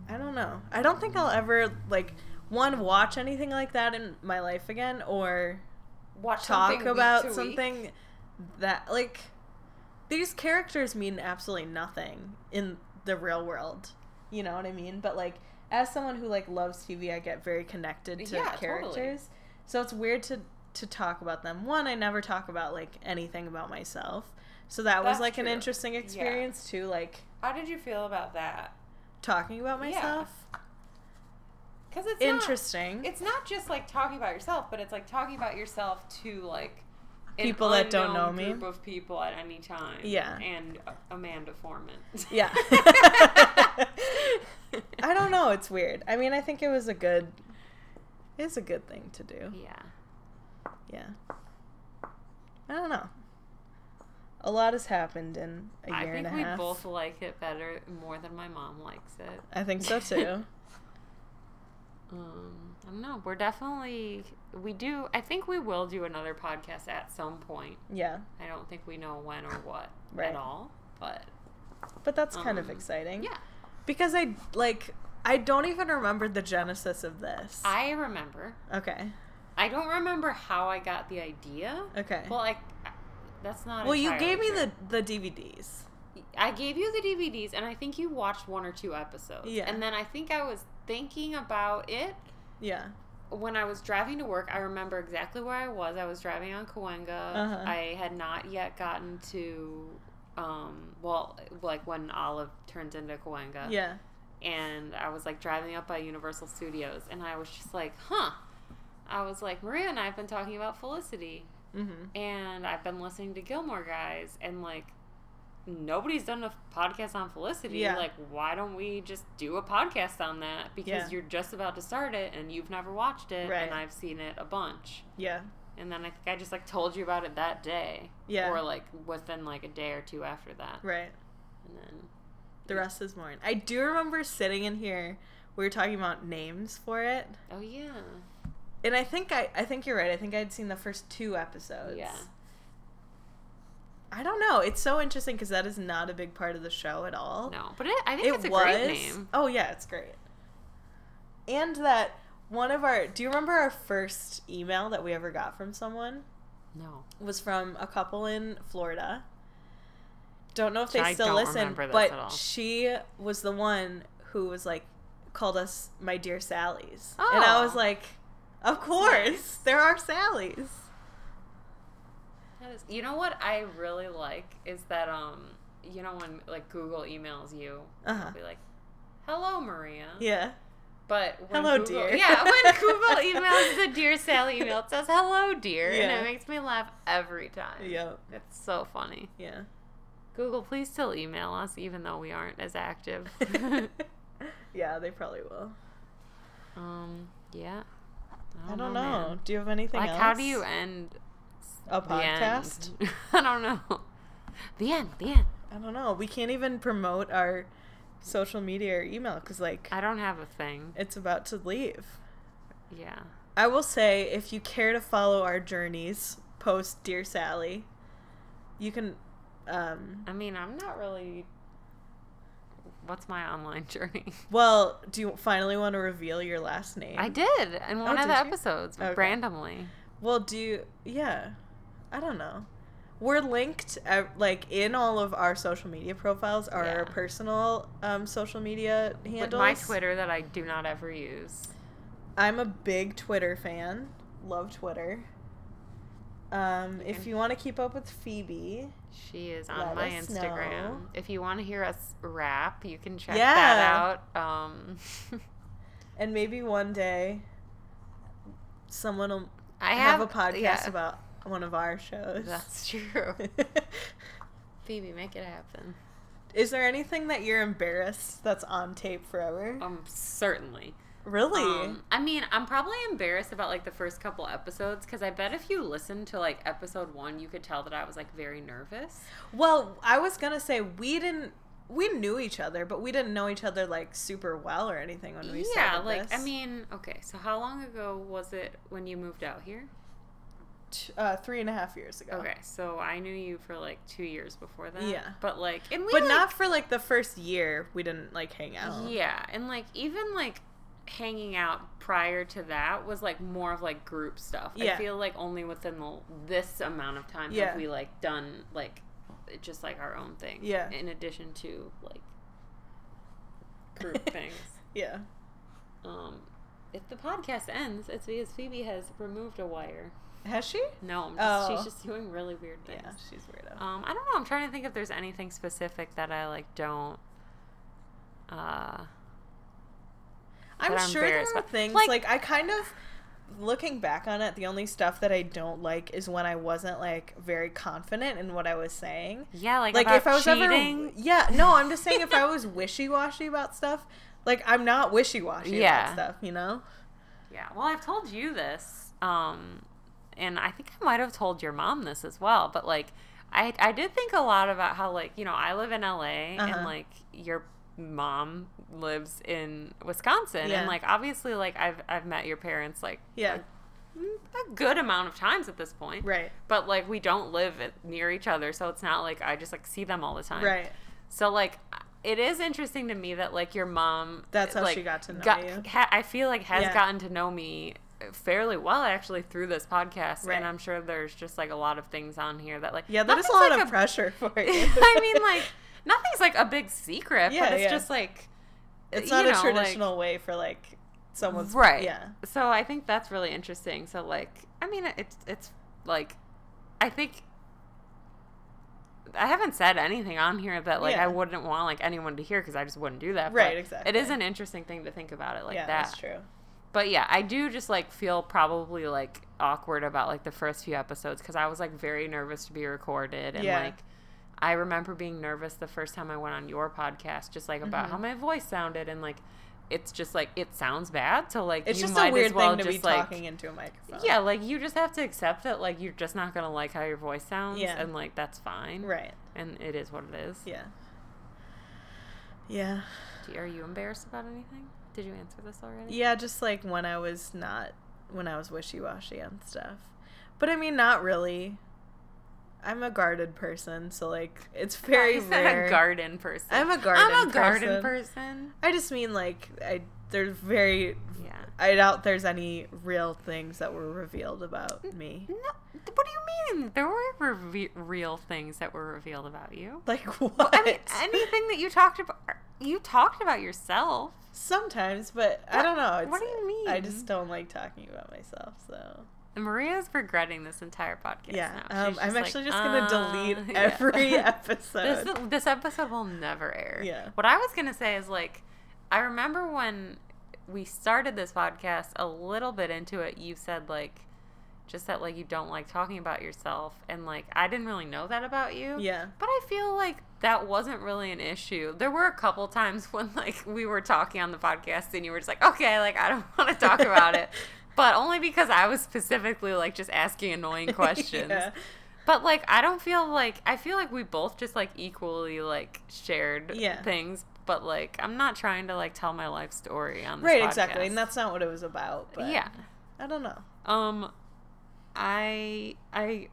Speaker 3: I don't know. I don't think I'll ever like one watch anything like that in my life again or
Speaker 2: Watch
Speaker 3: talk about something that like these characters mean absolutely nothing in the real world. You know what I mean? But like as someone who like loves TV, I get very connected to
Speaker 2: Yeah, totally.
Speaker 3: characters. So it's weird to to talk about them. One, I never talk about like anything about myself. So that was
Speaker 2: That's
Speaker 3: like an
Speaker 2: true.
Speaker 3: interesting
Speaker 2: Yeah.
Speaker 3: experience too like
Speaker 2: How did you feel about that?
Speaker 3: talking about
Speaker 2: Yeah.
Speaker 3: myself.
Speaker 2: Because it's
Speaker 3: Interesting.
Speaker 2: Not, it's not just like talking about yourself, but it's like talking about yourself to like an
Speaker 3: People that don't know
Speaker 2: unknown
Speaker 3: me.
Speaker 2: Group of people at any time.
Speaker 3: Yeah.
Speaker 2: And A- Amanda Foreman. (laughs)
Speaker 3: yeah. (laughs) I don't know. It's weird. I mean, I think it was a good. It's a good thing to do.
Speaker 2: Yeah.
Speaker 3: Yeah. I don't know. A lot has happened in a year
Speaker 2: I think
Speaker 3: and a
Speaker 2: we
Speaker 3: half.
Speaker 2: both like it better more than my mom likes it.
Speaker 3: I think so too.
Speaker 2: (laughs) Um, I don't know. We're definitely we do. I think we will do another podcast at some point.
Speaker 3: yeah,
Speaker 2: I don't think we know when or what
Speaker 3: Right.
Speaker 2: at all, but
Speaker 3: but that's kind of
Speaker 2: Um,
Speaker 3: exciting.
Speaker 2: yeah,
Speaker 3: Because I like I don't even remember the genesis of this.
Speaker 2: I remember.
Speaker 3: okay.
Speaker 2: I don't remember how I got the idea.
Speaker 3: Okay.
Speaker 2: Well, I that's not.
Speaker 3: well you
Speaker 2: entirely
Speaker 3: gave me
Speaker 2: true.
Speaker 3: the the DVDs.
Speaker 2: I gave you the DVDs, and I think you watched one or two episodes.
Speaker 3: Yeah.
Speaker 2: And then I think I was thinking about it
Speaker 3: Yeah.
Speaker 2: when I was driving to work, I remember exactly where I was. I was driving on Cahuenga.
Speaker 3: Uh-huh.
Speaker 2: I had not yet gotten to, um, well, like when Olive turns into Cahuenga.
Speaker 3: Yeah.
Speaker 2: And I was like driving up by Universal Studios, and I was just like, huh. I was like, Maria and I have been talking about Felicity,
Speaker 3: Mhm.
Speaker 2: and I've been listening to Gilmore Guys, and like, nobody's done a podcast on Felicity.
Speaker 3: Yeah.
Speaker 2: Like, why don't we just do a podcast on that? Because
Speaker 3: Yeah.
Speaker 2: you're just about to start it and you've never watched it,
Speaker 3: Right.
Speaker 2: and I've seen it a bunch.
Speaker 3: Yeah.
Speaker 2: And then I think I just like told you about it that day,
Speaker 3: Yeah.
Speaker 2: or like within like a day or two after that,
Speaker 3: Right.
Speaker 2: and then
Speaker 3: The rest is mine. I do remember sitting in here. We were talking about names for it,
Speaker 2: oh yeah,
Speaker 3: and I think I, I think you're right. I think I'd seen the first two episodes.
Speaker 2: yeah,
Speaker 3: I don't know. It's so interesting because that is not a big part of the show at all.
Speaker 2: no, but it, I think
Speaker 3: it
Speaker 2: it's a
Speaker 3: was.
Speaker 2: great name.
Speaker 3: Oh yeah, it's great. And that one of our. Do you remember our first email that we ever got from someone?
Speaker 2: No,
Speaker 3: was from a couple in Florida. Don't know if they
Speaker 2: I
Speaker 3: still
Speaker 2: don't
Speaker 3: listen,
Speaker 2: remember this
Speaker 3: but
Speaker 2: at all.
Speaker 3: she was the one who was like called us my dear Sally's. And I was
Speaker 2: Oh.
Speaker 3: like, Of course, there are Sally's.
Speaker 2: that is. You know what I really like is that um, you know when like Google emails you,
Speaker 3: Uh-huh.
Speaker 2: it'll be like, "Hello, Maria."
Speaker 3: Yeah.
Speaker 2: But when
Speaker 3: Hello,
Speaker 2: Google,
Speaker 3: dear.
Speaker 2: Yeah, when
Speaker 3: (laughs)
Speaker 2: Google emails the dear Sally email, it says "Hello, dear," and
Speaker 3: Yeah.
Speaker 2: it makes me laugh every time.
Speaker 3: Yep.
Speaker 2: it's so funny. (laughs)
Speaker 3: Yeah. (laughs)
Speaker 2: Google, please still email us, even though we aren't as
Speaker 3: (laughs)
Speaker 2: active. (laughs)
Speaker 3: yeah, they probably will.
Speaker 2: um, yeah.
Speaker 3: I don't, know.
Speaker 2: Oh, man.
Speaker 3: Do you have anything
Speaker 2: Like,
Speaker 3: else?
Speaker 2: how do you end
Speaker 3: a
Speaker 2: the
Speaker 3: podcast?
Speaker 2: end? (laughs) I don't know. The end. The end.
Speaker 3: I don't know. We can't even promote our social media or email because like
Speaker 2: I don't have a thing.
Speaker 3: it's about to leave.
Speaker 2: Yeah.
Speaker 3: I will say, if you care to follow our journeys post Dear Sally, you can. Um,
Speaker 2: I mean, I'm not really. What's my online (laughs) journey?
Speaker 3: well, do you finally want to reveal your last name?
Speaker 2: I did in one
Speaker 3: Oh,
Speaker 2: of the
Speaker 3: did you?
Speaker 2: episodes
Speaker 3: Okay.
Speaker 2: randomly.
Speaker 3: Well, do you, yeah. I don't know. We're linked ev- like in all of our social media profiles are our
Speaker 2: Yeah.
Speaker 3: personal um, social media
Speaker 2: With
Speaker 3: handles.
Speaker 2: my Twitter that I do not ever use.
Speaker 3: I'm a big Twitter fan. Love Twitter. Um, if
Speaker 2: can-
Speaker 3: you want to keep up with Phoebe,
Speaker 2: She is on
Speaker 3: Let
Speaker 2: my
Speaker 3: us
Speaker 2: Instagram.
Speaker 3: know.
Speaker 2: If you want to hear us rap, you can check
Speaker 3: Yeah.
Speaker 2: that out. Um, (laughs)
Speaker 3: and maybe one day someone will
Speaker 2: I
Speaker 3: have,
Speaker 2: have,
Speaker 3: a podcast
Speaker 2: yeah,
Speaker 3: about one of our shows.
Speaker 2: That's true.
Speaker 3: (laughs)
Speaker 2: Phoebe, make it happen.
Speaker 3: Is there anything that you're embarrassed that's on tape forever?
Speaker 2: Um, certainly.
Speaker 3: really?
Speaker 2: Um, I mean, I'm probably embarrassed about like the first couple episodes because I bet if you listened to like episode one, you could tell that I was like very nervous.
Speaker 3: well, I was gonna say we didn't. We knew each other, but we didn't know each other like super well or anything when we
Speaker 2: yeah,
Speaker 3: started
Speaker 2: like I
Speaker 3: this.
Speaker 2: mean, okay. So how long ago was it when you moved out here?
Speaker 3: T- uh, three and a half years ago.
Speaker 2: Okay, so I knew you for like two years before that.
Speaker 3: Yeah.
Speaker 2: but like, and we
Speaker 3: but
Speaker 2: like,
Speaker 3: not for like the first year. We didn't like hang out.
Speaker 2: Yeah, and like even like hanging out prior to that was like more of like group stuff.
Speaker 3: Yeah.
Speaker 2: I feel like only within the, this amount of time
Speaker 3: Yeah.
Speaker 2: have we like done like it- just like our own thing.
Speaker 3: Yeah.
Speaker 2: In addition to like
Speaker 3: (laughs)
Speaker 2: group things.
Speaker 3: Yeah.
Speaker 2: Um if the podcast ends, it's because Phoebe has removed a wire.
Speaker 3: Has she?
Speaker 2: No, I'm just,
Speaker 3: Oh.
Speaker 2: she's just doing really weird things.
Speaker 3: Yeah, she's weirdo.
Speaker 2: Um, I don't know. I'm trying to think if there's anything specific that I like don't. Uh,
Speaker 3: I'm
Speaker 2: that I'm
Speaker 3: sure there
Speaker 2: embarrassed
Speaker 3: are
Speaker 2: by.
Speaker 3: things like,
Speaker 2: Like-
Speaker 3: I kind of looking back on it, the only stuff that I don't like is when I wasn't like very confident in what I was saying.
Speaker 2: yeah, like
Speaker 3: Like
Speaker 2: about
Speaker 3: if I was
Speaker 2: cheating.
Speaker 3: ever Yeah, no, I'm
Speaker 2: (laughs)
Speaker 3: just saying if I was wishy washy about stuff, like I'm not wishy washy about
Speaker 2: Yeah.
Speaker 3: stuff, you know?
Speaker 2: Yeah. Well, I've told you this, um, and I think I might have told your mom this as well. But like, I I did think a lot about how like you know I live in LA
Speaker 3: Uh-huh.
Speaker 2: and like your mom lives in Wisconsin
Speaker 3: Yeah.
Speaker 2: and like obviously like I've I've met your parents like
Speaker 3: Yeah.
Speaker 2: a, mm, a good amount of times at this point.
Speaker 3: Right.
Speaker 2: But like we don't live at- near each other, so it's not like I just like see them all the time.
Speaker 3: Right.
Speaker 2: So like it is interesting to me that like your mom
Speaker 3: That's how
Speaker 2: like,
Speaker 3: she got to know you.
Speaker 2: Ha- I feel like has
Speaker 3: Yeah.
Speaker 2: gotten to know me fairly well actually through this podcast
Speaker 3: Right.
Speaker 2: and I'm sure there's just like a lot of things on here that like
Speaker 3: Yeah, that is a lot
Speaker 2: nothing's
Speaker 3: of
Speaker 2: like
Speaker 3: pressure for you.
Speaker 2: (laughs) I mean like nothing's like a big secret
Speaker 3: Yeah,
Speaker 2: but it's
Speaker 3: yeah.
Speaker 2: just like
Speaker 3: it's
Speaker 2: you
Speaker 3: not
Speaker 2: know,
Speaker 3: a
Speaker 2: like-
Speaker 3: traditional way for like someone's
Speaker 2: right
Speaker 3: Yeah.
Speaker 2: so I think that's really interesting so like I mean it's it's like I think I haven't said anything on here that like
Speaker 3: Yeah.
Speaker 2: I wouldn't want like anyone to hear because I just wouldn't do that. but
Speaker 3: Right, exactly.
Speaker 2: It is an interesting thing to think about it like
Speaker 3: yeah,
Speaker 2: that.
Speaker 3: that's true.
Speaker 2: But yeah, I do just like feel probably like awkward about like the first few episodes because I was like very nervous to be recorded and
Speaker 3: Yeah.
Speaker 2: like I remember being nervous the first time I went on your podcast, just like
Speaker 3: Mm-hmm.
Speaker 2: about how my voice sounded and like it's just like it sounds bad. So like
Speaker 3: It's
Speaker 2: you
Speaker 3: just
Speaker 2: might
Speaker 3: a weird
Speaker 2: as well
Speaker 3: thing to be
Speaker 2: just like
Speaker 3: talking into a microphone.
Speaker 2: yeah, like you just have to accept that like you're just not gonna like how your voice sounds,
Speaker 3: Yeah.
Speaker 2: and like that's fine,
Speaker 3: Right.
Speaker 2: And it is what it is.
Speaker 3: Yeah. Yeah.
Speaker 2: Do- Are you embarrassed about anything? Did you answer this already?
Speaker 3: Yeah, just like when I was not when I was wishy washy on stuff. But I mean not really. I'm a guarded person, so like
Speaker 2: (laughs)
Speaker 3: it's very
Speaker 2: you said
Speaker 3: rare.
Speaker 2: a garden person.
Speaker 3: I'm a garden
Speaker 2: I'm a garden
Speaker 3: person.
Speaker 2: person.
Speaker 3: I just mean like I there's very
Speaker 2: Yeah.
Speaker 3: I doubt there's any real things that were revealed about me.
Speaker 2: No, th- what do you mean? There were reve- real things that were revealed about you.
Speaker 3: Like (laughs) what?
Speaker 2: I mean, anything that you talked about, er, you talked about yourself.
Speaker 3: (laughs) Sometimes, but I don't know.
Speaker 2: What do you
Speaker 3: I
Speaker 2: mean?
Speaker 3: just don't like talking about myself, so
Speaker 2: And Maria's regretting this entire podcast.
Speaker 3: yeah.
Speaker 2: now.
Speaker 3: Um,
Speaker 2: She's
Speaker 3: I'm
Speaker 2: just
Speaker 3: actually
Speaker 2: like,
Speaker 3: just gonna
Speaker 2: "Uh,
Speaker 3: delete
Speaker 2: (laughs) yeah."
Speaker 3: every episode.
Speaker 2: This, this episode will never air.
Speaker 3: Yeah.
Speaker 2: What I was going to say is like, I remember when we started this podcast, a little bit into it, you said like, just that like you don't like talking about yourself. And like, I didn't really know that about you.
Speaker 3: Yeah.
Speaker 2: But I feel like that wasn't really an issue. There were a couple times (laughs) when like we were talking on the podcast and you were just like, okay, like I don't (laughs) want to talk about
Speaker 3: (laughs)
Speaker 2: it. But only because I was specifically like just asking annoying questions.
Speaker 3: (laughs) Yeah.
Speaker 2: But like I don't feel like I feel like we both just like equally like shared
Speaker 3: Yeah.
Speaker 2: things, but like I'm not trying to like tell my life story on this
Speaker 3: Right, exactly.
Speaker 2: podcast.
Speaker 3: And that's not what it was about. But
Speaker 2: yeah.
Speaker 3: I don't know.
Speaker 2: Um I I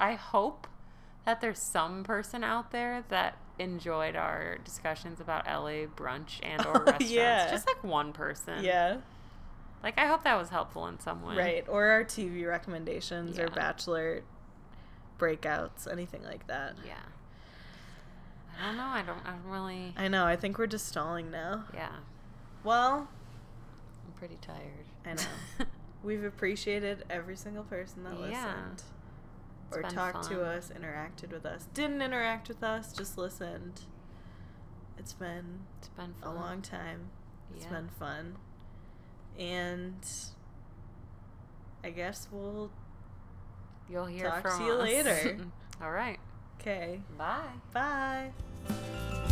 Speaker 2: I hope that there's some person out there that enjoyed our discussions about LA brunch and or restaurants.
Speaker 3: (laughs) yeah.
Speaker 2: Just like one person.
Speaker 3: Yeah.
Speaker 2: Like I hope that was helpful in some way.
Speaker 3: Right. Or our TV recommendations or
Speaker 2: Yeah.
Speaker 3: bachelor breakouts, anything like that.
Speaker 2: Yeah. I don't know. I don't I'm really
Speaker 3: I know. I think we're just stalling now.
Speaker 2: Yeah,
Speaker 3: Well,
Speaker 2: I'm pretty tired.
Speaker 3: I know. we've appreciated every single person that
Speaker 2: Yeah.
Speaker 3: listened
Speaker 2: It's
Speaker 3: or
Speaker 2: been
Speaker 3: talked to
Speaker 2: fun.
Speaker 3: us, interacted with us, didn't interact with us, just listened. It's been
Speaker 2: (laughs) it's been
Speaker 3: a
Speaker 2: fun.
Speaker 3: long time. It's
Speaker 2: yeah.
Speaker 3: been fun. And I guess we'll
Speaker 2: You'll hear
Speaker 3: Talk
Speaker 2: from (laughs)
Speaker 3: to you
Speaker 2: us.
Speaker 3: later.
Speaker 2: All right.
Speaker 3: Okay.
Speaker 2: Bye.
Speaker 3: Bye.